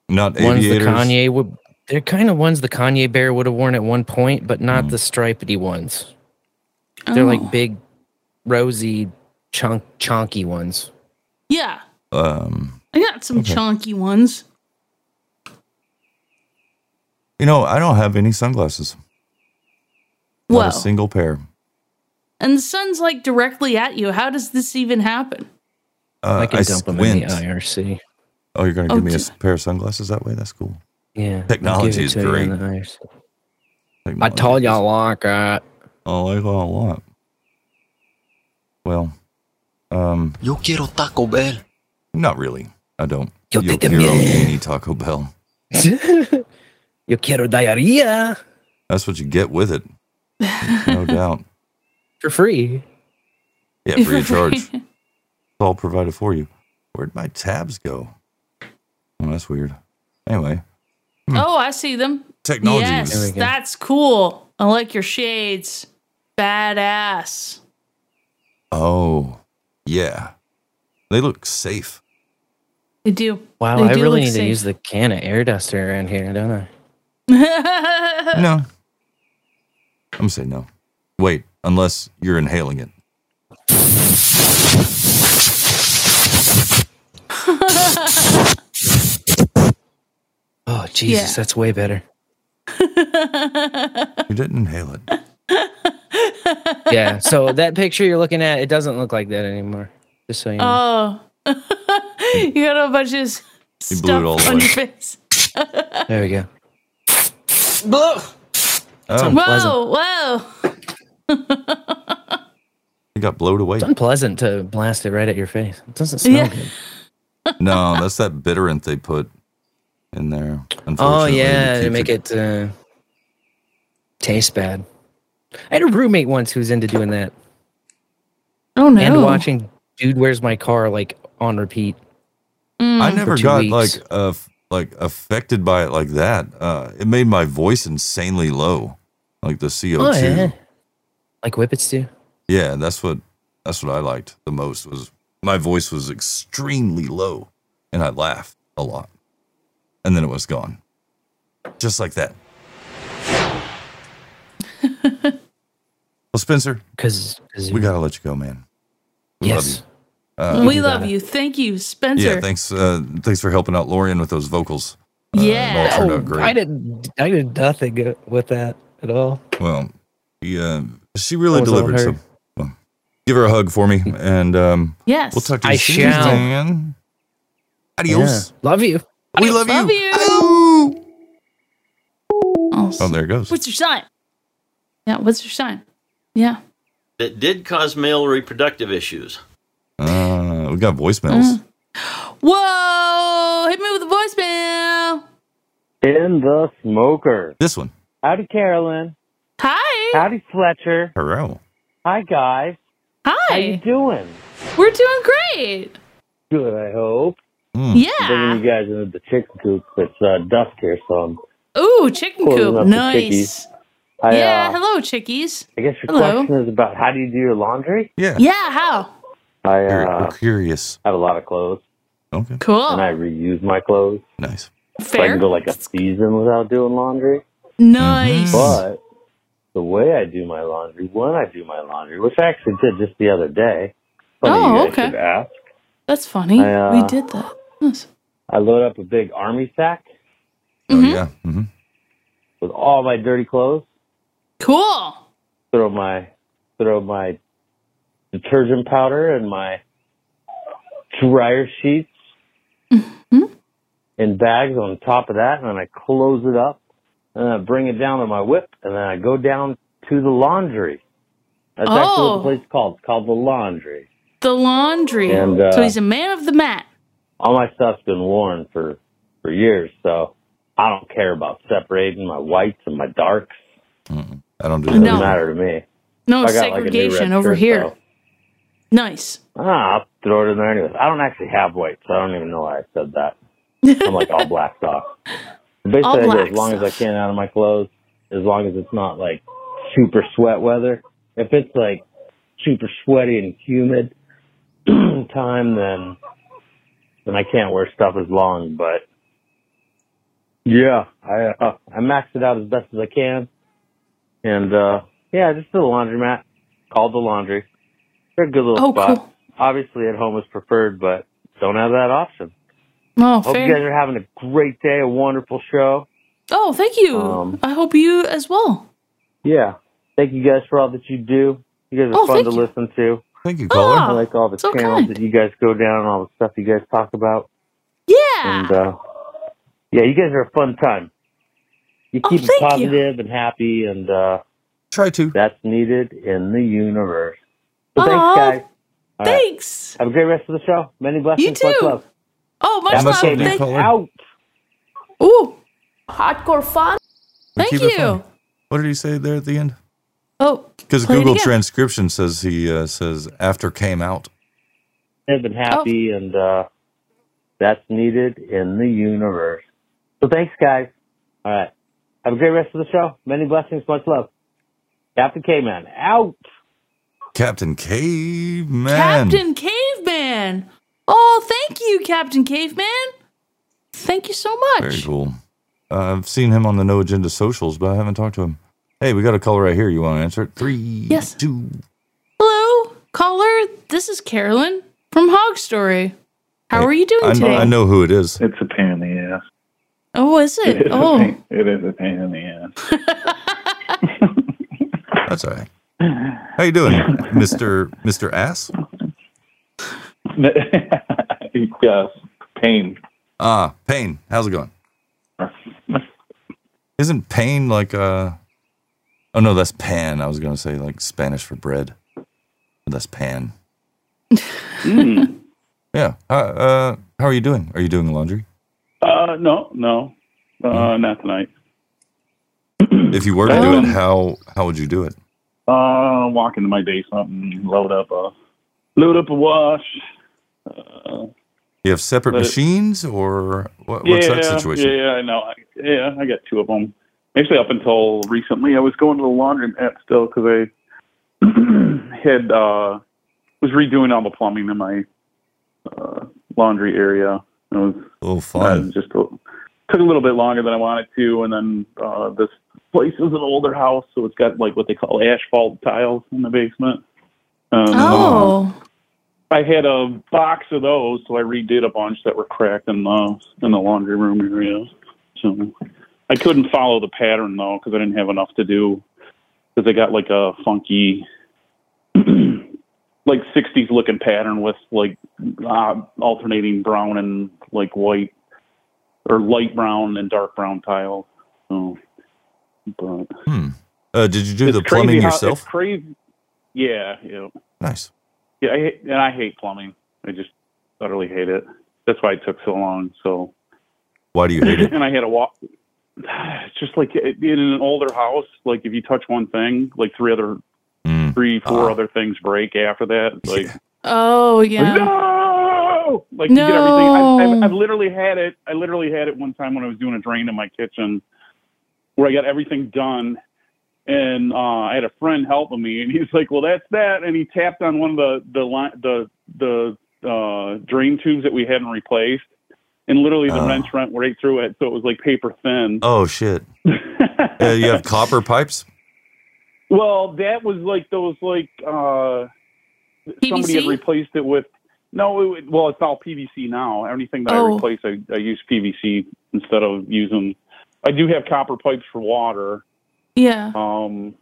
[SPEAKER 4] Not
[SPEAKER 27] ones
[SPEAKER 4] aviators.
[SPEAKER 27] the Kanye would they're kind of ones the Kanye bear would have worn at one point, but
[SPEAKER 4] Mm.
[SPEAKER 27] not the stripedy ones. They're
[SPEAKER 5] Oh.
[SPEAKER 27] like big rosy chunk chonky ones.
[SPEAKER 5] Yeah,
[SPEAKER 4] Um,
[SPEAKER 5] I got some
[SPEAKER 4] Okay.
[SPEAKER 5] chunky ones.
[SPEAKER 4] you know, I don't have any sunglasses. Not
[SPEAKER 5] Well,
[SPEAKER 4] a single pair.
[SPEAKER 5] and the sun's like directly at you. How does this even happen?
[SPEAKER 4] Uh,
[SPEAKER 27] I can dump 'em in the
[SPEAKER 4] squint.
[SPEAKER 27] IRC.
[SPEAKER 4] Oh, you're gonna
[SPEAKER 5] Oh,
[SPEAKER 4] give me a
[SPEAKER 5] d-
[SPEAKER 4] s- pair of sunglasses that way? That's cool.
[SPEAKER 27] Yeah. I'll
[SPEAKER 4] Technology
[SPEAKER 27] give it
[SPEAKER 4] is
[SPEAKER 27] to you
[SPEAKER 4] great.
[SPEAKER 27] on the IRC. I told y'all a lot, uh, God.
[SPEAKER 4] Oh, I like that a lot. Well, um,
[SPEAKER 2] Yo quiero Taco Bell.
[SPEAKER 4] not really. I don't.
[SPEAKER 27] Yo
[SPEAKER 4] Yo
[SPEAKER 27] te
[SPEAKER 4] quiero
[SPEAKER 27] temé.
[SPEAKER 4] any Taco Bell.
[SPEAKER 27] [laughs] Yo quiero diarrhea
[SPEAKER 4] That's what you get with it,
[SPEAKER 27] [laughs]
[SPEAKER 4] no doubt.
[SPEAKER 27] for free.
[SPEAKER 4] Yeah, free of charge.
[SPEAKER 5] [laughs]
[SPEAKER 4] It's all provided for you. Where'd my tabs go? Oh, that's weird. Anyway,
[SPEAKER 5] Oh, I see them.
[SPEAKER 4] Hmm. Technology. There we
[SPEAKER 5] Yes,
[SPEAKER 4] go.
[SPEAKER 5] that's cool. I like your shades. Badass.
[SPEAKER 4] oh yeah, they look safe.
[SPEAKER 5] They do.
[SPEAKER 27] Wow,
[SPEAKER 5] They
[SPEAKER 27] I
[SPEAKER 5] do look
[SPEAKER 27] really need to
[SPEAKER 5] safe.
[SPEAKER 27] use the can of air duster around here, don't I?
[SPEAKER 4] No. I'm gonna say no. Wait, unless you're inhaling it.
[SPEAKER 27] Oh Jesus,
[SPEAKER 5] Yeah.
[SPEAKER 27] that's way
[SPEAKER 5] [laughs]
[SPEAKER 27] better.
[SPEAKER 4] You didn't inhale it.
[SPEAKER 27] yeah. So that picture you're looking at, it doesn't look like that anymore.
[SPEAKER 5] [laughs]
[SPEAKER 27] Just so you know.
[SPEAKER 5] [laughs] Oh, you got a bunch of s-
[SPEAKER 27] You
[SPEAKER 5] stuff
[SPEAKER 27] blew it
[SPEAKER 5] [laughs]
[SPEAKER 27] all
[SPEAKER 5] on
[SPEAKER 27] away.
[SPEAKER 5] your face.
[SPEAKER 4] [laughs]
[SPEAKER 27] there we go. That's unpleasant.
[SPEAKER 5] Whoa, whoa.
[SPEAKER 4] You got blowed away.
[SPEAKER 27] It's unpleasant to blast it right at your face. It doesn't smell
[SPEAKER 5] Yeah.
[SPEAKER 27] good. Oh,
[SPEAKER 4] No, that's that bitterant they put in there.
[SPEAKER 27] Oh
[SPEAKER 4] Unfortunately,
[SPEAKER 27] yeah, to
[SPEAKER 4] keep
[SPEAKER 27] make it uh, taste bad. I had a roommate once who was into doing that.
[SPEAKER 5] Oh no.
[SPEAKER 27] And watching "Dude, Where's My Car" like on repeat.
[SPEAKER 5] Mm.
[SPEAKER 4] I
[SPEAKER 27] Mm. for
[SPEAKER 4] never
[SPEAKER 27] two
[SPEAKER 4] got
[SPEAKER 27] weeks.
[SPEAKER 4] like uh, f- like affected by it like that. Uh, it made my voice insanely low, like the CO2.
[SPEAKER 27] Oh, yeah. like whippets do.
[SPEAKER 4] Yeah, that's what that's what I liked the most was my voice was extremely low and I laughed a lot. And then it was gone. Just like that. well, Spencer,
[SPEAKER 27] cuz
[SPEAKER 4] we got to let you go, man. We
[SPEAKER 27] Yes.
[SPEAKER 4] love you. Uh,
[SPEAKER 5] we love you. Thank you, Spencer.
[SPEAKER 4] Yeah, thanks uh, thanks for helping out Lorian with those vocals. Uh, it
[SPEAKER 5] Yeah.
[SPEAKER 4] all turned
[SPEAKER 5] Oh,
[SPEAKER 4] out great.
[SPEAKER 27] I didn't. I did nothing with that at all.
[SPEAKER 4] Well, she, uh, she really
[SPEAKER 27] That was all
[SPEAKER 4] delivered. So,
[SPEAKER 27] her.
[SPEAKER 4] well, give her a hug for me, and um,
[SPEAKER 5] Yes.
[SPEAKER 4] we'll talk to you
[SPEAKER 27] I
[SPEAKER 4] soon,
[SPEAKER 27] shall.
[SPEAKER 4] Dan. Adios.
[SPEAKER 27] Yeah. Love you.
[SPEAKER 4] We love,
[SPEAKER 5] Love
[SPEAKER 4] you.
[SPEAKER 5] you.
[SPEAKER 4] Oh, there it goes.
[SPEAKER 5] What's your sign? Yeah, what's your sign? Yeah.
[SPEAKER 26] That did cause male reproductive issues.
[SPEAKER 4] Uh, we got
[SPEAKER 5] Mm.
[SPEAKER 4] voicemails.
[SPEAKER 5] Whoa! Hit me with a voicemail.
[SPEAKER 28] In the smoker.
[SPEAKER 4] This one.
[SPEAKER 28] Howdy, Carolyn.
[SPEAKER 5] Hi.
[SPEAKER 28] Howdy, Fletcher.
[SPEAKER 4] Hello.
[SPEAKER 28] Hi, guys.
[SPEAKER 5] Hi.
[SPEAKER 28] How you doing?
[SPEAKER 5] We're doing great.
[SPEAKER 28] Good, I hope.
[SPEAKER 4] Hmm.
[SPEAKER 5] Yeah.
[SPEAKER 28] I'm bringing you guys into the chicken coop. It's uh, dusk here, so I'm
[SPEAKER 5] Ooh, chicken
[SPEAKER 28] closing up
[SPEAKER 5] coop.
[SPEAKER 28] the
[SPEAKER 5] Nice.
[SPEAKER 28] chickies. I,
[SPEAKER 5] yeah.
[SPEAKER 28] uh,
[SPEAKER 5] hello, chickies.
[SPEAKER 28] I guess your
[SPEAKER 5] Hello.
[SPEAKER 28] question is about how do you do your laundry?
[SPEAKER 4] Yeah.
[SPEAKER 5] Yeah. How?
[SPEAKER 28] I uh,
[SPEAKER 4] curious.
[SPEAKER 28] have a lot of clothes.
[SPEAKER 4] Okay.
[SPEAKER 5] Cool.
[SPEAKER 28] And I reuse my clothes.
[SPEAKER 4] Nice.
[SPEAKER 28] So I
[SPEAKER 5] Fair.
[SPEAKER 28] can go like a season without doing laundry.
[SPEAKER 5] Nice.
[SPEAKER 28] Mm-hmm. But the way I do my laundry, when I do my laundry, which I actually did just the other day. Funny
[SPEAKER 5] Oh,
[SPEAKER 28] you guys
[SPEAKER 5] okay.
[SPEAKER 28] should ask.
[SPEAKER 5] That's funny.
[SPEAKER 28] I, uh,
[SPEAKER 5] we did that. Nice.
[SPEAKER 28] I load up a big army sack.
[SPEAKER 4] Oh yeah. Mm-hmm.
[SPEAKER 28] With all my dirty clothes,
[SPEAKER 5] Cool.
[SPEAKER 28] throw my throw my detergent powder and my dryer sheets
[SPEAKER 5] Mm-hmm.
[SPEAKER 28] in bags on top of that, and then I close it up and I bring it down to my whip, and then I go down to the laundry. That's actually what
[SPEAKER 5] Oh.
[SPEAKER 28] the place is called. It's called the laundry.
[SPEAKER 5] The laundry.
[SPEAKER 28] And, uh,
[SPEAKER 5] so he's a man of the mat.
[SPEAKER 28] all my stuff's been worn for for years, so I don't care about separating my whites and my darks.
[SPEAKER 4] I don't do
[SPEAKER 28] Doesn't
[SPEAKER 5] that. No.
[SPEAKER 28] matter to me.
[SPEAKER 5] No
[SPEAKER 28] If I got, like, a new
[SPEAKER 5] segregation
[SPEAKER 28] red
[SPEAKER 5] over
[SPEAKER 28] shirt,
[SPEAKER 5] here.
[SPEAKER 28] though,
[SPEAKER 5] Nice.
[SPEAKER 28] ah, I'll throw it in there anyways. I don't actually have whites, so I don't even know why I said that. I'm like all black stuff. [laughs] Basically, All I do black as long as I can out of my clothes, as long as it's not like super sweat weather. If it's like super sweaty and humid [clears throat] time, then then I can't wear stuff as long. But yeah, I uh, I max it out as best as I can, and uh yeah, just to the laundromat called the laundry. They're a good little
[SPEAKER 5] Oh,
[SPEAKER 28] spot.
[SPEAKER 5] cool.
[SPEAKER 28] Obviously, at home is preferred, but don't have that option.
[SPEAKER 5] Oh,
[SPEAKER 28] Hope
[SPEAKER 5] fair.
[SPEAKER 28] you guys are having a great day, a wonderful show.
[SPEAKER 5] oh, thank you.
[SPEAKER 28] Um,
[SPEAKER 5] I hope you as well.
[SPEAKER 28] Yeah. Thank you guys for all that you do. You guys are
[SPEAKER 5] Oh,
[SPEAKER 28] fun
[SPEAKER 5] thank
[SPEAKER 28] to
[SPEAKER 5] you.
[SPEAKER 28] listen to.
[SPEAKER 4] Thank you,
[SPEAKER 5] caller.
[SPEAKER 28] I like all the
[SPEAKER 5] so
[SPEAKER 28] channels that you guys go down and all the stuff you guys talk about.
[SPEAKER 5] Yeah.
[SPEAKER 28] And uh, yeah, you guys are a fun time. You
[SPEAKER 5] Oh,
[SPEAKER 28] keep it positive and happy and uh
[SPEAKER 4] try to.
[SPEAKER 28] That's needed in the universe. So
[SPEAKER 5] Aw,
[SPEAKER 28] thanks guys. All right.
[SPEAKER 5] Thanks.
[SPEAKER 28] Have a great rest of the show. Many blessings.
[SPEAKER 5] You
[SPEAKER 28] Much
[SPEAKER 5] too.
[SPEAKER 28] love.
[SPEAKER 5] Oh, much
[SPEAKER 28] Have a
[SPEAKER 5] love.
[SPEAKER 28] good day.
[SPEAKER 5] Thank-
[SPEAKER 28] Out.
[SPEAKER 5] Ooh, hardcore fun.
[SPEAKER 4] We
[SPEAKER 5] Thank
[SPEAKER 4] keep it
[SPEAKER 5] you.
[SPEAKER 4] fun. What did he say there at the end?
[SPEAKER 5] Oh,
[SPEAKER 4] Because
[SPEAKER 5] play it
[SPEAKER 4] Google
[SPEAKER 5] again.
[SPEAKER 4] transcription says he uh, says after came out.
[SPEAKER 28] positive
[SPEAKER 5] Oh.
[SPEAKER 28] and happy and uh that's needed in the universe. So thanks guys. All right. Have a great rest of the show. Many blessings, much love. Captain K Man out.
[SPEAKER 4] Captain Caveman.
[SPEAKER 5] Captain Caveman. Oh, thank you, Captain Caveman. Thank you so much.
[SPEAKER 4] Very cool. Uh, I've seen him on the No Agenda socials, but I haven't talked to him. Hey, we got a caller right here. You want to answer it? Three.
[SPEAKER 5] Yes. Hello, caller. This is Carolyn from Hog Story. How are you doing
[SPEAKER 4] I, know,
[SPEAKER 5] today?
[SPEAKER 4] I know who it is.
[SPEAKER 13] It's a pain in the ass.
[SPEAKER 5] Oh, is
[SPEAKER 13] [laughs]
[SPEAKER 5] it?
[SPEAKER 13] A
[SPEAKER 5] oh,
[SPEAKER 13] pain, it is a pain in the ass.
[SPEAKER 4] That's all right. How you doing, Mister Mister Ass?
[SPEAKER 13] yes, pain.
[SPEAKER 4] Ah, pain. How's it going? Isn't pain like uh? Oh no, that's pan. I was gonna say like Spanish for bread. That's pan.
[SPEAKER 13] Hmm.
[SPEAKER 4] Yeah. Uh, uh, how are you doing? Are you doing laundry?
[SPEAKER 13] Uh, no, no, uh, not tonight.
[SPEAKER 4] If you were to do
[SPEAKER 13] Um,
[SPEAKER 4] it, how how would you do it?
[SPEAKER 13] Uh, walk into my basement and load up a load up a wash. Uh,
[SPEAKER 4] You have separate
[SPEAKER 13] Let it-
[SPEAKER 4] machines, or what, what's that situation?
[SPEAKER 13] Yeah, I know. I- Yeah, I got two of them. Actually, up until recently, I was going to the laundromat still because I [clears throat] had uh, was redoing all the plumbing in my uh, laundry area. It was
[SPEAKER 4] oh fun.
[SPEAKER 13] Just a, took a little bit longer than I wanted to, and then uh, this place is an older house, so it's got like what they call asphalt tiles in the basement. Um,
[SPEAKER 5] oh,
[SPEAKER 13] I had a box of those, so I redid a bunch that were cracked in the in the laundry room area. So I couldn't follow the pattern though because I didn't have enough to do. Because I got like a funky, [clears throat] like '60s looking pattern with like uh, alternating brown and like white or light brown and dark brown tiles. So, but
[SPEAKER 4] Hmm. Uh, did you do the
[SPEAKER 13] it's crazy
[SPEAKER 4] plumbing
[SPEAKER 13] how-
[SPEAKER 4] yourself?
[SPEAKER 13] It's crazy. Yeah, yeah.
[SPEAKER 4] Nice.
[SPEAKER 13] Yeah, I hate, and I hate plumbing. I just utterly hate it. That's why it took so long. So,
[SPEAKER 4] Why do you hate it?
[SPEAKER 13] and I had a walk. It's [sighs] just like in an older house. Like if you touch one thing, like three other,
[SPEAKER 4] Mm.
[SPEAKER 13] three
[SPEAKER 4] Ah.
[SPEAKER 13] four other things break after that. Like
[SPEAKER 5] oh, yeah.
[SPEAKER 13] No, like you get everything. I've, I've, I've literally had it. I literally had it one time when I was doing a drain in my kitchen, where I got everything done, and uh, I had a friend helping me, and he's like, "Well, that's that," and he tapped on one of the the line, the the uh, drain tubes that we hadn't replaced, and literally the
[SPEAKER 4] Oh.
[SPEAKER 13] wrench went right through it, so it was like paper thin.
[SPEAKER 4] Oh shit. uh, you have copper pipes.
[SPEAKER 13] Well, that was like those like uh somebody had
[SPEAKER 5] PVC?
[SPEAKER 13] replaced it with no. It, well, it's all PVC now. Anything that I
[SPEAKER 5] Oh.
[SPEAKER 13] replace, I, I use PVC instead of using. I do have copper pipes for water.
[SPEAKER 5] yeah.
[SPEAKER 13] Um,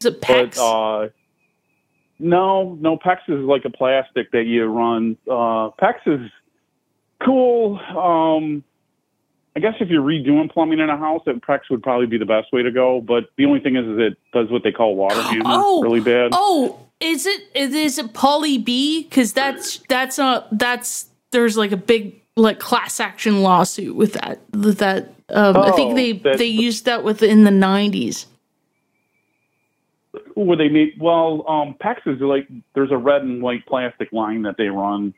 [SPEAKER 5] Is it PEX?
[SPEAKER 13] but uh, no, no. PEX is like a plastic that you run. Uh, PEX is cool. Um, I guess if you're redoing plumbing in a house, that PEX would probably be the best way to go. But the only thing is, is it does what they call
[SPEAKER 5] [gasps]
[SPEAKER 13] water hammer
[SPEAKER 5] Oh,
[SPEAKER 13] really bad.
[SPEAKER 5] Oh, is it is, is it poly B? Because that's that's not that's there's like a big like class action lawsuit with that with that. Um, I
[SPEAKER 13] Oh,
[SPEAKER 5] think they
[SPEAKER 13] that-
[SPEAKER 5] they used that within the nineties.
[SPEAKER 13] Where they need well, um, PEX is like there's a red and white plastic line that they run.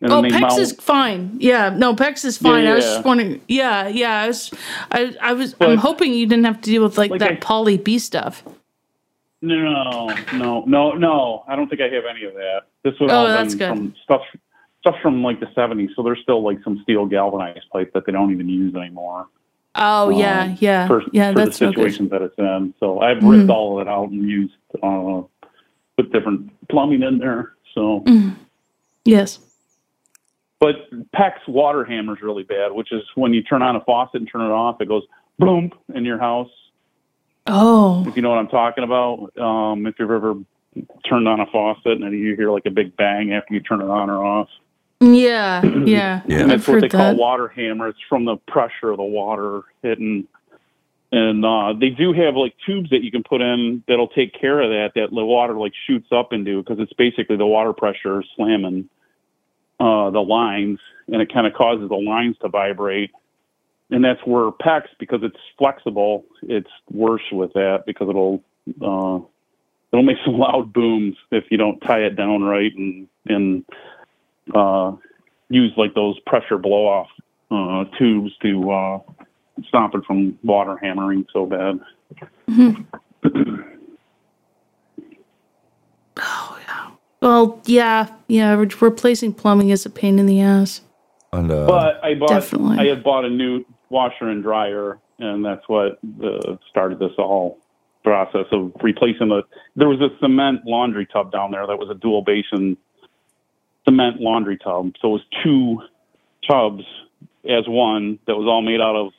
[SPEAKER 13] And
[SPEAKER 5] Oh,
[SPEAKER 13] then they
[SPEAKER 5] Pex
[SPEAKER 13] mount-
[SPEAKER 5] is fine. Yeah, no, Pex is fine. I was
[SPEAKER 13] Yeah.
[SPEAKER 5] just wondering. Yeah, yeah, I was, I, I was. I'm hoping you didn't have to deal with like, that poly B stuff.
[SPEAKER 13] No, no, no, no. I don't think I have any of that. This was
[SPEAKER 5] Oh,
[SPEAKER 13] all
[SPEAKER 5] that's
[SPEAKER 13] done
[SPEAKER 5] good.
[SPEAKER 13] from stuff stuff from like the seventies. So there's still like some steel galvanized pipe that they don't even use anymore.
[SPEAKER 5] Oh
[SPEAKER 13] um,
[SPEAKER 5] yeah, yeah,
[SPEAKER 13] for,
[SPEAKER 5] yeah.
[SPEAKER 13] for
[SPEAKER 5] That's
[SPEAKER 13] the
[SPEAKER 5] no good.
[SPEAKER 13] situations that it's in. So I've ripped
[SPEAKER 5] Mhm.
[SPEAKER 13] all of it out and used uh, put different plumbing in there. So
[SPEAKER 5] Mhm. Yes.
[SPEAKER 13] But PEX water hammer's really bad, which is when you turn on a faucet and turn it off, it goes
[SPEAKER 27] [laughs]
[SPEAKER 13] boom [laughs] in your house.
[SPEAKER 5] Oh.
[SPEAKER 13] If you know what I'm talking about, um, if you've ever turned on a faucet and then you hear like a big bang after you turn it on or off. [clears throat]
[SPEAKER 5] Yeah, yeah.
[SPEAKER 13] And that's
[SPEAKER 5] I've
[SPEAKER 13] what
[SPEAKER 5] heard
[SPEAKER 13] they
[SPEAKER 5] that.
[SPEAKER 13] call water hammer. It's from the pressure of the water hitting. And uh, they do have like tubes that you can put in that'll take care of that, that the water like shoots up into because it's basically the water pressure slamming uh, the lines and it kind of causes the lines to vibrate. And that's where PEX, because it's flexible, it's worse with that because it'll uh, it'll make some [laughs] loud booms if you don't tie it down right and and uh, use like those pressure blow off uh, tubes to uh, stop it from water hammering so bad.
[SPEAKER 5] Mm-hmm. Oh, Well, yeah, yeah. re- Replacing plumbing is a pain in the ass.
[SPEAKER 4] And, uh,
[SPEAKER 13] but I bought
[SPEAKER 5] Definitely.
[SPEAKER 13] I had bought a new washer and dryer, and that's what uh, started this whole process of replacing the. There was a cement laundry tub down there that was a dual basin cement laundry tub, so it was two tubs as one that was all made out of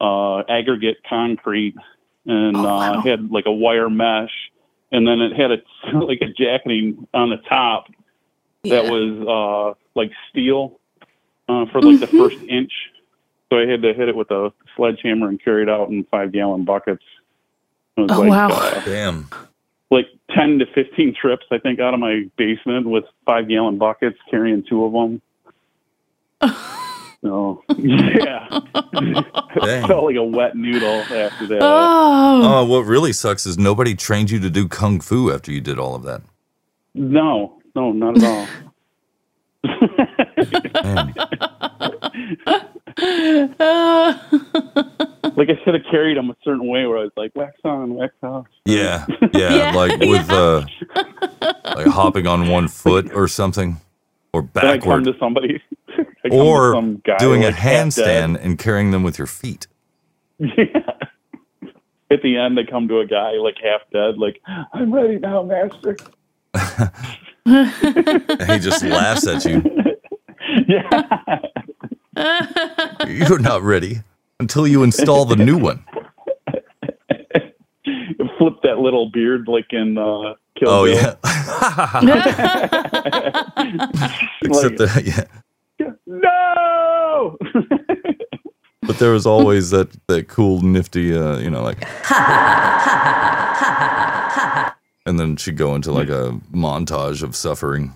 [SPEAKER 13] uh, aggregate concrete and uh, had like a wire mesh, and then it had a [laughs] like a jacketing on the top that was uh, like steel uh, for like the first inch. So I had to hit it with a sledgehammer and carry it out in five gallon buckets. It was
[SPEAKER 4] Oh, wow.
[SPEAKER 13] Damn. Like 10 to 15 trips, I think, out of my basement with five gallon buckets, carrying two of them. so, [laughs] yeah. I [laughs] felt like a wet noodle after that. Oh.
[SPEAKER 4] Uh, what really sucks is nobody trained you to do kung fu after you did all of that.
[SPEAKER 13] No, no, not at all. [laughs] like I should have carried them a certain way where I was like, wax on, wax off.
[SPEAKER 4] Yeah, [laughs] yeah,
[SPEAKER 13] Yeah. [laughs]
[SPEAKER 4] like with uh, like hopping on one foot or something, or
[SPEAKER 13] Then I come
[SPEAKER 4] backward,
[SPEAKER 13] to somebody. [laughs] I come to
[SPEAKER 4] or
[SPEAKER 13] some guy,
[SPEAKER 4] doing
[SPEAKER 13] like,
[SPEAKER 4] a
[SPEAKER 13] half dead.
[SPEAKER 4] handstand and carrying them with your feet. [laughs]
[SPEAKER 13] At the end, they come to a guy like half dead, like, [laughs] I'm ready now, master.
[SPEAKER 4] And he just laughs at
[SPEAKER 13] [laughs]
[SPEAKER 4] you.
[SPEAKER 5] yeah.
[SPEAKER 4] [laughs] You're not ready until you install the new
[SPEAKER 13] [laughs]
[SPEAKER 4] one.
[SPEAKER 13] Flip that little beard like in uh, Kill
[SPEAKER 4] Oh,
[SPEAKER 13] Bill.
[SPEAKER 4] yeah.
[SPEAKER 9] [laughs]
[SPEAKER 4] Except that, [laughs] yeah.
[SPEAKER 13] [laughs] No!
[SPEAKER 4] But there was always that that cool nifty, uh, you know, like. and then she'd go into like a montage of suffering.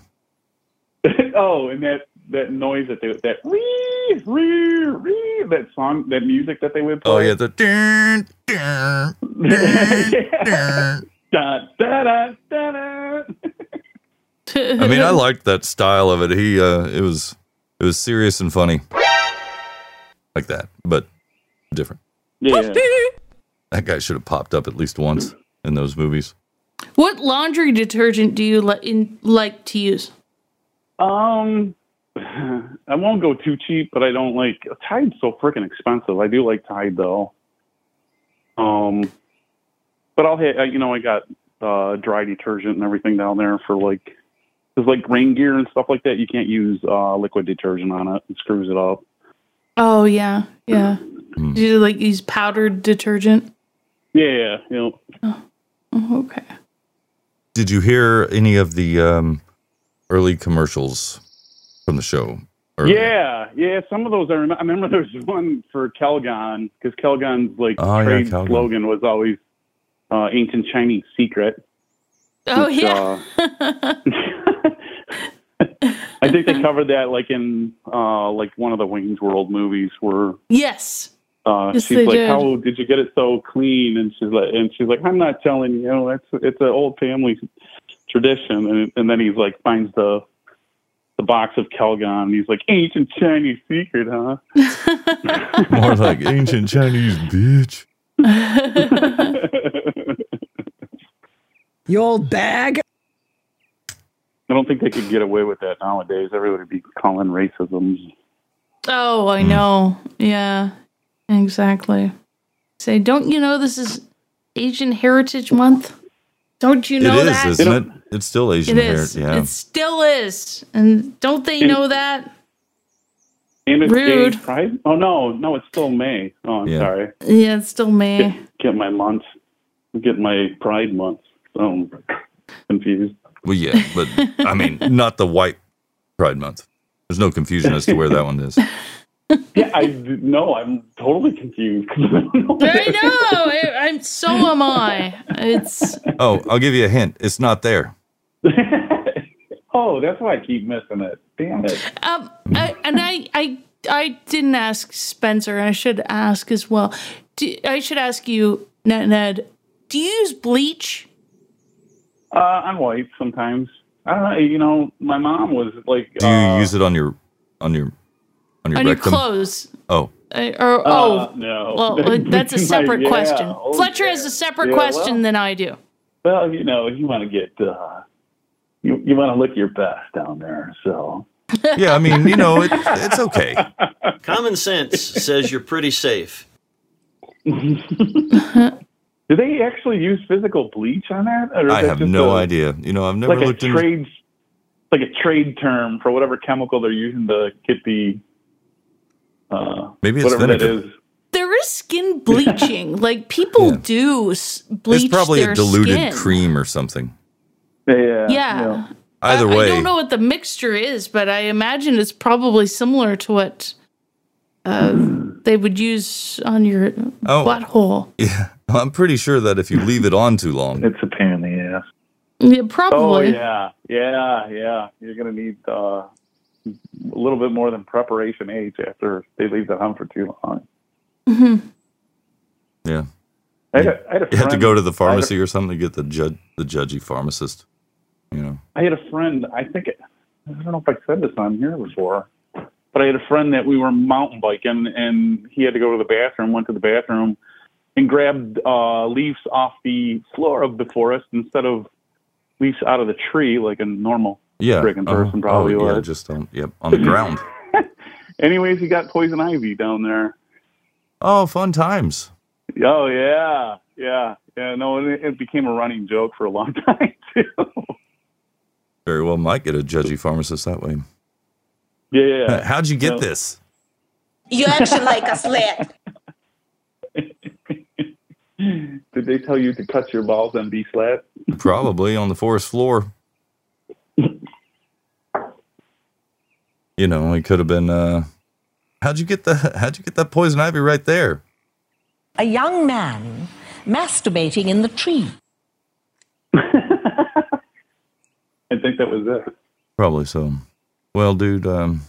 [SPEAKER 13] [laughs] oh, and that that noise that they that wee, wee, wee, that song that music that they would play.
[SPEAKER 4] Oh yeah, the dun, dun, dun,
[SPEAKER 13] dun, da, da, da,
[SPEAKER 27] [laughs]
[SPEAKER 13] da.
[SPEAKER 4] I mean, I liked that style of it. He, uh, it was, it was serious and funny, like that, but different.
[SPEAKER 13] Yeah.
[SPEAKER 4] That guy should have popped up at least once in those movies.
[SPEAKER 5] What laundry detergent do you li- in, like to use?
[SPEAKER 13] Um, [sighs] I won't go too cheap, but I don't like Tide's so freaking expensive. I do like Tide though. Um, but I'll hit. You know, I got uh, dry detergent and everything down there for like, because like rain gear and stuff like that, you can't use uh, liquid detergent on it. It screws it up.
[SPEAKER 5] Oh yeah, yeah.
[SPEAKER 4] Mm.
[SPEAKER 5] Do you like use powdered detergent?
[SPEAKER 13] Yeah, yeah, you know.
[SPEAKER 5] Oh, okay.
[SPEAKER 4] Did you hear any of the um, early commercials from the show? earlier?
[SPEAKER 13] Yeah, yeah. Some of those I remember. I remember there was [laughs] one for Kelgon because Kelgon's like
[SPEAKER 4] Oh, yeah,
[SPEAKER 13] trade
[SPEAKER 4] Calgon.
[SPEAKER 13] slogan was always uh, "Ancient Chinese Secret."
[SPEAKER 5] Oh
[SPEAKER 13] Which,
[SPEAKER 5] yeah.
[SPEAKER 13] uh,
[SPEAKER 5] [laughs]
[SPEAKER 13] I think they covered that like in uh, like one of the Wayne's World movies where
[SPEAKER 5] Yes.
[SPEAKER 13] uh,
[SPEAKER 5] Yes,
[SPEAKER 13] she's
[SPEAKER 5] they
[SPEAKER 13] like,
[SPEAKER 5] did.
[SPEAKER 13] "How did you get it so clean?" And she's like, "And she's like, I'm not telling you. It's it's an old family tradition." And, and then he's like, finds the the box of Kelgon. And he's like, "Ancient Chinese secret, huh?"
[SPEAKER 4] More like ancient Chinese bitch.
[SPEAKER 6] You old bag.
[SPEAKER 13] I don't think they could get away with that nowadays. Everybody would be calling racism.
[SPEAKER 5] Oh,
[SPEAKER 4] Mm.
[SPEAKER 5] I know. Yeah. Exactly. Say, don't you know this is Asian Heritage Month? Don't you know
[SPEAKER 4] it
[SPEAKER 5] that?
[SPEAKER 4] is, isn't it? It's still Asian
[SPEAKER 5] it is.
[SPEAKER 4] hair. Yeah.
[SPEAKER 5] It still is. And don't they
[SPEAKER 13] It-
[SPEAKER 5] know that?
[SPEAKER 13] And it's gay
[SPEAKER 5] Rude.
[SPEAKER 13] pride. Oh no, no, it's still May. Oh, I'm sorry.
[SPEAKER 5] Yeah, it's still
[SPEAKER 4] [laughs]
[SPEAKER 5] May.
[SPEAKER 13] Get my month. Get my Pride Um, month. So I'm confused.
[SPEAKER 4] Well, yeah, but I mean, not the white Pride Month. There's no confusion as to where that one is.
[SPEAKER 13] Yeah, I [laughs] no, I'm totally confused. [laughs]
[SPEAKER 5] I know. I, I'm so am I. It's
[SPEAKER 4] Oh, I'll give you a hint. It's not there.
[SPEAKER 13] oh, that's why I keep missing it. Damn it.
[SPEAKER 5] Um, I, and I, I, I didn't ask Spencer. and I should ask as well. Do, I should ask you, Ned. Ned do you use bleach?
[SPEAKER 13] Uh, I'm white sometimes. I don't know. You know, my mom was like.
[SPEAKER 4] Do you use it on your on your on your
[SPEAKER 5] On your
[SPEAKER 4] rectum?
[SPEAKER 5] clothes?
[SPEAKER 4] Oh,
[SPEAKER 5] Uh, or
[SPEAKER 13] Uh,
[SPEAKER 5] oh,
[SPEAKER 13] no. [laughs]
[SPEAKER 5] Well, that's a
[SPEAKER 13] My-
[SPEAKER 5] separate
[SPEAKER 13] yeah,
[SPEAKER 5] question.
[SPEAKER 13] oh,
[SPEAKER 5] Fletcher has a separate
[SPEAKER 13] Yeah,
[SPEAKER 5] question
[SPEAKER 13] well.
[SPEAKER 5] than I do.
[SPEAKER 13] Well, you know, you want to get uh, you you want to look your best down there. So
[SPEAKER 4] Yeah, I mean, you know, it,
[SPEAKER 13] [laughs]
[SPEAKER 4] it's okay.
[SPEAKER 26] [laughs] Common sense says you're pretty safe.
[SPEAKER 13] [laughs] Do they actually use physical bleach on that? Or is
[SPEAKER 4] I
[SPEAKER 13] that
[SPEAKER 4] have
[SPEAKER 13] just
[SPEAKER 4] no
[SPEAKER 13] a-
[SPEAKER 4] idea. You know, I've never
[SPEAKER 13] like a
[SPEAKER 4] looked into
[SPEAKER 13] trade, like a trade term for whatever chemical they're using to get the. Uh,
[SPEAKER 4] Maybe it's
[SPEAKER 13] whatever that
[SPEAKER 4] vinegar.
[SPEAKER 13] is.
[SPEAKER 5] There
[SPEAKER 13] [laughs]
[SPEAKER 5] is skin bleaching. like people do s- bleach
[SPEAKER 4] It's probably
[SPEAKER 5] their
[SPEAKER 4] a diluted
[SPEAKER 5] skin.
[SPEAKER 4] cream or something.
[SPEAKER 13] Yeah.
[SPEAKER 5] Yeah.
[SPEAKER 4] Either
[SPEAKER 5] I
[SPEAKER 4] way,
[SPEAKER 5] don't know what the mixture is, but I imagine it's probably similar to what uh, they would use on your
[SPEAKER 4] Oh.
[SPEAKER 5] butthole.
[SPEAKER 4] [laughs] yeah, I'm pretty sure that if you leave it on too long,
[SPEAKER 13] it's a pain in the ass.
[SPEAKER 5] Yeah,
[SPEAKER 13] Oh
[SPEAKER 5] probably.
[SPEAKER 13] yeah, yeah, yeah. You're gonna need uh, a little bit more than preparation age after they leave the home for too long.
[SPEAKER 5] Mhm.
[SPEAKER 4] Yeah.
[SPEAKER 13] I had a- I had a
[SPEAKER 4] you have to
[SPEAKER 13] friend-
[SPEAKER 4] go to the
[SPEAKER 13] I had a-
[SPEAKER 4] pharmacy or something to get the judge, the judgy pharmacist. You know,
[SPEAKER 13] I had a friend. I think it, I don't know if I said this on here before, but I had a friend that we were mountain biking, and he had to go to the bathroom. Went to the bathroom and grabbed uh, leaves off the floor of the forest instead of leaves out of the tree like a normal
[SPEAKER 4] yeah,
[SPEAKER 13] friggin'
[SPEAKER 4] oh,
[SPEAKER 13] person probably
[SPEAKER 4] oh,
[SPEAKER 13] would.
[SPEAKER 4] yeah, just on, yep, on the ground.
[SPEAKER 13] [laughs] Anyways, he got poison ivy down there.
[SPEAKER 4] Oh, fun times.
[SPEAKER 13] Oh yeah, yeah, yeah. No, and it, it became a running joke for a long [laughs] time.
[SPEAKER 4] Very well, might get a judgy pharmacist that way.
[SPEAKER 13] Yeah,
[SPEAKER 4] [laughs]
[SPEAKER 13] yeah.
[SPEAKER 4] How'd you get
[SPEAKER 13] No.
[SPEAKER 4] this?
[SPEAKER 29] You action like a slut.
[SPEAKER 13] Did they tell you to cut your balls and be slat?
[SPEAKER 4] Probably on the forest floor. you know, it could have been. uh How'd you get the? [laughs] How'd you get that poison ivy right there?
[SPEAKER 29] A young man masturbating in the tree.
[SPEAKER 13] I think that was it.
[SPEAKER 4] Probably so. Well, dude, um,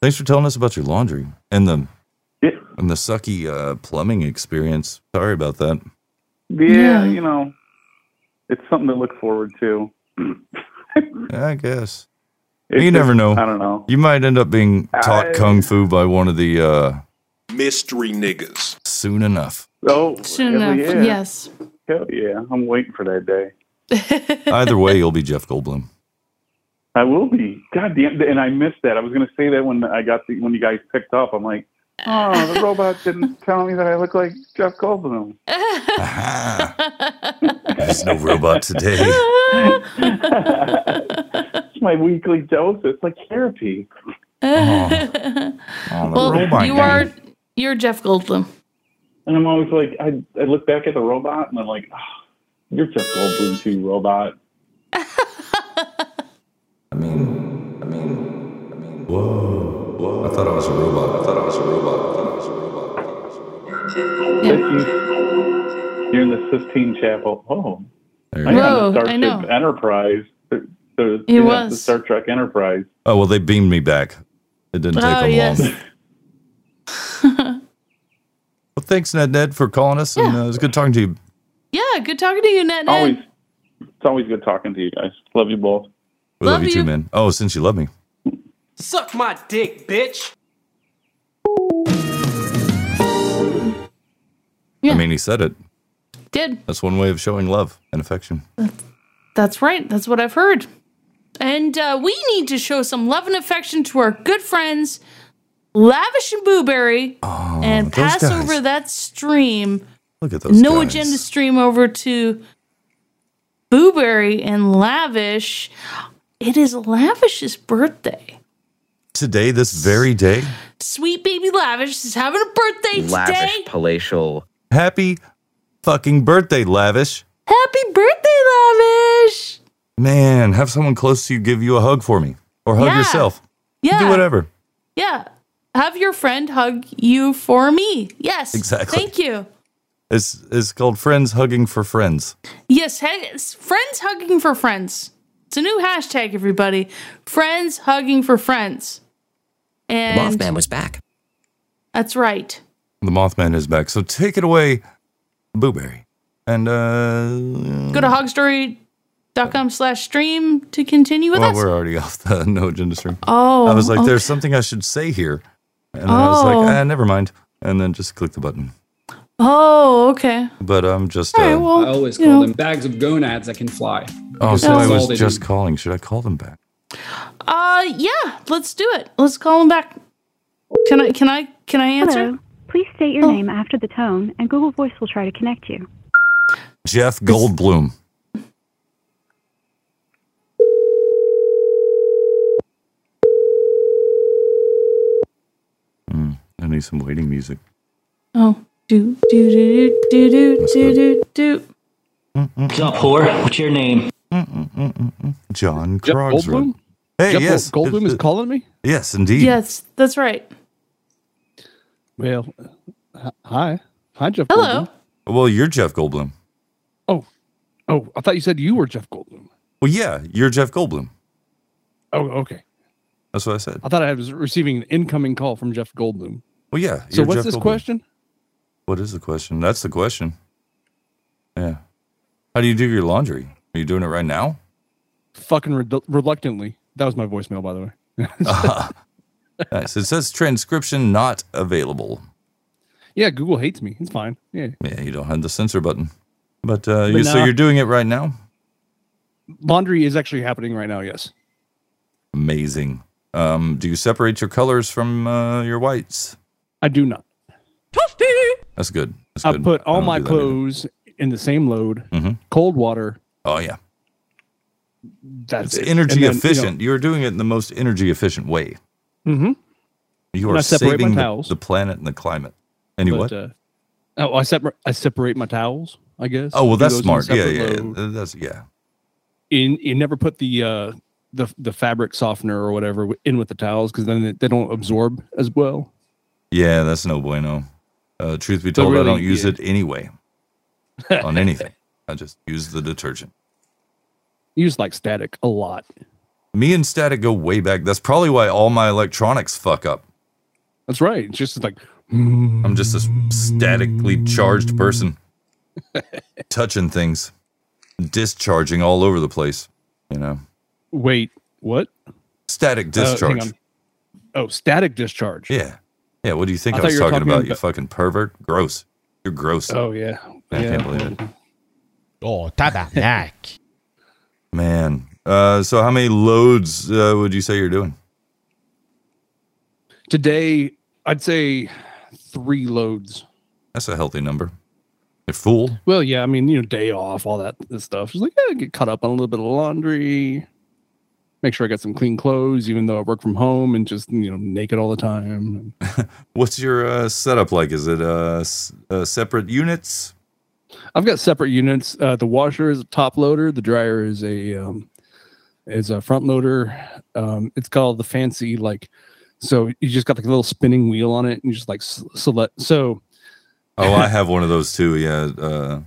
[SPEAKER 4] thanks for telling us about your laundry and the and the sucky uh, plumbing experience. Sorry about that.
[SPEAKER 13] Yeah, you know, it's something to look forward to.
[SPEAKER 4] I guess.
[SPEAKER 13] It's
[SPEAKER 4] you never
[SPEAKER 13] just-
[SPEAKER 4] know.
[SPEAKER 13] I don't know.
[SPEAKER 4] You might end up being taught
[SPEAKER 13] I-
[SPEAKER 4] kung fu by one of the uh,
[SPEAKER 8] Mystery niggas.
[SPEAKER 4] soon enough.
[SPEAKER 13] Oh,
[SPEAKER 5] Soon
[SPEAKER 13] hell
[SPEAKER 5] enough,
[SPEAKER 13] yeah.
[SPEAKER 5] yes.
[SPEAKER 13] Hell yeah, I'm waiting for that day.
[SPEAKER 4] Either way, you'll be Jeff Goldblum.
[SPEAKER 13] I will be. God damn, and I missed that. I was going to say that when I got the when you guys picked up. I'm like, oh, the robot didn't tell me that I look like Jeff Goldblum.
[SPEAKER 4] [laughs] There's no robot today.
[SPEAKER 5] [laughs]
[SPEAKER 13] It's my weekly dose. It's like therapy.
[SPEAKER 5] [laughs] well, you are you're Jeff Goldblum.
[SPEAKER 13] And I'm always like, I, I look back at the robot and I'm like, oh, you're Jeff Goldblum too, robot.
[SPEAKER 4] Whoa, whoa! I thought I was a robot. I thought I was a robot. I thought I was a robot.
[SPEAKER 13] You're in the Sistine Chapel. Oh,
[SPEAKER 4] There
[SPEAKER 13] I
[SPEAKER 4] you
[SPEAKER 13] am
[SPEAKER 4] go. Whoa,
[SPEAKER 13] the
[SPEAKER 4] I
[SPEAKER 13] Starship
[SPEAKER 4] know.
[SPEAKER 13] Enterprise. The, the,
[SPEAKER 5] It
[SPEAKER 13] yeah, the
[SPEAKER 5] was.
[SPEAKER 13] Star Trek Enterprise.
[SPEAKER 4] Oh well, they beamed me back. It didn't take
[SPEAKER 5] Oh,
[SPEAKER 4] them
[SPEAKER 5] yes.
[SPEAKER 4] long. well, thanks, Ned Ned, for calling us, and uh, it was good talking to you.
[SPEAKER 5] Yeah, good talking to you, Ned. Ned.
[SPEAKER 13] Always, it's always good talking to you guys. Love you both.
[SPEAKER 4] We love, you, too, man. Oh, since you love me,
[SPEAKER 18] [laughs] Suck my dick, bitch.
[SPEAKER 4] I mean, he said it.
[SPEAKER 5] Did
[SPEAKER 4] That's one way of showing love and affection.
[SPEAKER 5] that's right. That's what I've heard. And uh, we need to show some love and affection to our good friends, Lavish and Booberry, and
[SPEAKER 4] Oh, those
[SPEAKER 5] pass
[SPEAKER 4] guys.
[SPEAKER 5] over that stream.
[SPEAKER 4] Look at those
[SPEAKER 5] no
[SPEAKER 4] guys.
[SPEAKER 5] agenda stream over to Booberry and Lavish. It is Lavish's birthday.
[SPEAKER 4] Today, this very day,
[SPEAKER 5] Sweet baby Lavish is having a birthday today.
[SPEAKER 4] palatial. Happy fucking birthday, lavish.
[SPEAKER 5] Happy birthday, Lavish!
[SPEAKER 4] Man, have someone close to you give you a hug for me, or hug
[SPEAKER 5] Yeah.
[SPEAKER 4] yourself.
[SPEAKER 5] Yeah.
[SPEAKER 4] do whatever.
[SPEAKER 5] Yeah. Have your friend hug you for me. Yes.
[SPEAKER 4] Exactly.
[SPEAKER 5] Thank you.
[SPEAKER 4] It's it's called friends hugging for friends.
[SPEAKER 5] Yes. Hey, it's friends hugging for friends. It's a new hashtag, everybody. Friends hugging for friends. And
[SPEAKER 4] was back.
[SPEAKER 5] That's right.
[SPEAKER 4] The Mothman is back. So take it away, Booberry. And uh
[SPEAKER 5] Go to hogstory.com slash stream to continue with
[SPEAKER 4] well,
[SPEAKER 5] us.
[SPEAKER 4] we're already [laughs] off the no agenda stream.
[SPEAKER 5] Oh,
[SPEAKER 4] I was like,
[SPEAKER 5] okay.
[SPEAKER 4] there's something I should say here. And then I was like,
[SPEAKER 5] Oh.
[SPEAKER 4] ah, never mind. And then just click the button.
[SPEAKER 5] Oh, okay.
[SPEAKER 4] But I'm just
[SPEAKER 5] All right,
[SPEAKER 4] uh,
[SPEAKER 5] well,
[SPEAKER 18] I always
[SPEAKER 5] you
[SPEAKER 18] call
[SPEAKER 5] know.
[SPEAKER 18] them bags of gonads that can fly.
[SPEAKER 4] Oh,
[SPEAKER 18] Because
[SPEAKER 4] so I
[SPEAKER 18] that's all
[SPEAKER 4] was
[SPEAKER 18] they
[SPEAKER 4] just
[SPEAKER 18] do.
[SPEAKER 4] calling. Should I call them back?
[SPEAKER 5] Uh, yeah, let's do it. Let's call him back. Can I? Can I? Can I answer? Oh.
[SPEAKER 3] Hello. Please state your name after the tone, and Google Voice will try to connect you.
[SPEAKER 4] Jeff Goldblum. Hmm, I need some waiting music.
[SPEAKER 5] Oh, do do do do do do do do.
[SPEAKER 31] What's up, whore? What's your name?
[SPEAKER 4] John
[SPEAKER 7] Jeff
[SPEAKER 4] Krogsrud.
[SPEAKER 7] Goldblum?
[SPEAKER 4] Hey,
[SPEAKER 7] Jeff
[SPEAKER 4] yes.
[SPEAKER 7] Goldblum is calling me?
[SPEAKER 4] Yes, indeed.
[SPEAKER 5] Yes, that's right.
[SPEAKER 7] Well, h- hi. Hi, Jeff
[SPEAKER 5] Hello.
[SPEAKER 7] Goldblum.
[SPEAKER 4] Well, you're Jeff Goldblum.
[SPEAKER 7] Oh, I thought you said you were Jeff Goldblum.
[SPEAKER 4] Well, yeah, you're Jeff Goldblum.
[SPEAKER 7] Oh, okay.
[SPEAKER 4] That's what I said.
[SPEAKER 7] I thought I was receiving an incoming call from Jeff Goldblum.
[SPEAKER 4] Well, yeah.
[SPEAKER 7] So
[SPEAKER 4] you're
[SPEAKER 7] what's
[SPEAKER 4] Jeff
[SPEAKER 7] this
[SPEAKER 4] Goldblum.
[SPEAKER 7] question?
[SPEAKER 4] What is the question? That's the question. Yeah. How do you do your laundry? Are you doing it right now?
[SPEAKER 7] Fucking re- reluctantly. That was my voicemail, by the way. Uh-huh.
[SPEAKER 4] [laughs] Nice. It says transcription not available.
[SPEAKER 7] Yeah, Google hates me. It's fine. Yeah.
[SPEAKER 4] Yeah, you don't have the censor button. But, uh,
[SPEAKER 7] But
[SPEAKER 4] you, so
[SPEAKER 7] nah.
[SPEAKER 4] you're doing it right now?
[SPEAKER 7] Laundry is actually happening right now. Yes.
[SPEAKER 4] Amazing. Um, do you separate your colors from uh, your whites?
[SPEAKER 7] I do not.
[SPEAKER 4] That's good. That's
[SPEAKER 7] I
[SPEAKER 4] good.
[SPEAKER 7] put all
[SPEAKER 4] don't
[SPEAKER 7] my
[SPEAKER 4] do that either.
[SPEAKER 7] clothes in the same load,
[SPEAKER 4] Mhm.
[SPEAKER 7] cold water.
[SPEAKER 4] Oh yeah,
[SPEAKER 7] That's
[SPEAKER 4] it's
[SPEAKER 7] it.
[SPEAKER 4] energy
[SPEAKER 7] And then, you know-
[SPEAKER 4] efficient. You are doing it in the most energy efficient way.
[SPEAKER 7] hmm
[SPEAKER 4] You are
[SPEAKER 7] And I separate my
[SPEAKER 4] saving the,
[SPEAKER 7] towels.
[SPEAKER 4] the planet and the climate. And you
[SPEAKER 7] But,
[SPEAKER 4] what?
[SPEAKER 7] Uh, oh, I separate. I separate my towels. I guess.
[SPEAKER 4] oh well,
[SPEAKER 7] Do
[SPEAKER 4] that's
[SPEAKER 7] those in a
[SPEAKER 4] smart. Yeah,
[SPEAKER 7] separate
[SPEAKER 4] yeah, yeah.
[SPEAKER 7] load.
[SPEAKER 4] Uh, That's yeah.
[SPEAKER 7] In you never put the uh, the the fabric softener or whatever w- in with the towels because then they, they don't absorb as well.
[SPEAKER 4] Yeah, that's no bueno. Uh, truth be
[SPEAKER 7] So
[SPEAKER 4] told, I
[SPEAKER 7] really,
[SPEAKER 4] don't use
[SPEAKER 7] yeah.
[SPEAKER 4] it
[SPEAKER 7] [laughs]
[SPEAKER 4] anyway on anything. I just use the detergent.
[SPEAKER 7] You just like static a lot.
[SPEAKER 4] Me and static go way back. That's probably why all my electronics fuck up.
[SPEAKER 7] That's right. It's just like
[SPEAKER 4] I'm just a statically charged
[SPEAKER 7] [laughs]
[SPEAKER 4] person, touching things, discharging all over the place. You know,
[SPEAKER 7] wait, what?
[SPEAKER 4] static
[SPEAKER 7] Uh, hang
[SPEAKER 4] discharge.
[SPEAKER 7] on. oh, static discharge.
[SPEAKER 4] yeah, yeah. What do you think
[SPEAKER 7] I
[SPEAKER 4] I,
[SPEAKER 7] thought
[SPEAKER 4] was
[SPEAKER 7] you were
[SPEAKER 4] talking,
[SPEAKER 7] talking
[SPEAKER 4] about? You
[SPEAKER 7] about-
[SPEAKER 4] fucking pervert. Gross. You're gross.
[SPEAKER 7] Oh yeah.
[SPEAKER 4] I
[SPEAKER 7] yeah.
[SPEAKER 4] can't believe it.
[SPEAKER 6] Oh, tabarnak.
[SPEAKER 4] Man. Uh, so how many loads uh, would you say you're doing?
[SPEAKER 7] Today, I'd say three loads.
[SPEAKER 4] That's a healthy number. You're fool.
[SPEAKER 7] Well, yeah, I mean, you know, day off, all that this stuff. Just like, yeah, get caught up on a little bit of laundry. Make sure I got some clean clothes, even though I work from home and just you know naked all the time.
[SPEAKER 4] What's your uh, setup like? Is it uh, s- uh, separate units?
[SPEAKER 7] I've got separate units. Uh, the washer is a top loader. The dryer is a um, is a front loader. Um, it's called the fancy like. So you just got like a little spinning wheel on it, and you just like s- select. So
[SPEAKER 4] Oh,
[SPEAKER 7] [laughs]
[SPEAKER 4] I have one of those too. Yeah. Uh,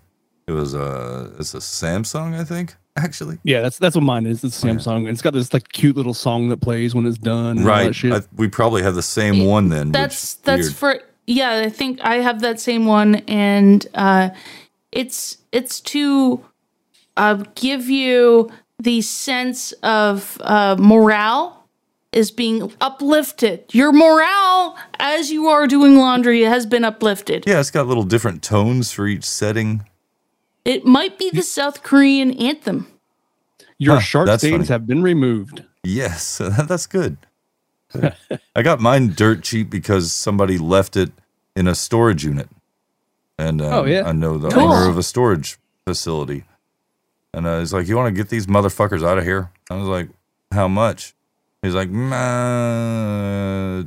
[SPEAKER 4] it was uh, it's a Samsung, I think. Actually, Oh,
[SPEAKER 7] yeah, that's that's what mine is. It's Samsung. and It's got this like cute little song that plays when it's done. and all
[SPEAKER 4] right.
[SPEAKER 7] that shit.
[SPEAKER 4] I, we probably have the same one then. which
[SPEAKER 5] That's
[SPEAKER 4] is
[SPEAKER 5] that's
[SPEAKER 4] weird.
[SPEAKER 5] for yeah. I think I have that same one, and uh, it's it's to uh, give you the sense of uh, morale is being uplifted. Your morale as you are doing laundry has been uplifted.
[SPEAKER 4] yeah. It's got little different tones for each setting.
[SPEAKER 5] It might be the South Korean anthem.
[SPEAKER 7] Your
[SPEAKER 4] Huh,
[SPEAKER 7] shark
[SPEAKER 4] that's
[SPEAKER 7] stains
[SPEAKER 4] funny.
[SPEAKER 7] have been removed.
[SPEAKER 4] Yes, [laughs] that's
[SPEAKER 7] [laughs]
[SPEAKER 4] good. I got mine dirt cheap because somebody left it in a storage unit, and um,
[SPEAKER 7] Oh, yeah.
[SPEAKER 4] I know the
[SPEAKER 7] Cool.
[SPEAKER 4] owner of a storage facility, and uh, he's like, "You want to get these motherfuckers out of here?" I was like, "How much?" He's like,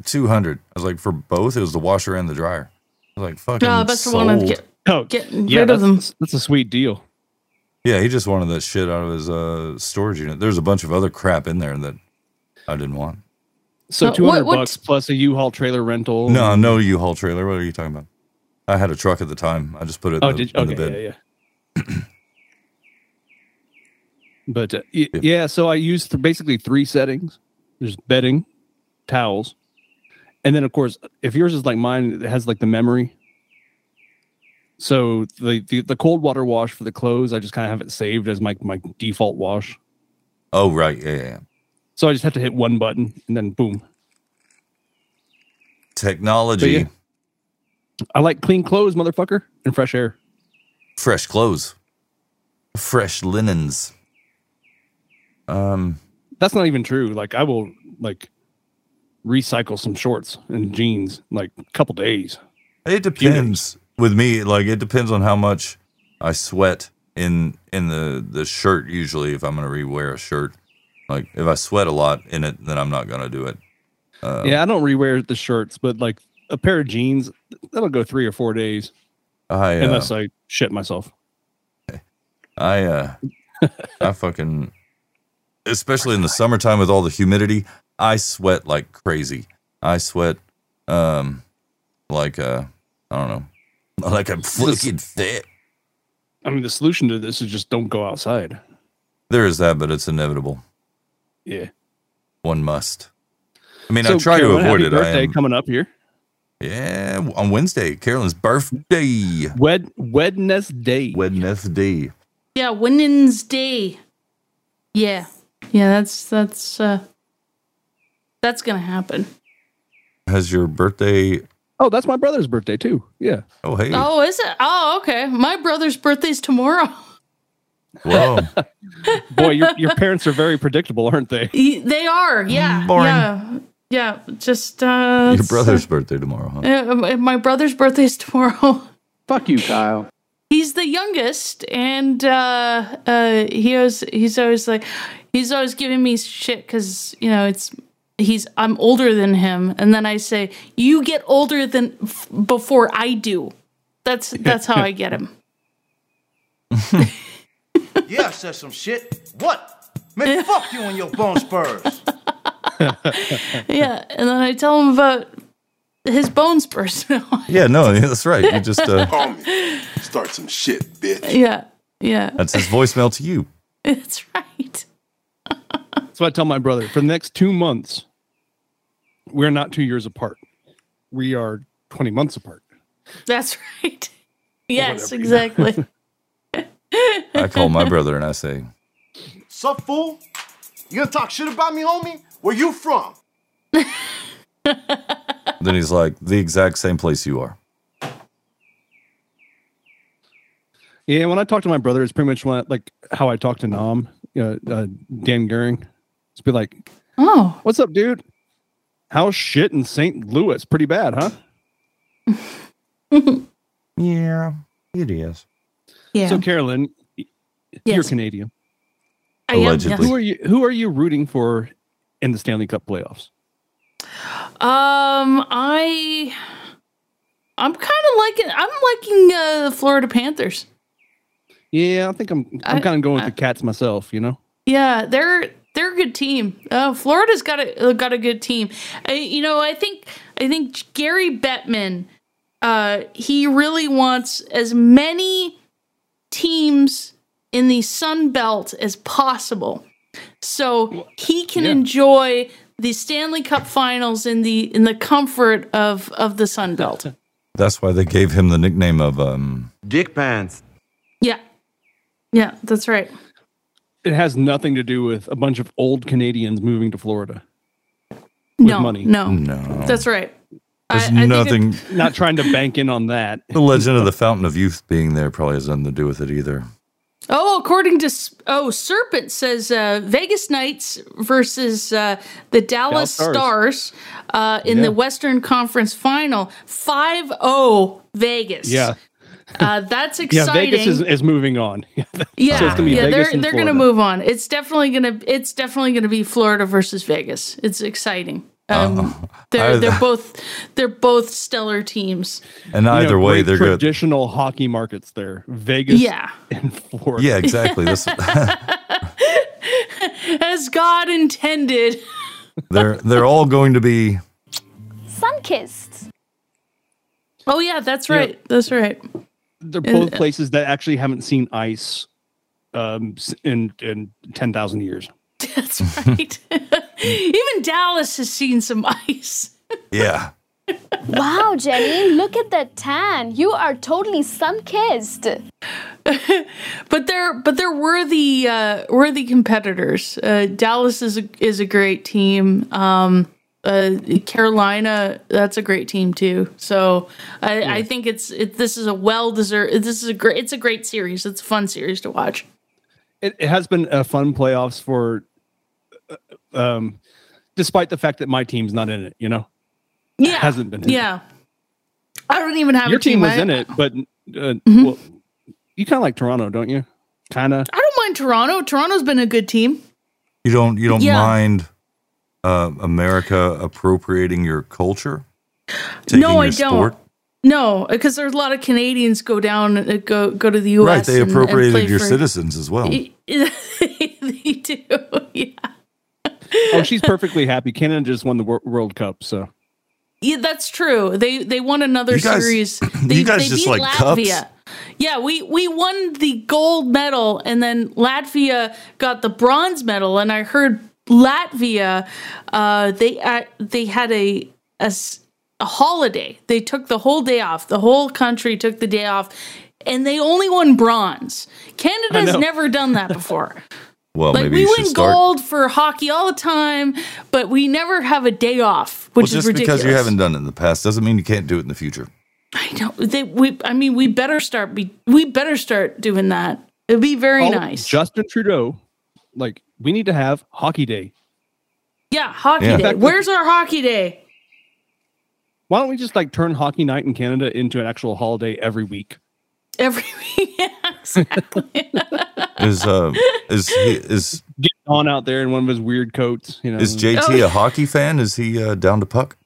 [SPEAKER 4] two hundred. I was like, "For both?" It was the washer and the dryer. I was like, "Fucking
[SPEAKER 5] Oh, that's the one I
[SPEAKER 4] sold."
[SPEAKER 5] get,
[SPEAKER 7] Oh,
[SPEAKER 5] get rid of them.
[SPEAKER 7] That's a sweet deal.
[SPEAKER 4] Yeah, he just wanted that shit out of his uh, storage unit. There's a bunch of other crap in there that I didn't want.
[SPEAKER 7] So
[SPEAKER 5] Uh,
[SPEAKER 7] two hundred
[SPEAKER 5] what- what-
[SPEAKER 7] bucks plus a U-Haul trailer rental.
[SPEAKER 4] No, no U-Haul trailer. What are you talking about? I had a truck at the time. I just put it in,
[SPEAKER 7] Oh,
[SPEAKER 4] the,
[SPEAKER 7] did you?
[SPEAKER 4] in the
[SPEAKER 7] Okay,
[SPEAKER 4] bed.
[SPEAKER 7] yeah, yeah.
[SPEAKER 4] [clears throat]
[SPEAKER 7] But uh, y- yeah, so I use th- basically three settings: there's bedding, towels, and then of course, if yours is like mine, it has like the memory. So the the, the cold water wash for the clothes, I just kind of have it saved as my my default wash.
[SPEAKER 4] Oh, right. Yeah, yeah, yeah.
[SPEAKER 7] So I just have to hit one button and then boom.
[SPEAKER 4] Technology,
[SPEAKER 7] But I like clean clothes, motherfucker, and fresh air.
[SPEAKER 4] fresh clothes, fresh linens. Um,
[SPEAKER 7] that's not even true. Like I will like recycle some shorts and jeans in, like a couple days.
[SPEAKER 4] It depends with me. Like it depends on how much I sweat in in the the shirt. Usually, if I'm gonna rewear a shirt, like if I sweat a lot in it, then I'm not gonna do it. Uh,
[SPEAKER 7] yeah, I don't rewear the shirts, but like a pair of jeans that'll go three or four days
[SPEAKER 4] I uh,
[SPEAKER 7] unless I shit myself.
[SPEAKER 4] I uh I fucking especially in the summertime with all the humidity, I sweat like crazy. I sweat um like uh I don't know. [laughs] Like I'm fucking thick.
[SPEAKER 7] I mean, the solution to this is just don't go outside.
[SPEAKER 4] There is that, but it's inevitable.
[SPEAKER 7] Yeah.
[SPEAKER 4] One must. I mean, I try to
[SPEAKER 7] Carolyn,
[SPEAKER 4] avoid it.
[SPEAKER 7] happy
[SPEAKER 4] I
[SPEAKER 7] Birthday
[SPEAKER 4] am,
[SPEAKER 7] coming up here.
[SPEAKER 4] yeah, on Wednesday, Carolyn's birthday.
[SPEAKER 7] Wed Wednesday.
[SPEAKER 4] Wednesday.
[SPEAKER 5] Yeah, Wednesday. Yeah. Yeah, that's that's uh that's gonna happen.
[SPEAKER 4] Has your birthday?
[SPEAKER 7] Oh, that's my brother's birthday too. Yeah.
[SPEAKER 4] Oh, hey.
[SPEAKER 5] Oh, is it? Oh, okay. My brother's birthday's tomorrow. [laughs]
[SPEAKER 4] Whoa.
[SPEAKER 7] [laughs] Boy, your your parents are very predictable, aren't
[SPEAKER 5] [laughs]
[SPEAKER 7] they?
[SPEAKER 5] Y- They are, yeah.
[SPEAKER 7] Boring.
[SPEAKER 5] Yeah. Yeah. Just uh
[SPEAKER 4] Mm, your brother's birthday tomorrow,
[SPEAKER 5] [laughs]
[SPEAKER 4] huh?
[SPEAKER 5] uh, my- my brother's birthday's tomorrow. [laughs]
[SPEAKER 4] Fuck you, Kyle.
[SPEAKER 5] he's the youngest and uh uh he always he's always like he's always giving me shit because you know it's he's i'm older than him and then i say you get older than f- before i do that's that's how i get him
[SPEAKER 9] [laughs]
[SPEAKER 5] [laughs]
[SPEAKER 9] Yeah, I said some shit. What?
[SPEAKER 5] [laughs]
[SPEAKER 9] Man, fuck you and your bone spurs.
[SPEAKER 5] yeah and then i tell him about his bones [laughs] burst now
[SPEAKER 4] Yeah, no, yeah, that's right. You just
[SPEAKER 8] [laughs]
[SPEAKER 4] uh,
[SPEAKER 8] Call me. Start some shit, bitch.
[SPEAKER 5] yeah yeah [laughs]
[SPEAKER 4] that's his voicemail to you.
[SPEAKER 5] that's right
[SPEAKER 7] So I tell my brother for the next two months, we're not two years apart. We are twenty months apart.
[SPEAKER 5] that's right yes
[SPEAKER 8] [laughs]
[SPEAKER 5] exactly
[SPEAKER 4] I call my brother and I say,
[SPEAKER 9] Sup, fool? You gonna talk shit about me, homie? Where you from?
[SPEAKER 4] then he's like, the exact same place you are.
[SPEAKER 7] Yeah, when I talk to my brother, it's pretty much when I- like how I talk to Nom, uh, uh, Dan Goering. It's be like,
[SPEAKER 5] oh,
[SPEAKER 7] what's up, dude? How's shit in St. Louis? Pretty bad, huh?
[SPEAKER 4] yeah, it is.
[SPEAKER 5] Yeah.
[SPEAKER 7] So, Carolyn, y- you're
[SPEAKER 5] Yes.
[SPEAKER 7] Canadian.
[SPEAKER 5] I am, Allegedly. yes.
[SPEAKER 7] Who are you? Who are you rooting for in the Stanley Cup playoffs?
[SPEAKER 5] Um, I, I'm kind of liking. I'm liking uh, the Florida Panthers.
[SPEAKER 7] Yeah, I think I'm. I'm
[SPEAKER 5] I-
[SPEAKER 7] kind of going with the Cats myself. You know.
[SPEAKER 5] Yeah, they're they're a good team. Uh, Florida's got a uh, got a good team. I, you know, I think I think Gary Bettman, uh, he really wants as many teams in the Sun Belt as possible, so he can enjoy the Stanley Cup Finals in the in the comfort of of the Sun Belt.
[SPEAKER 4] That's why they gave him the nickname of um,
[SPEAKER 9] Dick Pants.
[SPEAKER 5] Yeah. Yeah, that's right.
[SPEAKER 7] It has nothing to do with a bunch of old Canadians moving to Florida.
[SPEAKER 5] no,
[SPEAKER 7] money.
[SPEAKER 5] No.
[SPEAKER 4] No.
[SPEAKER 5] That's right.
[SPEAKER 4] There's
[SPEAKER 5] I- I think it-
[SPEAKER 4] nothing.
[SPEAKER 7] Not trying to bank in on that.
[SPEAKER 4] The legend of the Fountain of Youth being there probably has nothing to do with it either.
[SPEAKER 5] Oh, according to S- oh Serpent says uh, Vegas Knights versus uh, the
[SPEAKER 16] Dallas
[SPEAKER 5] Dallas Stars,
[SPEAKER 16] Stars.
[SPEAKER 5] uh, in
[SPEAKER 16] Yeah.
[SPEAKER 5] the Western Conference Final 5-0 Vegas.
[SPEAKER 7] Yeah.
[SPEAKER 5] Uh, that's
[SPEAKER 7] [laughs] Yeah,
[SPEAKER 5] exciting.
[SPEAKER 7] Vegas is, is moving on. [laughs] yeah,
[SPEAKER 5] yeah,
[SPEAKER 7] so it's gonna be
[SPEAKER 5] yeah,
[SPEAKER 7] Vegas
[SPEAKER 5] they're
[SPEAKER 7] and
[SPEAKER 5] they're going to
[SPEAKER 7] Florida.
[SPEAKER 5] move on. It's definitely going to it's definitely going to be Florida versus Vegas. It's exciting. Um,
[SPEAKER 4] Uh-huh.
[SPEAKER 5] they're
[SPEAKER 4] I- [laughs]
[SPEAKER 5] they're both they're both stellar teams.
[SPEAKER 4] And
[SPEAKER 7] You know,
[SPEAKER 4] either way,
[SPEAKER 7] great
[SPEAKER 4] they're good.
[SPEAKER 7] traditional hockey markets there. Vegas,
[SPEAKER 5] Yeah.
[SPEAKER 7] and Florida.
[SPEAKER 4] Yeah, exactly. This,
[SPEAKER 5] [laughs]
[SPEAKER 4] [laughs]
[SPEAKER 5] As God intended.
[SPEAKER 4] they're they're all going to be
[SPEAKER 5] Sunkissed. Oh yeah, that's right. That's right.
[SPEAKER 7] [laughs]
[SPEAKER 5] Uh,
[SPEAKER 7] They're
[SPEAKER 5] And- [laughs]
[SPEAKER 7] both places that actually haven't seen ice um, s- in in ten thousand years.
[SPEAKER 5] That's right. Even Dallas has seen some [laughs] ice.
[SPEAKER 4] yeah.
[SPEAKER 33] Wow, Jenny, look at that tan. You are totally sun kissed.
[SPEAKER 5] [laughs] But they're but they're worthy uh, worthy competitors. Uh, Dallas is a, is a great team. Um, uh, Carolina, that's a great team too. So I, I think it's it, this is a well deserved. This is a great. It's a great series. It's a fun series to watch.
[SPEAKER 7] It, it has been a fun playoffs for uh, um, despite the fact that my team's not in it. You know,
[SPEAKER 5] Yeah.
[SPEAKER 7] hasn't been. in it.
[SPEAKER 5] Yeah. I don't even have
[SPEAKER 7] Your
[SPEAKER 5] a team.
[SPEAKER 7] team was
[SPEAKER 5] I,
[SPEAKER 7] in it, but uh,
[SPEAKER 5] Mm-hmm.
[SPEAKER 7] well, you kind of like Toronto, don't you? Kind of.
[SPEAKER 5] I don't mind Toronto. Toronto's been a good team.
[SPEAKER 4] You don't you don't
[SPEAKER 5] Yeah.
[SPEAKER 4] mind uh, America appropriating your culture? Taking
[SPEAKER 5] no,
[SPEAKER 4] your
[SPEAKER 5] I don't.
[SPEAKER 4] sport?
[SPEAKER 5] No, because there's a lot of Canadians go down uh, go go to the U.S.
[SPEAKER 4] Right, they
[SPEAKER 5] and- and play
[SPEAKER 4] appropriated your
[SPEAKER 5] for-
[SPEAKER 4] citizens as well.
[SPEAKER 5] Y- they do. Yeah.
[SPEAKER 7] Oh, she's perfectly happy. Canada just won the Wor- World Cup, so
[SPEAKER 5] Yeah, that's true. They they won another
[SPEAKER 7] You guys-
[SPEAKER 5] series.
[SPEAKER 4] [clears throat]
[SPEAKER 7] you
[SPEAKER 5] They,
[SPEAKER 7] guys
[SPEAKER 5] they
[SPEAKER 7] just
[SPEAKER 5] beat
[SPEAKER 7] like cups?
[SPEAKER 5] Latvia. Yeah, we we won the gold medal, and then Latvia got the bronze medal. And I heard Latvia, uh, they uh, they had a, a s- a holiday. They took the whole day off. The whole country took the day off, and they only won bronze. Canada's
[SPEAKER 4] know.
[SPEAKER 5] never done that before.
[SPEAKER 4] [laughs] Well,
[SPEAKER 5] like
[SPEAKER 4] maybe
[SPEAKER 5] we
[SPEAKER 4] you should
[SPEAKER 5] win
[SPEAKER 4] start.
[SPEAKER 5] gold for hockey all the time, but we never have a day off,
[SPEAKER 4] well,
[SPEAKER 5] which
[SPEAKER 4] just
[SPEAKER 5] is ridiculous.
[SPEAKER 4] because you haven't done it in the past doesn't mean you can't do it in the future.
[SPEAKER 5] I don't. They, we. I mean, we better start. Be, we better start doing that. It'd be very
[SPEAKER 7] Oh,
[SPEAKER 5] nice.
[SPEAKER 7] Justin Trudeau, like we need to have hockey day.
[SPEAKER 5] Yeah, hockey
[SPEAKER 7] Yeah.
[SPEAKER 5] day.
[SPEAKER 7] Exactly.
[SPEAKER 5] Where's our hockey day?
[SPEAKER 7] Why don't we just like turn hockey night in Canada into an actual holiday every week?
[SPEAKER 5] Every week. Yeah, exactly.
[SPEAKER 4] Is
[SPEAKER 5] [laughs]
[SPEAKER 4] uh is he, is
[SPEAKER 7] get on out there in one of his weird coats? You know,
[SPEAKER 4] Is
[SPEAKER 5] Oh.
[SPEAKER 4] JT a hockey fan? Is he uh, down to puck?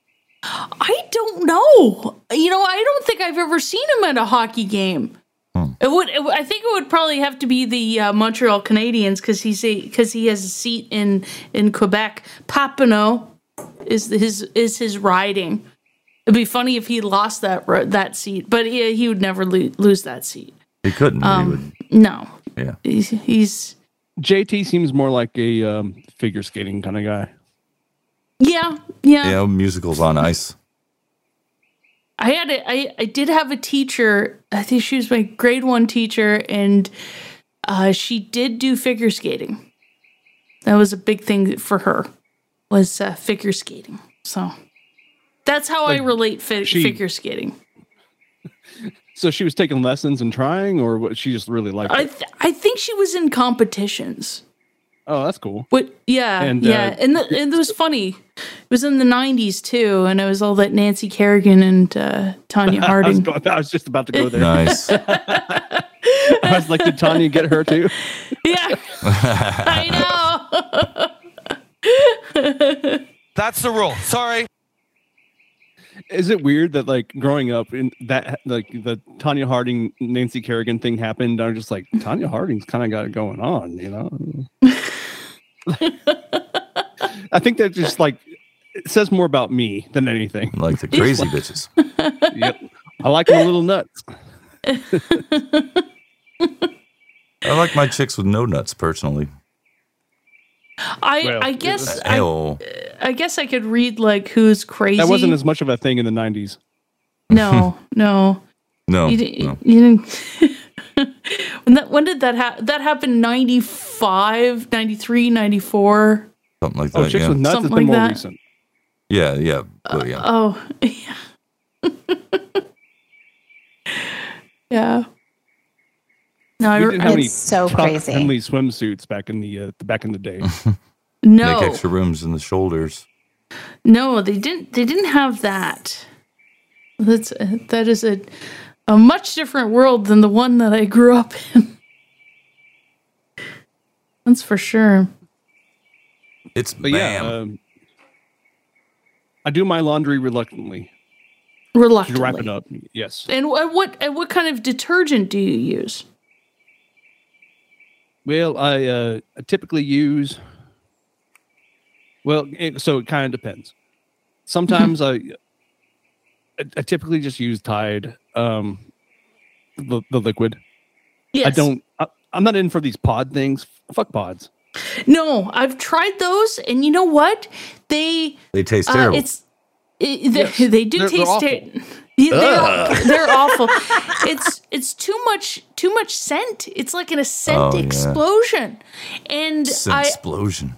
[SPEAKER 5] I don't know. You know, I don't think I've ever seen him at a hockey game.
[SPEAKER 7] Hmm.
[SPEAKER 5] It would. It, would- I think it would probably have to be the uh, Montreal Canadiens because he's because he has a seat in in Quebec. Papineau is his is his riding. It'd be funny if he lost that ro- that seat, but he, he would never lo- lose that seat.
[SPEAKER 4] He couldn't. he
[SPEAKER 5] Um, no,
[SPEAKER 4] would- yeah.
[SPEAKER 5] he's, he's
[SPEAKER 7] JT seems more like a um, figure skating kind of guy.
[SPEAKER 5] yeah, yeah.
[SPEAKER 4] Yeah, musicals on ice.
[SPEAKER 5] I had a, I, I did have a teacher. I think she was my grade one teacher, and uh, she did do figure skating. That was a big thing for her was uh, figure skating. So that's how I relate fi-
[SPEAKER 7] she-
[SPEAKER 5] figure skating.
[SPEAKER 7] So she was taking lessons and trying, or what? She just really liked
[SPEAKER 5] I
[SPEAKER 7] it.
[SPEAKER 5] th- I think she was in competitions.
[SPEAKER 7] Oh, that's cool.
[SPEAKER 5] What? Yeah,
[SPEAKER 7] And,
[SPEAKER 5] yeah,
[SPEAKER 7] uh,
[SPEAKER 5] and, the, and it was funny. It was in the '90s too, and it was all that Nancy Kerrigan and uh, Tanya
[SPEAKER 7] [laughs] I, was
[SPEAKER 5] Harding.
[SPEAKER 7] go- I was just about to go there.
[SPEAKER 4] Nice.
[SPEAKER 7] [laughs] I was like, did Tanya get her too?
[SPEAKER 5] [laughs] yeah,
[SPEAKER 4] [laughs]
[SPEAKER 5] I know. [laughs]
[SPEAKER 7] That's the rule. Sorry. Is it weird that like growing up in that like the Tanya Harding Nancy Kerrigan thing happened? I'm just like Tanya Harding's kind of got it going on, you know. [laughs] I think that just like it says more about me than anything.
[SPEAKER 4] Like the
[SPEAKER 5] [laughs]
[SPEAKER 4] crazy bitches.
[SPEAKER 7] yep, I like them a little nuts.
[SPEAKER 4] I like my chicks with no nuts personally.
[SPEAKER 5] I I guess I,
[SPEAKER 4] Ew.
[SPEAKER 5] I guess I could read like who's crazy.
[SPEAKER 7] That wasn't as much of a thing in the '90s.
[SPEAKER 5] no no
[SPEAKER 4] [laughs] No,
[SPEAKER 5] You, di- you didn't. [laughs] when that when did that happen? That happened 95, 93, 94.
[SPEAKER 4] Something like that.
[SPEAKER 7] Oh, chicks
[SPEAKER 4] yeah.
[SPEAKER 7] with nuts has
[SPEAKER 5] Something
[SPEAKER 7] been
[SPEAKER 5] like
[SPEAKER 7] more
[SPEAKER 5] that.
[SPEAKER 7] recent.
[SPEAKER 4] Yeah, yeah. But yeah.
[SPEAKER 5] Oh [laughs] yeah.
[SPEAKER 27] [laughs]
[SPEAKER 5] yeah. No, I,
[SPEAKER 7] we
[SPEAKER 5] re-
[SPEAKER 7] didn't have
[SPEAKER 5] I-
[SPEAKER 7] any Chuck Henley swimsuits back in the uh, back in the
[SPEAKER 4] [laughs]
[SPEAKER 7] day.
[SPEAKER 5] No.
[SPEAKER 4] Make extra rooms in the shoulders.
[SPEAKER 5] No, they didn't. They didn't have that. That's that is a a much different world than the one that I grew up in. [laughs] That's for sure.
[SPEAKER 4] It's
[SPEAKER 7] but yeah. Um, I do my laundry reluctantly.
[SPEAKER 5] Reluctantly.
[SPEAKER 7] To wrap it up, yes.
[SPEAKER 5] And wh- what and what kind of detergent do you use?
[SPEAKER 7] Well, I, uh, I typically use. Well, it, so it kind of depends.
[SPEAKER 5] [laughs]
[SPEAKER 7] Sometimes I, I, I typically just use Tide, um, the the liquid. I
[SPEAKER 5] Yes.
[SPEAKER 7] don't. I, I'm not in for these pod things. Fuck pods.
[SPEAKER 5] No, I've tried those, and you know what? They
[SPEAKER 4] They taste
[SPEAKER 5] uh,
[SPEAKER 4] terrible.
[SPEAKER 5] It's it, they,
[SPEAKER 4] Yes.
[SPEAKER 5] [laughs] they do
[SPEAKER 4] They're- they're
[SPEAKER 5] taste
[SPEAKER 4] awful.
[SPEAKER 5] it. Yeah, they're,
[SPEAKER 4] Ugh.
[SPEAKER 5] [laughs] they're awful. It's it's too much too much scent. It's like an
[SPEAKER 4] Oh,
[SPEAKER 5] scent
[SPEAKER 4] yeah.
[SPEAKER 5] explosion, and
[SPEAKER 4] It's an
[SPEAKER 5] I
[SPEAKER 4] explosion.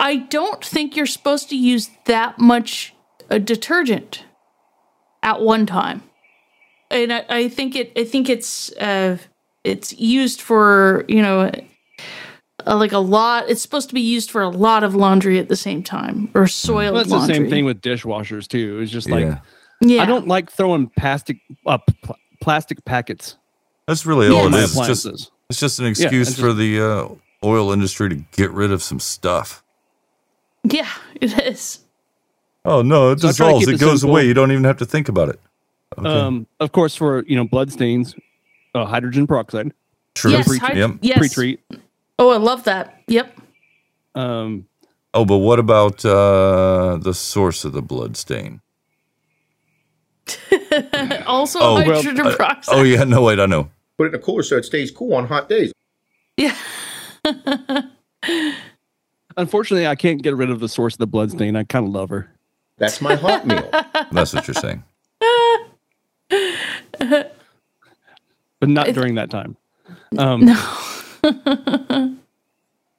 [SPEAKER 5] I don't think you're supposed to use that much uh, detergent at one time, and I, I think it. I think it's uh, it's used for you know uh, like a lot. It's supposed to be used for a lot of laundry at the same time or
[SPEAKER 7] Well,
[SPEAKER 5] soiled
[SPEAKER 7] that's
[SPEAKER 5] laundry.
[SPEAKER 7] the same thing with dishwashers too. It's just like
[SPEAKER 5] Yeah.
[SPEAKER 7] I don't like throwing plastic uh, pl- plastic packets.
[SPEAKER 4] That's really
[SPEAKER 7] Yeah.
[SPEAKER 4] all it
[SPEAKER 7] My
[SPEAKER 4] is. It's
[SPEAKER 7] appliances.
[SPEAKER 4] just, it's just an
[SPEAKER 7] Yeah,
[SPEAKER 4] excuse
[SPEAKER 7] it's
[SPEAKER 4] for the uh, oil industry to get rid of some stuff.
[SPEAKER 5] Yeah, it is.
[SPEAKER 4] Oh no, it
[SPEAKER 7] So I try to
[SPEAKER 4] dissolves.
[SPEAKER 7] keep
[SPEAKER 4] It
[SPEAKER 7] it
[SPEAKER 4] goes
[SPEAKER 7] simple.
[SPEAKER 4] away. You don't even have to think about it. Okay.
[SPEAKER 7] Um, of course, for you know blood stains, uh, hydrogen peroxide.
[SPEAKER 4] True. Yes,
[SPEAKER 7] Pre-treat.
[SPEAKER 4] hyd- Yep. yes.
[SPEAKER 7] Pre-treat.
[SPEAKER 5] Oh, I love that. Yep. [laughs]
[SPEAKER 7] Um,
[SPEAKER 4] oh, but what about uh, the source of the blood stain?
[SPEAKER 5] also,
[SPEAKER 4] oh,
[SPEAKER 5] hydrogen
[SPEAKER 4] uh,
[SPEAKER 5] peroxide.
[SPEAKER 4] oh yeah. No, wait. I know.
[SPEAKER 16] Put it in a cooler so it stays cool on hot days.
[SPEAKER 7] Unfortunately, I can't get rid of the source of the blood stain. I kind of love her.
[SPEAKER 16] That's my hot
[SPEAKER 4] [laughs]
[SPEAKER 16] meal.
[SPEAKER 4] That's what you're
[SPEAKER 7] [laughs]
[SPEAKER 4] saying.
[SPEAKER 7] but not during that time. Um, [laughs]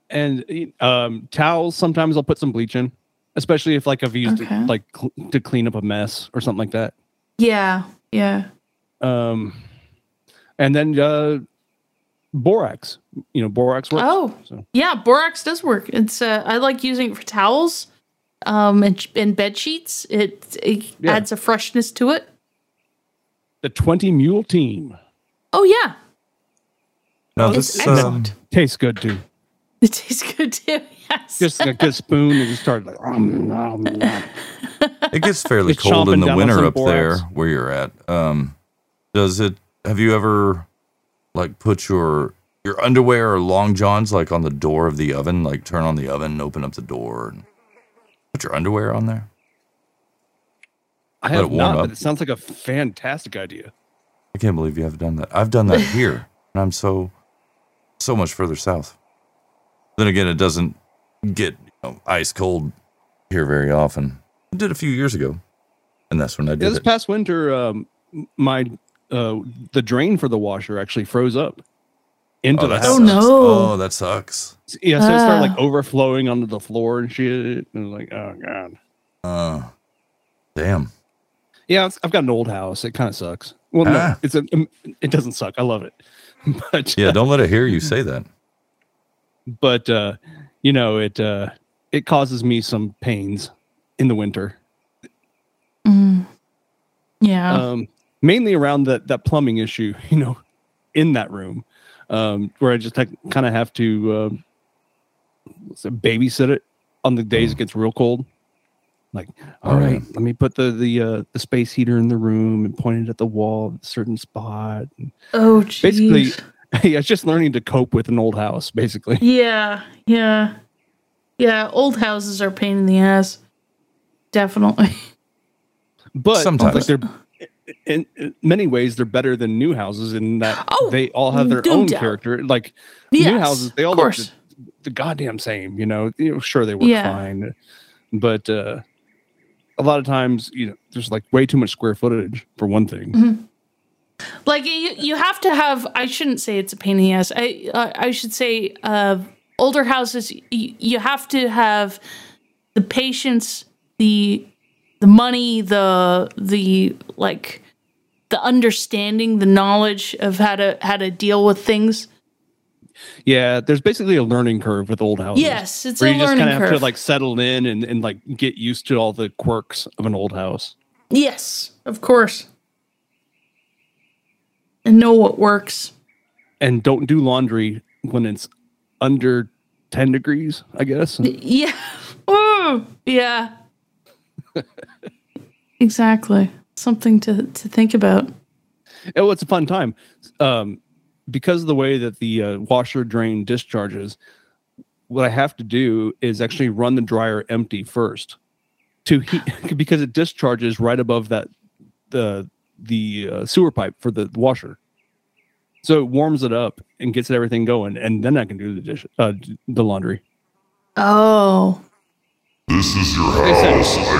[SPEAKER 7] and um, towels. Sometimes I'll put some bleach in, especially if like I've used it,
[SPEAKER 5] Okay.
[SPEAKER 7] like cl- to clean up a mess or something like that.
[SPEAKER 5] [laughs] Yeah. Yeah.
[SPEAKER 7] Um, and then uh, borax. You know, borax works.
[SPEAKER 5] Oh.
[SPEAKER 7] so.
[SPEAKER 5] Yeah, borax does work. It's uh, I like using it for towels, um, and, and bed sheets. It it
[SPEAKER 7] Yeah.
[SPEAKER 5] adds a freshness to it.
[SPEAKER 7] the twenty mule team.
[SPEAKER 5] Oh yeah, [laughs]
[SPEAKER 4] No,
[SPEAKER 5] It's
[SPEAKER 4] this um,
[SPEAKER 5] excellent.
[SPEAKER 7] tastes good too.
[SPEAKER 5] it tastes good too. Yes.
[SPEAKER 7] Just like a spoon and just start like. [laughs] "Om, nom, nom."
[SPEAKER 4] it gets fairly
[SPEAKER 7] It's
[SPEAKER 4] cold in
[SPEAKER 7] chomping
[SPEAKER 4] the
[SPEAKER 7] down on
[SPEAKER 4] winter
[SPEAKER 7] some
[SPEAKER 4] up there
[SPEAKER 7] borax.
[SPEAKER 4] where you're at. Um, does it? Have you ever like put your your underwear or long johns like on the door of the oven? Like turn on the oven, and open up the door, and put your underwear on there.
[SPEAKER 7] I
[SPEAKER 4] Let it
[SPEAKER 7] have
[SPEAKER 4] warm
[SPEAKER 7] not,
[SPEAKER 4] up.
[SPEAKER 7] but it sounds like a fantastic idea.
[SPEAKER 4] I can't believe you have done that. I've
[SPEAKER 7] [laughs]
[SPEAKER 4] done that here, and I'm so so much further south. Then again, it doesn't get you know, ice cold here very often. I did a few years ago, and that's when I
[SPEAKER 7] Yeah,
[SPEAKER 4] did
[SPEAKER 7] this
[SPEAKER 4] it.
[SPEAKER 7] past winter, um, my uh, the drain for the washer actually froze up into
[SPEAKER 4] Oh,
[SPEAKER 7] the
[SPEAKER 4] that
[SPEAKER 7] house.
[SPEAKER 4] sucks. Oh, that sucks.
[SPEAKER 7] yeah, so it started like
[SPEAKER 4] Ah.
[SPEAKER 7] overflowing onto the floor and shit. And like, oh god,
[SPEAKER 4] Uh, damn.
[SPEAKER 7] yeah, it's, I've got an old house. It kind of sucks. Well, no,
[SPEAKER 4] Ah.
[SPEAKER 7] it's a, um, it doesn't suck. I love it, [laughs]
[SPEAKER 4] [laughs]
[SPEAKER 7] but
[SPEAKER 4] Yeah, don't let it hear you say that.
[SPEAKER 7] but uh, you know it uh, it causes me some pains in the winter.
[SPEAKER 5] Mm. Yeah.
[SPEAKER 4] Uh,
[SPEAKER 7] um, mainly around that that plumbing issue, [laughs] you know, in that room, um, where I just kind of have to um, what's it, babysit it on the days it gets real cold. Like, all right, let me put the the uh, the space heater in the room and point it at the wall at a certain spot. And
[SPEAKER 5] oh, geez.
[SPEAKER 7] basically, [laughs] yeah, it's just learning to cope with an old house, basically.
[SPEAKER 5] Yeah. Yeah. Yeah. Old houses are a pain in the ass. Definitely.
[SPEAKER 7] But
[SPEAKER 5] Sometimes.
[SPEAKER 7] like they're in, in many ways they're better than new houses in that they all have their
[SPEAKER 5] Oh, no
[SPEAKER 7] own
[SPEAKER 5] doubt.
[SPEAKER 7] character. Like new
[SPEAKER 5] Yes,
[SPEAKER 7] houses, they all
[SPEAKER 5] of
[SPEAKER 7] look
[SPEAKER 5] course.
[SPEAKER 7] the, the goddamn same. You know, you know, sure they work
[SPEAKER 5] Yeah.
[SPEAKER 7] fine, but uh, a lot of times, you know, there's like way too much square footage for one thing.
[SPEAKER 5] Mhm. Like you, you have to have. I shouldn't say it's a pain in the ass. I, uh, I should say, uh, older houses. You, you have to have the patience, the, the money, the, the like, the understanding, the knowledge of how to how to deal with things.
[SPEAKER 7] Yeah, there's basically a learning curve with old houses.
[SPEAKER 5] Yes, it's
[SPEAKER 7] where
[SPEAKER 5] a
[SPEAKER 7] you just
[SPEAKER 5] learning
[SPEAKER 7] kinda have
[SPEAKER 5] curve.
[SPEAKER 7] to like settle in and and like get used to all the quirks of an old house.
[SPEAKER 5] Yes, of course. And know what works.
[SPEAKER 7] and don't do laundry when it's under 10 degrees, I guess.
[SPEAKER 5] Yeah. [laughs] Ooh, yeah. exactly. Something to, to think about.
[SPEAKER 7] Oh, it's a fun time. Um, because of the way that the uh, washer drain discharges, what I have to do is actually run the dryer empty first to heat [laughs] because it discharges right above that the the uh, sewer pipe for the washer. So it warms it up and gets everything going, and then I can do the dish, uh, the laundry.
[SPEAKER 5] [laughs] Oh.
[SPEAKER 14] This is your house. I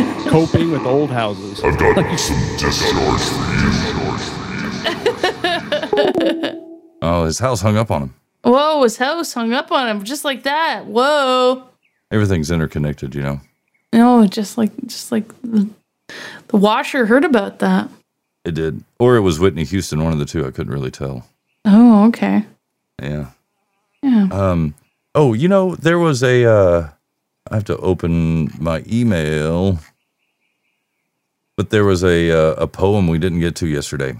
[SPEAKER 14] heard what you said.
[SPEAKER 7] Coping with old houses.
[SPEAKER 14] I've got some discharge for
[SPEAKER 4] Oh, his house hung up on him.
[SPEAKER 5] Whoa, his house hung up on him just like that. Whoa.
[SPEAKER 4] Everything's interconnected, you know.
[SPEAKER 5] No, just like just like the, the washer heard about that.
[SPEAKER 4] It did. Or it was Whitney Houston, one of the two. I couldn't really tell.
[SPEAKER 5] Oh, okay.
[SPEAKER 4] Yeah.
[SPEAKER 5] Yeah.
[SPEAKER 4] Um. Oh, you know, there was a. Uh, I have to open my email. But there was a uh, a poem we didn't get to yesterday.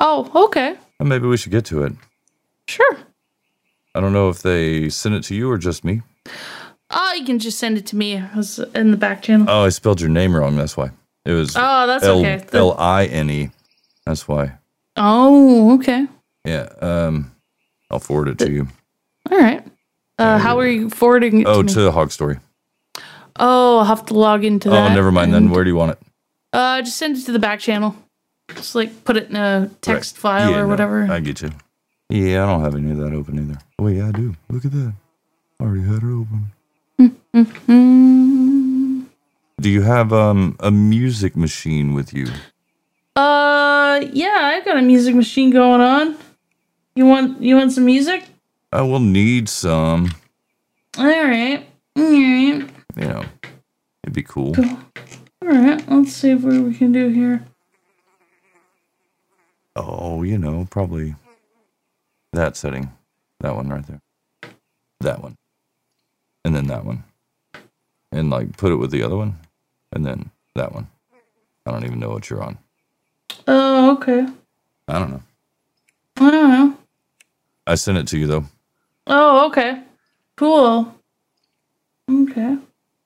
[SPEAKER 5] Oh, okay.
[SPEAKER 4] And maybe we should get to it.
[SPEAKER 5] Sure.
[SPEAKER 4] I don't know if they sent it to you or just me.
[SPEAKER 5] Oh, you can just send it to me. I was in the back channel.
[SPEAKER 4] Oh, I spelled your name wrong. That's why. It was.
[SPEAKER 5] Oh, that's
[SPEAKER 4] L-
[SPEAKER 5] okay. The-
[SPEAKER 4] L I N E. That's why.
[SPEAKER 5] Oh, okay.
[SPEAKER 4] Yeah. Um. I'll forward it to you.
[SPEAKER 5] All right. Uh, how are you forwarding it
[SPEAKER 4] Oh,
[SPEAKER 5] to me?
[SPEAKER 4] to Hog Story.
[SPEAKER 5] Oh, I'll have to log into that.
[SPEAKER 4] Oh, never mind then. Where do you want it?
[SPEAKER 5] Uh, just send it to the back channel. Just like put it in a text
[SPEAKER 4] Right.
[SPEAKER 5] file
[SPEAKER 4] Yeah,
[SPEAKER 5] or
[SPEAKER 4] no,
[SPEAKER 5] whatever.
[SPEAKER 4] I get you. Yeah, I don't have any of that open either. Oh, yeah, I do. Look at that. I already had her open.
[SPEAKER 5] Mm-hmm.
[SPEAKER 4] Do you have um a music machine with you?
[SPEAKER 5] Uh, yeah, I've got a music machine going on. You want you want some music?
[SPEAKER 4] I will need some.
[SPEAKER 5] All right, all right,
[SPEAKER 4] You know, it'd be cool.
[SPEAKER 5] Cool. all right. Let's see what we can do here.
[SPEAKER 4] Oh, you know, probably that setting. That one right there. That one. And then that one. And like put it with the other one. And then that one. I don't even know what you're on.
[SPEAKER 5] Oh, okay.
[SPEAKER 4] I don't know.
[SPEAKER 5] I don't know.
[SPEAKER 4] I sent it to you though.
[SPEAKER 5] Oh, okay. Cool. Okay.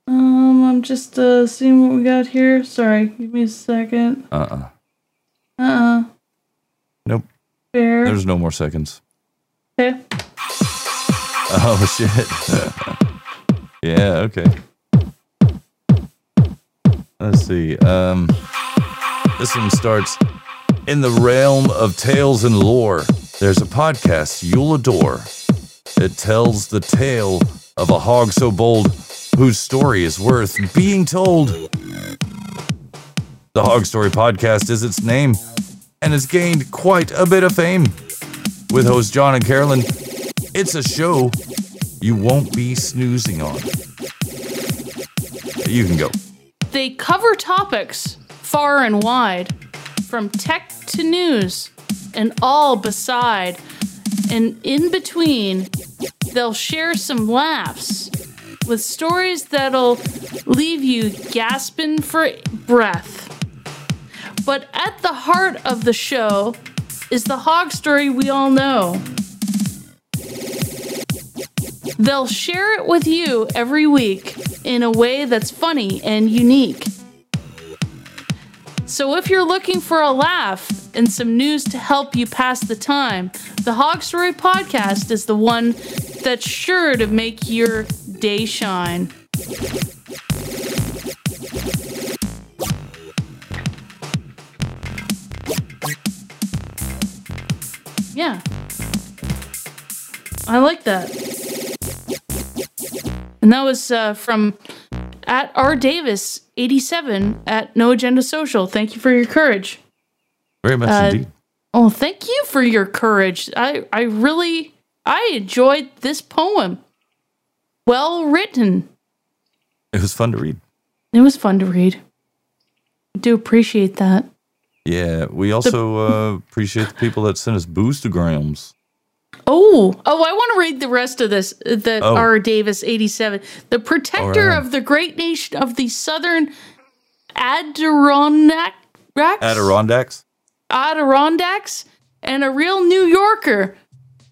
[SPEAKER 5] Um, I'm just uh seeing what we got here. Sorry, give me a second.
[SPEAKER 4] Uh uh
[SPEAKER 5] Uh. uh
[SPEAKER 4] Nope.
[SPEAKER 5] Fair.
[SPEAKER 4] There's no more seconds.
[SPEAKER 5] okay.
[SPEAKER 4] Oh shit. [laughs] yeah, okay. Let's see. Um this one starts in the realm of tales and lore. There's a podcast you'll adore. It tells the tale of a hog so bold whose story is worth being told. The Hog Story podcast is its name and has gained quite a bit of fame. With hosts John and Carolyn, it's a show you won't be snoozing on. You can go.
[SPEAKER 5] They cover topics far and wide, from tech to news, and all beside. And in between, they'll share some laughs with stories that'll leave you gasping for breath. But at the heart of the show is the hog story we all know. They'll share it with you every week in a way that's funny and unique. So if you're looking for a laugh and some news to help you pass the time, the Hog Story podcast is the one that's sure to make your day shine. Yeah. I like that. And that was uh, from at R Davis eighty seven at No Agenda Social. Thank you for your courage.
[SPEAKER 4] Very much
[SPEAKER 5] Uh,
[SPEAKER 4] indeed.
[SPEAKER 5] Oh, thank you for your courage. I I really I enjoyed this poem. Well written.
[SPEAKER 4] It was fun to read.
[SPEAKER 5] It was fun to read. I do appreciate that.
[SPEAKER 4] Yeah, we also uh, appreciate the people that sent us boostergrams.
[SPEAKER 5] Oh, oh, I want to read the rest of this. uh, The
[SPEAKER 4] Oh.
[SPEAKER 5] R. Davis 87. The protector
[SPEAKER 4] Alright.
[SPEAKER 5] of the great nation of the southern Adirondack.
[SPEAKER 4] Adirondacks.
[SPEAKER 5] Adirondacks and a real New Yorker,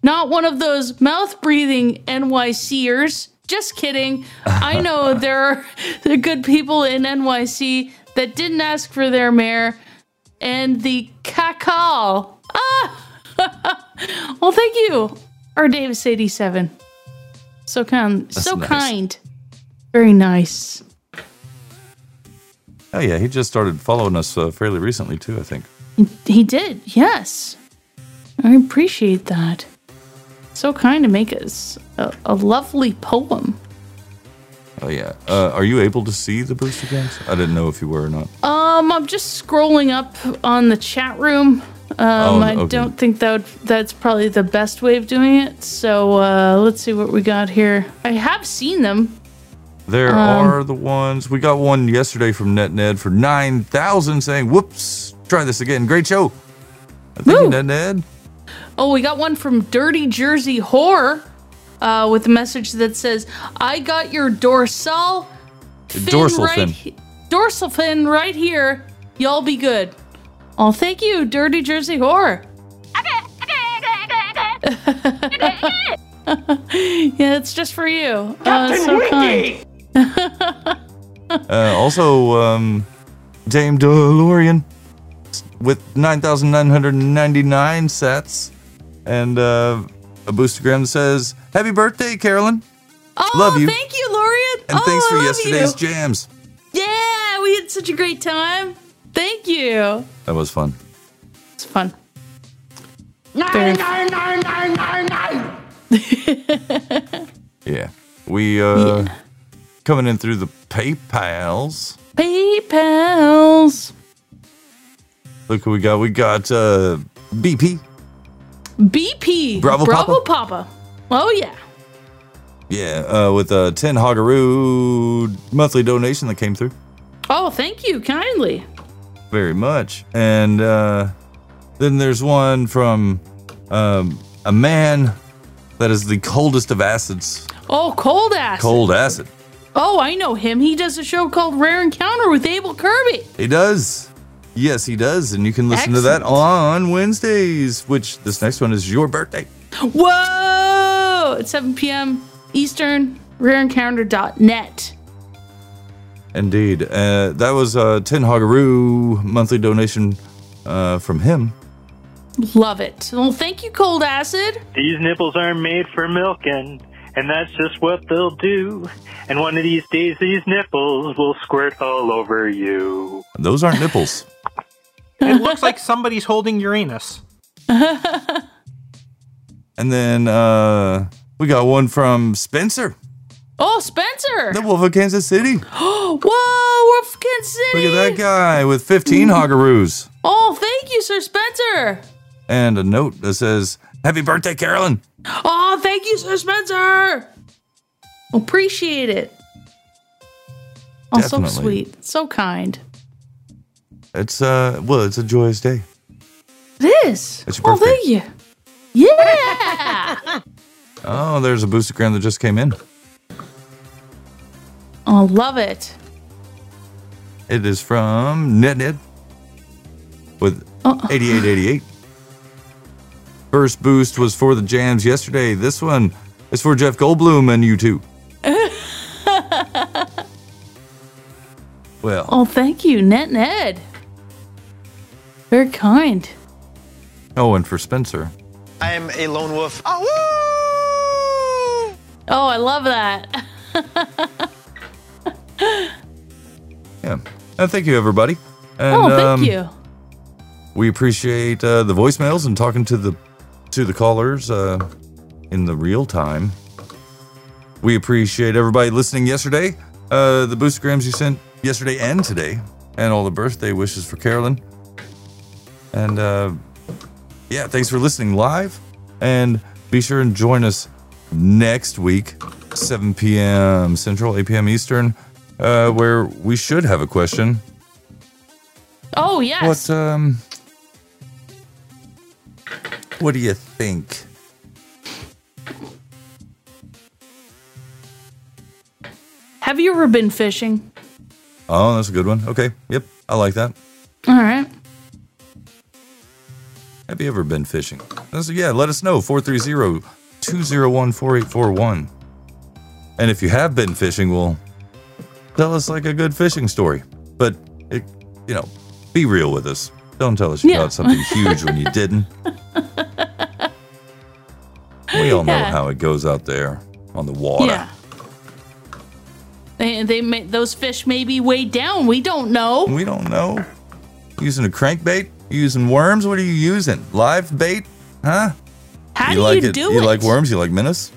[SPEAKER 5] not one of those mouth breathing NYCers. Just kidding.
[SPEAKER 4] [laughs]
[SPEAKER 5] I know there are [laughs] the good people in NYC that didn't ask for their mayor and the cacal. Ah! [laughs] well, thank you, our Davis 87. So kind.
[SPEAKER 4] That's
[SPEAKER 5] so
[SPEAKER 4] nice.
[SPEAKER 5] kind. Very nice.
[SPEAKER 4] Oh yeah, he just started following us uh, fairly recently too. I think.
[SPEAKER 5] He did, yes. I appreciate that. So kind to make us a, a lovely poem.
[SPEAKER 4] Oh yeah. Uh, are you able to see the boostergrams? I didn't know if you were or not.
[SPEAKER 5] Um, I'm just scrolling up on the chat room. Um,
[SPEAKER 4] Oh,
[SPEAKER 5] I
[SPEAKER 4] okay.
[SPEAKER 5] don't think that would, that's probably the best way of doing it. So uh, let's see what we got here. I have seen them.
[SPEAKER 4] There
[SPEAKER 5] Um,
[SPEAKER 4] are the ones. We got one yesterday from NetNed for 9,000 saying, whoops, try this again. Great show. Thank you, NetNed.
[SPEAKER 5] Oh, we got one from Dirty Jersey Whore uh, with a message that says, I got your dorsal fin
[SPEAKER 4] Dorsal
[SPEAKER 5] right
[SPEAKER 4] fin.
[SPEAKER 5] he- dorsal fin right here. Y'all be good. Oh, thank you, Dirty Jersey Whore. [laughs] yeah, it's just for you. Uh, so kind.
[SPEAKER 4] Uh, also, um, Dame DeLorean s- with 9,999 sets and uh, a boostergram that says, Happy birthday, Carolyn.
[SPEAKER 5] Oh,
[SPEAKER 4] love you.
[SPEAKER 5] Thank you, Lorian.
[SPEAKER 4] and
[SPEAKER 5] oh,
[SPEAKER 4] thanks for
[SPEAKER 5] I love
[SPEAKER 4] yesterday's
[SPEAKER 5] you.
[SPEAKER 4] jams.
[SPEAKER 5] Yeah, we had such a great time. Thank you.
[SPEAKER 4] That was fun.
[SPEAKER 5] It's fun.
[SPEAKER 22] Nine, nine, nine, nine, nine, nine.
[SPEAKER 5] [laughs]
[SPEAKER 4] Yeah. We, uh, coming in through the PayPals.
[SPEAKER 5] PayPal's
[SPEAKER 4] Look who we got. We got uh, BP.
[SPEAKER 5] BP.
[SPEAKER 4] Bravo
[SPEAKER 5] Bravo Papa. Oh yeah.
[SPEAKER 4] Yeah, uh, with a 10 Hogaroo monthly donation that came through.
[SPEAKER 5] Oh, thank you kindly.
[SPEAKER 4] very much. And uh, then there's one from um, a man that is the coldest of acids.
[SPEAKER 5] Oh, cold ass.
[SPEAKER 4] Cold acid.
[SPEAKER 5] Oh, I know him. He does a show called Rare Encounter with Abel Kirby.
[SPEAKER 4] He does. Yes, he does. And you can listen to that on Wednesdays, which this next one is your birthday.
[SPEAKER 5] Whoa! At 7 p.m. Eastern, rareencounter.net.
[SPEAKER 4] Indeed. Uh, that was a 10 Hogaroo monthly donation uh, from him.
[SPEAKER 5] Love it. Well, thank you, Cold Acid.
[SPEAKER 17] These nipples aren't made for milking, and that's just what they'll do. And one of these days, these nipples will squirt all over you.
[SPEAKER 4] Those aren't nipples.
[SPEAKER 17] It looks like somebody's holding Uranus.
[SPEAKER 5] Uh-huh.
[SPEAKER 4] And then uh, we got one from Spencer,
[SPEAKER 5] Oh, Spencer!
[SPEAKER 4] the Wolf of Kansas City.
[SPEAKER 5] [gasps] Whoa, Wolf Kansas City!
[SPEAKER 4] Look at that guy with 15 Hogaroos
[SPEAKER 5] Oh, thank you, Sir Spencer!
[SPEAKER 4] and a note that says, Happy birthday, Carolyn.
[SPEAKER 5] Oh, thank you, Sir Spencer! Appreciate it. Oh, so
[SPEAKER 4] Definitely.
[SPEAKER 5] sweet. So kind.
[SPEAKER 4] It's, uh, well, it's a joyous day.
[SPEAKER 5] This.
[SPEAKER 4] It's your
[SPEAKER 5] Oh,
[SPEAKER 4] birthday.
[SPEAKER 5] thank you. Yeah!
[SPEAKER 4] Oh, there's a boostergram that just came in.
[SPEAKER 5] [laughs] oh, love it.
[SPEAKER 4] It is from Ned Ned with 8888. First boost was for the jams yesterday. This one is for Jeff Goldblum and you two. Well,
[SPEAKER 5] [laughs] Oh, thank you, Net Ned. Very kind.
[SPEAKER 4] oh, and for Spencer.
[SPEAKER 9] I am a lone wolf.
[SPEAKER 5] Oh, I love that. [laughs]
[SPEAKER 4] Yeah. Uh, thank you, everybody. And,
[SPEAKER 5] oh, thank
[SPEAKER 4] um,
[SPEAKER 5] you.
[SPEAKER 4] we appreciate uh, the voicemails and talking to the to the callers uh, in the real time. We appreciate everybody listening yesterday, uh, the boostergrams you sent yesterday and today, and all the birthday wishes for Carolyn. And uh, yeah, thanks for listening live, and be sure and join us next week, 7 p.m. Central, 8 p.m. Eastern, uh, where we should have a question.
[SPEAKER 5] Oh, yes.
[SPEAKER 4] What um What do you think?
[SPEAKER 5] Have you ever been fishing?
[SPEAKER 4] Oh, that's a good one. Okay. Yep. I like that.
[SPEAKER 5] All right.
[SPEAKER 4] Have you ever been fishing? That's, yeah, let us know 430-201-4841. And if you have been fishing, well, tell us like a good fishing story. But it, you know, be real with us. Don't tell us you
[SPEAKER 5] Yeah.
[SPEAKER 4] caught something huge
[SPEAKER 5] [laughs]
[SPEAKER 4] when you didn't. We all know
[SPEAKER 5] Yeah.
[SPEAKER 4] how it goes out there on the water.
[SPEAKER 5] Yeah. They, they may, those fish may be way down. We don't know.
[SPEAKER 4] We don't know. Using a crankbait? Using worms? What are you using? Live bait? Huh?
[SPEAKER 5] How
[SPEAKER 4] you
[SPEAKER 5] do
[SPEAKER 4] like
[SPEAKER 5] you do
[SPEAKER 4] You
[SPEAKER 5] it?
[SPEAKER 4] like worms? You like menace?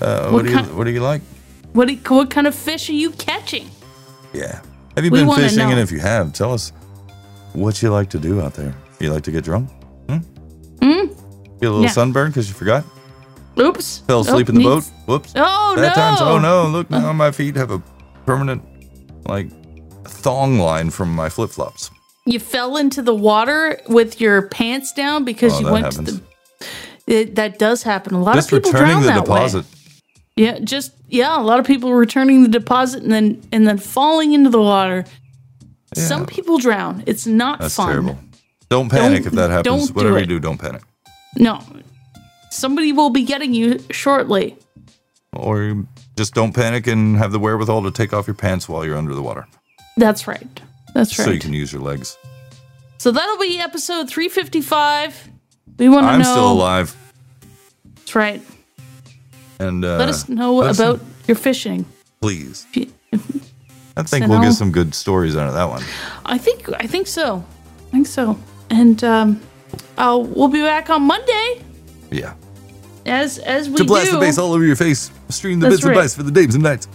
[SPEAKER 4] Uh, what,
[SPEAKER 5] What
[SPEAKER 4] do you
[SPEAKER 5] kind-
[SPEAKER 4] What do you like?
[SPEAKER 5] What do you- what kind of fish are you catching?
[SPEAKER 4] Yeah. Have you
[SPEAKER 5] We
[SPEAKER 4] been
[SPEAKER 5] wanna
[SPEAKER 4] fishing?
[SPEAKER 5] know.
[SPEAKER 4] And if you have, tell us what you like to do out there. You like to get drunk?
[SPEAKER 5] Hmm?
[SPEAKER 4] Get a little
[SPEAKER 5] Yeah.
[SPEAKER 4] sunburn because you forgot?
[SPEAKER 5] Oops.
[SPEAKER 4] Fell asleep
[SPEAKER 5] Oh,
[SPEAKER 4] in the boat?
[SPEAKER 5] needs-
[SPEAKER 4] Whoops.
[SPEAKER 5] Oh,
[SPEAKER 4] that Time's,
[SPEAKER 5] no.
[SPEAKER 4] oh no! Look now, my feet have a permanent like thong line from my flip flops.
[SPEAKER 5] You fell into the water with your pants down because
[SPEAKER 4] Oh,
[SPEAKER 5] you
[SPEAKER 4] that
[SPEAKER 5] went
[SPEAKER 4] happens.
[SPEAKER 5] to the It, that does happen. A lot
[SPEAKER 4] Just
[SPEAKER 5] of people
[SPEAKER 4] returning
[SPEAKER 5] drown
[SPEAKER 4] the
[SPEAKER 5] that
[SPEAKER 4] deposit.
[SPEAKER 5] way. Yeah, just yeah, a lot of people returning the deposit and then and then falling into the water. Some people drown. It's not
[SPEAKER 4] That's
[SPEAKER 5] fun.
[SPEAKER 4] terrible. Don't panic if that happens.
[SPEAKER 5] don't do
[SPEAKER 4] Whatever you
[SPEAKER 5] it.
[SPEAKER 4] do, don't panic.
[SPEAKER 5] No. Somebody will be getting you shortly.
[SPEAKER 4] Or just don't panic and have the wherewithal to take off your pants while you're under the water.
[SPEAKER 5] That's right. That's
[SPEAKER 4] So you
[SPEAKER 5] right.
[SPEAKER 4] can use your legs.
[SPEAKER 5] So that'll be episode 355. We want to know
[SPEAKER 4] I'm still alive.
[SPEAKER 5] That's right.
[SPEAKER 4] And uh,
[SPEAKER 5] let us know
[SPEAKER 4] let us
[SPEAKER 5] about your fishing.
[SPEAKER 4] please.
[SPEAKER 5] you-
[SPEAKER 4] I think
[SPEAKER 5] send
[SPEAKER 4] we'll
[SPEAKER 5] all-
[SPEAKER 4] get some good stories out of that one.
[SPEAKER 5] I think I think so. I think so. And um uh, we'll be back on Monday
[SPEAKER 4] Yeah.
[SPEAKER 5] as as we
[SPEAKER 4] to blast
[SPEAKER 5] do.
[SPEAKER 4] the bass all over your face, stream the
[SPEAKER 5] That's
[SPEAKER 4] bits and
[SPEAKER 5] right.
[SPEAKER 4] bytes for the days and nights.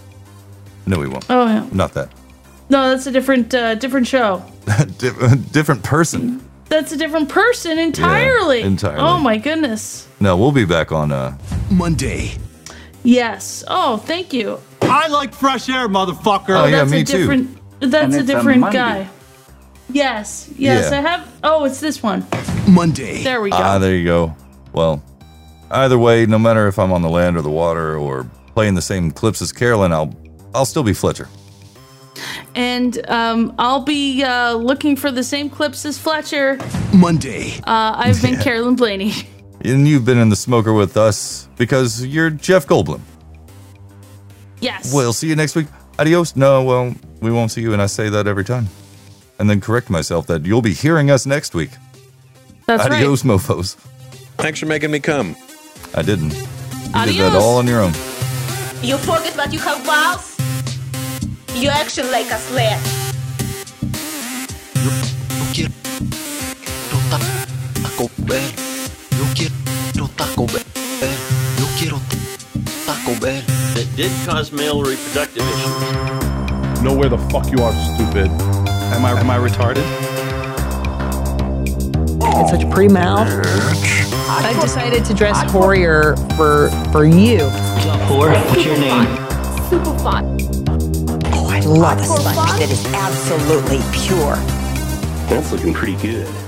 [SPEAKER 4] No, we won't.
[SPEAKER 5] Oh, yeah.
[SPEAKER 4] Not that. [laughs]
[SPEAKER 5] No, that's a different uh, different show.
[SPEAKER 4] Dif- different person.
[SPEAKER 5] That's a different person entirely.
[SPEAKER 4] entirely.
[SPEAKER 5] Oh my goodness.
[SPEAKER 4] No, we'll be back on uh,
[SPEAKER 15] Monday.
[SPEAKER 5] Yes. Oh, thank you.
[SPEAKER 15] I like fresh air, motherfucker.
[SPEAKER 5] Oh, that's a different that's
[SPEAKER 15] And
[SPEAKER 5] a
[SPEAKER 15] it's a
[SPEAKER 5] different
[SPEAKER 15] Monday.
[SPEAKER 5] guy. Yes. Yes,
[SPEAKER 4] Yeah.
[SPEAKER 5] I have Oh, it's this one.
[SPEAKER 15] Monday.
[SPEAKER 5] There we go.
[SPEAKER 4] Ah, there you go. Well, either way, no matter if I'm on the land or the water or playing the same clips as Carolyn, I'll I'll still be Fletcher.
[SPEAKER 5] and um, I'll be uh, looking for the same clips as Fletcher.
[SPEAKER 15] Monday.
[SPEAKER 5] Uh, I've been Carolyn Blaney.
[SPEAKER 4] And you've been in the smoker with us because you're Jeff Goldblum.
[SPEAKER 5] Yes.
[SPEAKER 4] We'll see you next week. Adios. No, well, we won't see you, and I say that every time. And then correct myself that you'll be hearing us next week.
[SPEAKER 5] That's right.
[SPEAKER 4] Adios, mofos.
[SPEAKER 30] Thanks for making me come.
[SPEAKER 4] I didn't. You did that
[SPEAKER 32] Adios.
[SPEAKER 4] all on your own.
[SPEAKER 32] You forget that you have balls? You action like a slut.
[SPEAKER 34] Taco Bell. Yo quiero Taco Bell. Yo quiero Taco Bell.
[SPEAKER 26] That did cause male reproductive issues.
[SPEAKER 35] Know where the fuck you are, stupid. Am I am I retarded?
[SPEAKER 36] It's such a pre mouth. I've decided to dress horrier for for you.
[SPEAKER 31] Poor, what's your name?
[SPEAKER 33] Super fun.
[SPEAKER 36] Oh, I love a sponge that is absolutely pure.
[SPEAKER 35] That's looking pretty good.